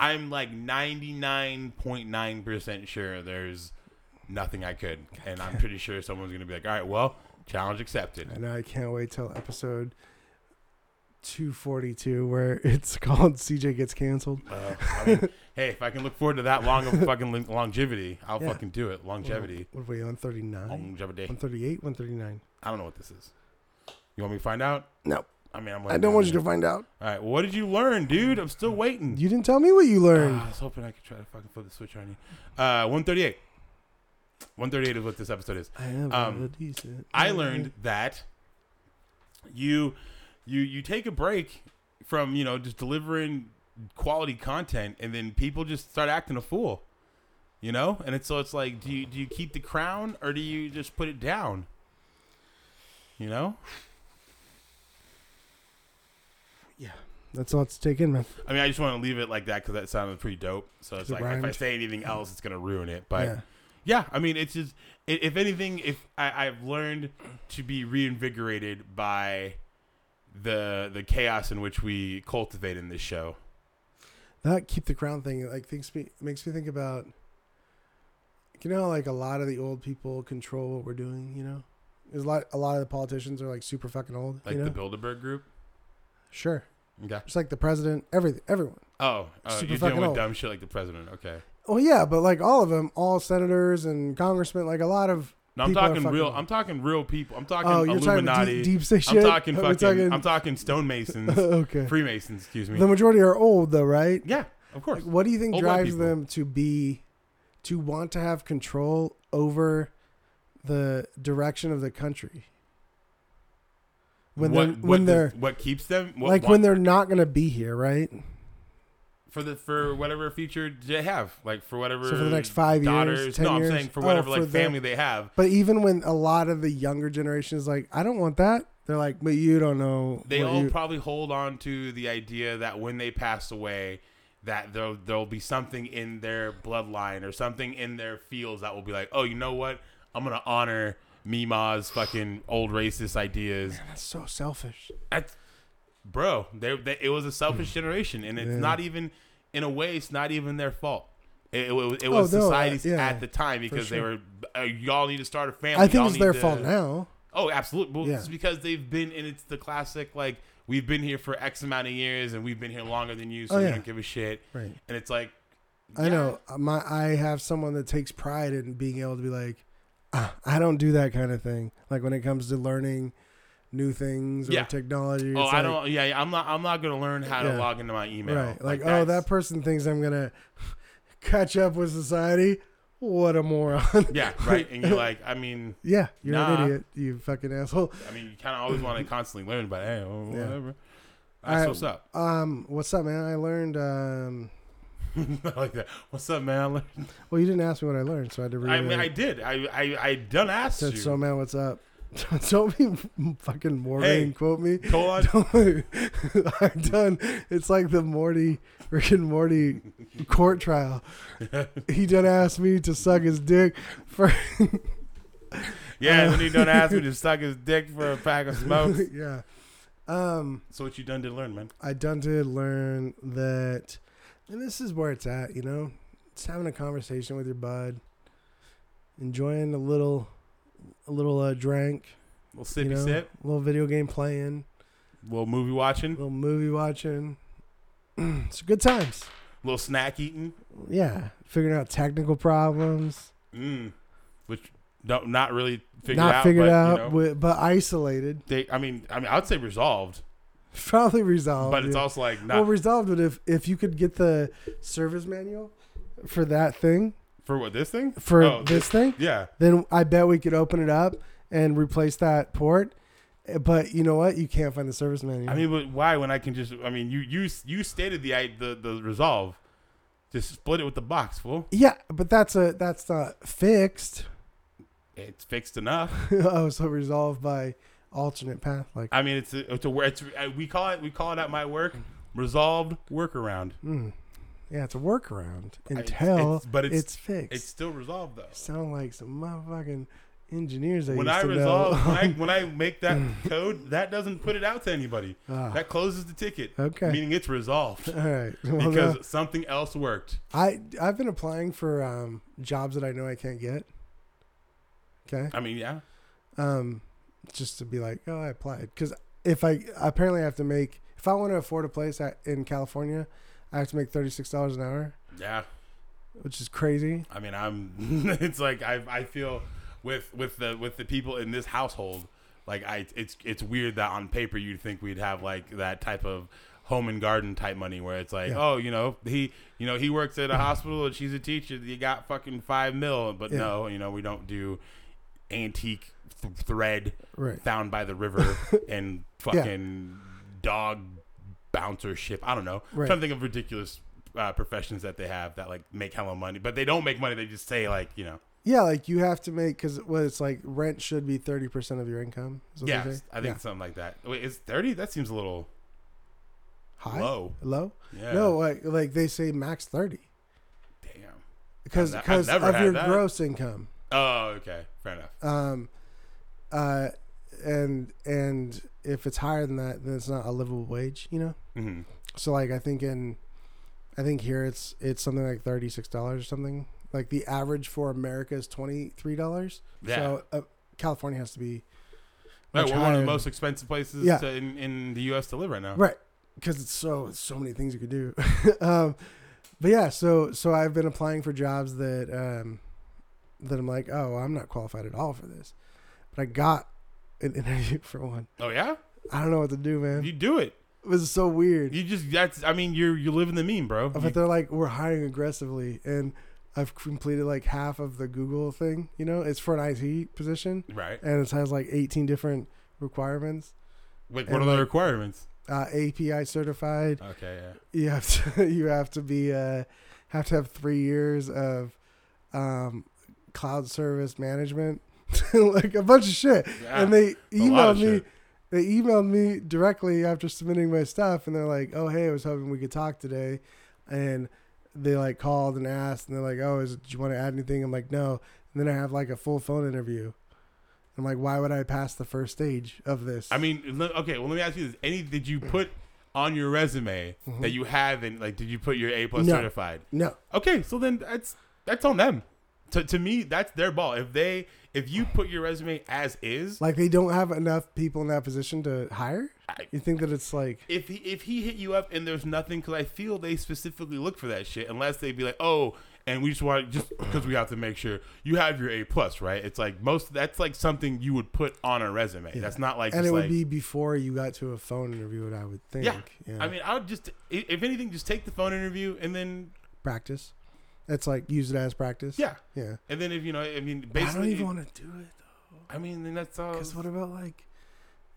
[SPEAKER 1] I'm like 99.9 percent sure there's nothing I could, and I'm pretty sure someone's gonna be like, all right, well, challenge accepted.
[SPEAKER 2] And I can't wait till episode 242 where it's called CJ gets canceled.
[SPEAKER 1] Uh, I mean, hey, if I can look forward to that long of fucking lon- longevity, I'll
[SPEAKER 2] Yeah. Mm-hmm.
[SPEAKER 1] fucking do it. Longevity,
[SPEAKER 2] What are we on 39?
[SPEAKER 1] longevity.
[SPEAKER 2] 138, 139.
[SPEAKER 1] I don't know what this is. You want me to find out?
[SPEAKER 2] No.
[SPEAKER 1] I mean, I'm.
[SPEAKER 2] I don't want you to find out.
[SPEAKER 1] All right, what did you learn, dude? I'm still waiting.
[SPEAKER 2] You didn't tell me what you learned.
[SPEAKER 1] Ah, I was hoping I could try to fucking flip the switch on you. Uh, 138. 138 is what this episode is.
[SPEAKER 2] I have
[SPEAKER 1] um,
[SPEAKER 2] a decent.
[SPEAKER 1] I learned that you you you take a break from, you know, just delivering quality content and then people just start acting a fool. You know? And it's so it's like do you do you keep the crown or do you just put it down? You know?
[SPEAKER 2] That's all it's taken, man.
[SPEAKER 1] I mean, I just want to leave it like that cuz that sounded pretty dope. So it's
[SPEAKER 2] It
[SPEAKER 1] like if I
[SPEAKER 2] rhymed.
[SPEAKER 1] say anything else it's going to ruin it, but
[SPEAKER 2] yeah.
[SPEAKER 1] Yeah, I mean, it's just i- if anything, if I, I've learned to be reinvigorated by the the chaos in which we cultivate in this show.
[SPEAKER 2] that keep the crown thing like thinks me makes me think about you know like a lot of the old people control what we're doing you know there's a lot a lot of the politicians are like super fucking old
[SPEAKER 1] Like
[SPEAKER 2] you know
[SPEAKER 1] the Bilderberg Group.
[SPEAKER 2] sure
[SPEAKER 1] Okay.
[SPEAKER 2] just like the president everything everyone
[SPEAKER 1] Oh, oh
[SPEAKER 2] Super
[SPEAKER 1] you're dealing
[SPEAKER 2] fucking
[SPEAKER 1] with
[SPEAKER 2] old.
[SPEAKER 1] dumb shit like the president. Okay.
[SPEAKER 2] well yeah but like all of them all senators and congressmen like a lot of
[SPEAKER 1] No, I'm
[SPEAKER 2] People are
[SPEAKER 1] talking
[SPEAKER 2] fucking
[SPEAKER 1] real.
[SPEAKER 2] old.
[SPEAKER 1] I'm talking real people. I'm talking
[SPEAKER 2] oh you're talking
[SPEAKER 1] Illuminati.
[SPEAKER 2] deep, deep state
[SPEAKER 1] I'm
[SPEAKER 2] shit?
[SPEAKER 1] talking
[SPEAKER 2] Are we
[SPEAKER 1] fucking. I'm talking stonemasons,
[SPEAKER 2] okay
[SPEAKER 1] Freemasons. Excuse me.
[SPEAKER 2] the majority are old though right
[SPEAKER 1] yeah, of course.
[SPEAKER 2] Like, what do you think
[SPEAKER 1] Old white
[SPEAKER 2] drives
[SPEAKER 1] people.
[SPEAKER 2] them to be, to want to have control over the direction of the country? When
[SPEAKER 1] what,
[SPEAKER 2] they're
[SPEAKER 1] what
[SPEAKER 2] when
[SPEAKER 1] does-
[SPEAKER 2] they're
[SPEAKER 1] what keeps them what
[SPEAKER 2] like
[SPEAKER 1] want-
[SPEAKER 2] when they're not gonna be here, right?
[SPEAKER 1] for the for whatever future they have, like for whatever.
[SPEAKER 2] So for the next five years,
[SPEAKER 1] daughters.
[SPEAKER 2] 10
[SPEAKER 1] no,
[SPEAKER 2] years?
[SPEAKER 1] I'm saying for
[SPEAKER 2] Oh,
[SPEAKER 1] whatever like
[SPEAKER 2] for the-
[SPEAKER 1] family they have.
[SPEAKER 2] But even when a lot of the younger generation is like, I don't want that. They're like, but you don't know.
[SPEAKER 1] They
[SPEAKER 2] what
[SPEAKER 1] all
[SPEAKER 2] you-"
[SPEAKER 1] probably hold on to the idea that when they pass away, that there there'll be something in their bloodline or something in their fields that will be like, oh, you know what? I'm gonna honor Mima's fucking old racist ideas.
[SPEAKER 2] that's so selfish.
[SPEAKER 1] That's bro, they, they, it was a selfish generation, and it's
[SPEAKER 2] Hmm. Yeah.
[SPEAKER 1] not even in a way, it's not even their fault. It, it, was- it
[SPEAKER 2] Oh,
[SPEAKER 1] was
[SPEAKER 2] no, uh,
[SPEAKER 1] society's
[SPEAKER 2] yeah,
[SPEAKER 1] at the time because they
[SPEAKER 2] sure.
[SPEAKER 1] were uh, y'all need to start a family.
[SPEAKER 2] I think
[SPEAKER 1] y'all
[SPEAKER 2] it's
[SPEAKER 1] need
[SPEAKER 2] their
[SPEAKER 1] to-
[SPEAKER 2] fault now.
[SPEAKER 1] Oh, absolutely. Well,
[SPEAKER 2] Yeah.
[SPEAKER 1] it's because they've been, and it's the classic like we've been here for X amount of years, and we've been here longer than you, so
[SPEAKER 2] Oh,
[SPEAKER 1] we
[SPEAKER 2] yeah.
[SPEAKER 1] don't give a shit.
[SPEAKER 2] Right.
[SPEAKER 1] And it's like,
[SPEAKER 2] I know Uh, my I have someone that takes pride in being able to be like, ah, I don't do that kind of thing. Like when it comes to learning new things or
[SPEAKER 1] Yeah.
[SPEAKER 2] technology.
[SPEAKER 1] oh,
[SPEAKER 2] it's
[SPEAKER 1] I
[SPEAKER 2] like-
[SPEAKER 1] don't. Yeah, yeah, I'm not. I'm not gonna learn how
[SPEAKER 2] Yeah.
[SPEAKER 1] to log into my email.
[SPEAKER 2] Right. Like, oh,
[SPEAKER 1] that's-
[SPEAKER 2] that person thinks I'm gonna catch up with society. What a moron.
[SPEAKER 1] Yeah. Right. And you're like, I mean,
[SPEAKER 2] yeah, you're an
[SPEAKER 1] Nah.
[SPEAKER 2] idiot. You fucking asshole.
[SPEAKER 1] I mean, you kind of always want to constantly learn, but hey, well,
[SPEAKER 2] Yeah.
[SPEAKER 1] whatever.
[SPEAKER 2] All
[SPEAKER 1] That's
[SPEAKER 2] right.
[SPEAKER 1] what's up.
[SPEAKER 2] Um, what's up, man? I learned. Um,
[SPEAKER 1] Not like that. What's up, man? I learned-
[SPEAKER 2] well, you didn't ask me what I learned, so I had to read
[SPEAKER 1] I mean, I
[SPEAKER 2] it.
[SPEAKER 1] did. I I, I done asked
[SPEAKER 2] said,
[SPEAKER 1] you.
[SPEAKER 2] "So, man, what's up?" don't be fucking Morgan.
[SPEAKER 1] Hey.
[SPEAKER 2] Quote me.
[SPEAKER 1] Go on.
[SPEAKER 2] Don't- I'm done. It's like the Morty, Rick and Morty court trial. He done asked me to suck his dick for
[SPEAKER 1] Yeah,
[SPEAKER 2] Uh-huh.
[SPEAKER 1] and then he done asked me to suck his dick for a pack of smokes.
[SPEAKER 2] yeah. Um,
[SPEAKER 1] so what you done did learn, man?
[SPEAKER 2] I done did learn that, and this is where it's at. You know, it's having a conversation with your bud, enjoying a little, a little uh, drink,
[SPEAKER 1] Little
[SPEAKER 2] you
[SPEAKER 1] sippy
[SPEAKER 2] know,
[SPEAKER 1] sip,
[SPEAKER 2] little video game playing,
[SPEAKER 1] little movie watching,
[SPEAKER 2] little movie watching. it's good times.
[SPEAKER 1] little snack eating.
[SPEAKER 2] Yeah, figuring out technical problems,
[SPEAKER 1] Mm. Which don't not really figured
[SPEAKER 2] not
[SPEAKER 1] out.
[SPEAKER 2] figured
[SPEAKER 1] but,
[SPEAKER 2] out,
[SPEAKER 1] You know,
[SPEAKER 2] wi- but isolated,
[SPEAKER 1] they, I mean, I mean, I'd say resolved,
[SPEAKER 2] probably resolved.
[SPEAKER 1] but it's
[SPEAKER 2] yeah.
[SPEAKER 1] also like not
[SPEAKER 2] well resolved. But if if you could get the service manual for that thing
[SPEAKER 1] for what this thing.
[SPEAKER 2] for
[SPEAKER 1] Oh,
[SPEAKER 2] this thing,
[SPEAKER 1] Yeah,
[SPEAKER 2] then I bet we could open it up and replace that port. Eh, But you know what? You can't find the service manual.
[SPEAKER 1] I mean, but why when I can just? I mean, you you you stated the I the the resolve. Just split it with the box, fool.
[SPEAKER 2] yeah, but that's a that's not fixed.
[SPEAKER 1] It's fixed enough.
[SPEAKER 2] oh, so resolved by alternate path. Like,
[SPEAKER 1] I mean, it's a, it's a wor- it's uh, we call it we call it at my work resolved workaround.
[SPEAKER 2] hmm. yeah, it's a workaround
[SPEAKER 1] mean, it's-
[SPEAKER 2] until
[SPEAKER 1] it's- but it's-
[SPEAKER 2] it's fixed.
[SPEAKER 1] It's still resolved though.
[SPEAKER 2] sound like some motherfucking engineers. I
[SPEAKER 1] When
[SPEAKER 2] used
[SPEAKER 1] I
[SPEAKER 2] to
[SPEAKER 1] resolve
[SPEAKER 2] know.
[SPEAKER 1] when I, when I make that code, that doesn't put it out to anybody.
[SPEAKER 2] Ah,
[SPEAKER 1] That closes the ticket,
[SPEAKER 2] okay.
[SPEAKER 1] meaning it's resolved
[SPEAKER 2] All right. Well, uh, no.
[SPEAKER 1] because something else worked.
[SPEAKER 2] I I've been applying for um, jobs that I know I can't get. Okay.
[SPEAKER 1] I mean, yeah,
[SPEAKER 2] Um, just to be like, oh, I applied because if I apparently I have to make if I want to afford a place at, in California, I have to make thirty six dollars an hour,
[SPEAKER 1] yeah.
[SPEAKER 2] which is crazy.
[SPEAKER 1] I mean, I'm. it's like I I feel with with the with the people in this household. Like I, it's it's weird that on paper you'd think we'd have like that type of home and garden type money where it's like
[SPEAKER 2] Yeah.
[SPEAKER 1] oh you know he you know he works at a hospital and she's a teacher you got fucking five mil but
[SPEAKER 2] Yeah.
[SPEAKER 1] no you know we don't do antique th- thread
[SPEAKER 2] Right.
[SPEAKER 1] found by the river and fucking dog bouncer ship. I don't know.
[SPEAKER 2] Right.
[SPEAKER 1] I'm trying to think of ridiculous uh, professions that they have that like make hella money, but they don't make money. They just say like you know,
[SPEAKER 2] Yeah, like you have to make because what it's like rent should be thirty percent of your income. is what they
[SPEAKER 1] yeah,
[SPEAKER 2] say.
[SPEAKER 1] I think something like that. Wait, is thirty? That seems a little
[SPEAKER 2] Yeah. high
[SPEAKER 1] low.
[SPEAKER 2] low.
[SPEAKER 1] Yeah.
[SPEAKER 2] No, like like they say max thirty
[SPEAKER 1] Damn.
[SPEAKER 2] because
[SPEAKER 1] I've ne- I've
[SPEAKER 2] because
[SPEAKER 1] never
[SPEAKER 2] of
[SPEAKER 1] had
[SPEAKER 2] your
[SPEAKER 1] that.
[SPEAKER 2] gross income.
[SPEAKER 1] Oh, okay. Fair enough.
[SPEAKER 2] Um, uh, and and if it's higher than that, then it's not a livable wage. You know.
[SPEAKER 1] hmm
[SPEAKER 2] So like I think in, I think here it's it's something like thirty six dollars or something. Like the average for America is twenty three dollars.
[SPEAKER 1] Yeah.
[SPEAKER 2] So uh, California has to be
[SPEAKER 1] Right,
[SPEAKER 2] much
[SPEAKER 1] we're one of
[SPEAKER 2] higher.
[SPEAKER 1] the most expensive places
[SPEAKER 2] Yeah.
[SPEAKER 1] to, in, in the U.S. to live right now.
[SPEAKER 2] right because it's so it's so many things you could do. um, but yeah, so so I've been applying for jobs that um, that I'm like, oh, I'm not qualified at all for this, but I got an interview for one.
[SPEAKER 1] Oh yeah,
[SPEAKER 2] I don't know what to do, man.
[SPEAKER 1] you do it.
[SPEAKER 2] it was so weird.
[SPEAKER 1] You just that's. I mean, you're you live in the meme, bro.
[SPEAKER 2] but they're like we're hiring aggressively and i've completed like half of the google thing you know it's for an it position
[SPEAKER 1] You- right.
[SPEAKER 2] and it has like 18 different requirements
[SPEAKER 1] Like,
[SPEAKER 2] and
[SPEAKER 1] what are
[SPEAKER 2] like-
[SPEAKER 1] the requirements?
[SPEAKER 2] uh, api certified
[SPEAKER 1] Okay. Yeah.
[SPEAKER 2] you have to you have to be uh, have to have three years of um, cloud service management like a bunch of shit
[SPEAKER 1] Yeah.
[SPEAKER 2] and they
[SPEAKER 1] Ah, A lot of
[SPEAKER 2] emailed me
[SPEAKER 1] shit.
[SPEAKER 2] they emailed me directly after submitting my stuff and they're like oh hey i was hoping we could talk today and they like called and asked and they're like oh is, do you want to add anything i'm like no and then i have like a full phone interview I'm like, why would I pass the first stage of this?
[SPEAKER 1] I mean, le- okay. Well, let me ask you this: Any did you put on your resume that you have, and like, did you put your A plus
[SPEAKER 2] Mm-hmm. No.
[SPEAKER 1] certified?
[SPEAKER 2] no.
[SPEAKER 1] Okay, so then that's that's on them. To to me, that's their ball. If they if you put your resume as is,
[SPEAKER 2] Like they don't have enough people in that position to hire.
[SPEAKER 1] I-
[SPEAKER 2] You think that it's like
[SPEAKER 1] if he if he hit you up and there's nothing, because I feel they specifically look for that shit, unless they be like, oh, and we just want just because we have to make sure you have your A plus, right? It's like most that's like something you would put on a resume. That's not like
[SPEAKER 2] and
[SPEAKER 1] just
[SPEAKER 2] it would
[SPEAKER 1] like,
[SPEAKER 2] be before you got to a phone interview, what I would think.
[SPEAKER 1] yeah. I mean, I would just i- if anything, just take the phone interview and then
[SPEAKER 2] practice. It's like use it as practice.
[SPEAKER 1] yeah,
[SPEAKER 2] Yeah.
[SPEAKER 1] and then if you know, I mean,
[SPEAKER 2] I don't
[SPEAKER 1] basically, Um,
[SPEAKER 2] even want to do it
[SPEAKER 1] I mean, then that's all.
[SPEAKER 2] because what about like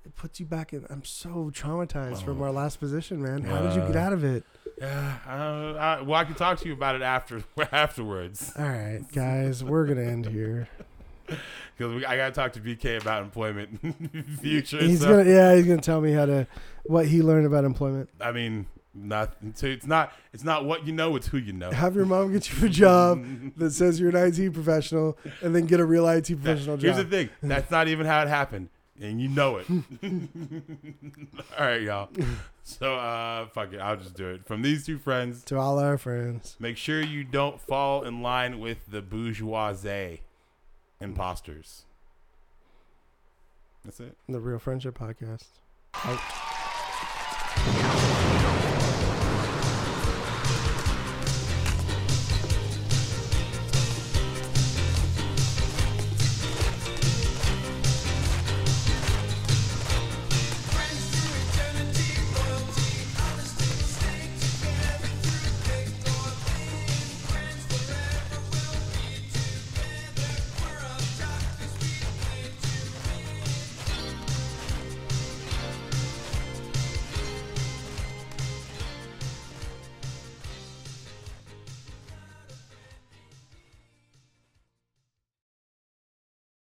[SPEAKER 2] it puts you back in? I'm so traumatized from our last position, man. How did you get
[SPEAKER 1] Uh,
[SPEAKER 2] out of it?
[SPEAKER 1] Yeah, uh, I, well, I can talk to you about it after afterwards
[SPEAKER 2] All right, guys, we're gonna end here.
[SPEAKER 1] because I gotta talk to BK about employment future.
[SPEAKER 2] He's
[SPEAKER 1] so,
[SPEAKER 2] gonna yeah, he's gonna tell me how to what he learned about employment.
[SPEAKER 1] I mean, not so it's not it's not what you know, it's who you know.
[SPEAKER 2] Have your mom get you a job that says you're an IT professional, and then get a real IT professional
[SPEAKER 1] Here's the
[SPEAKER 2] job.
[SPEAKER 1] thing: that's not even how it happened, and you know it. All right, y'all. So uh, fuck it, I'll just do it from these two friends.
[SPEAKER 2] To all our friends,
[SPEAKER 1] Make sure you don't fall in line with the bourgeoisie imposters. That's it.
[SPEAKER 2] the Real Friendship Podcast. Out.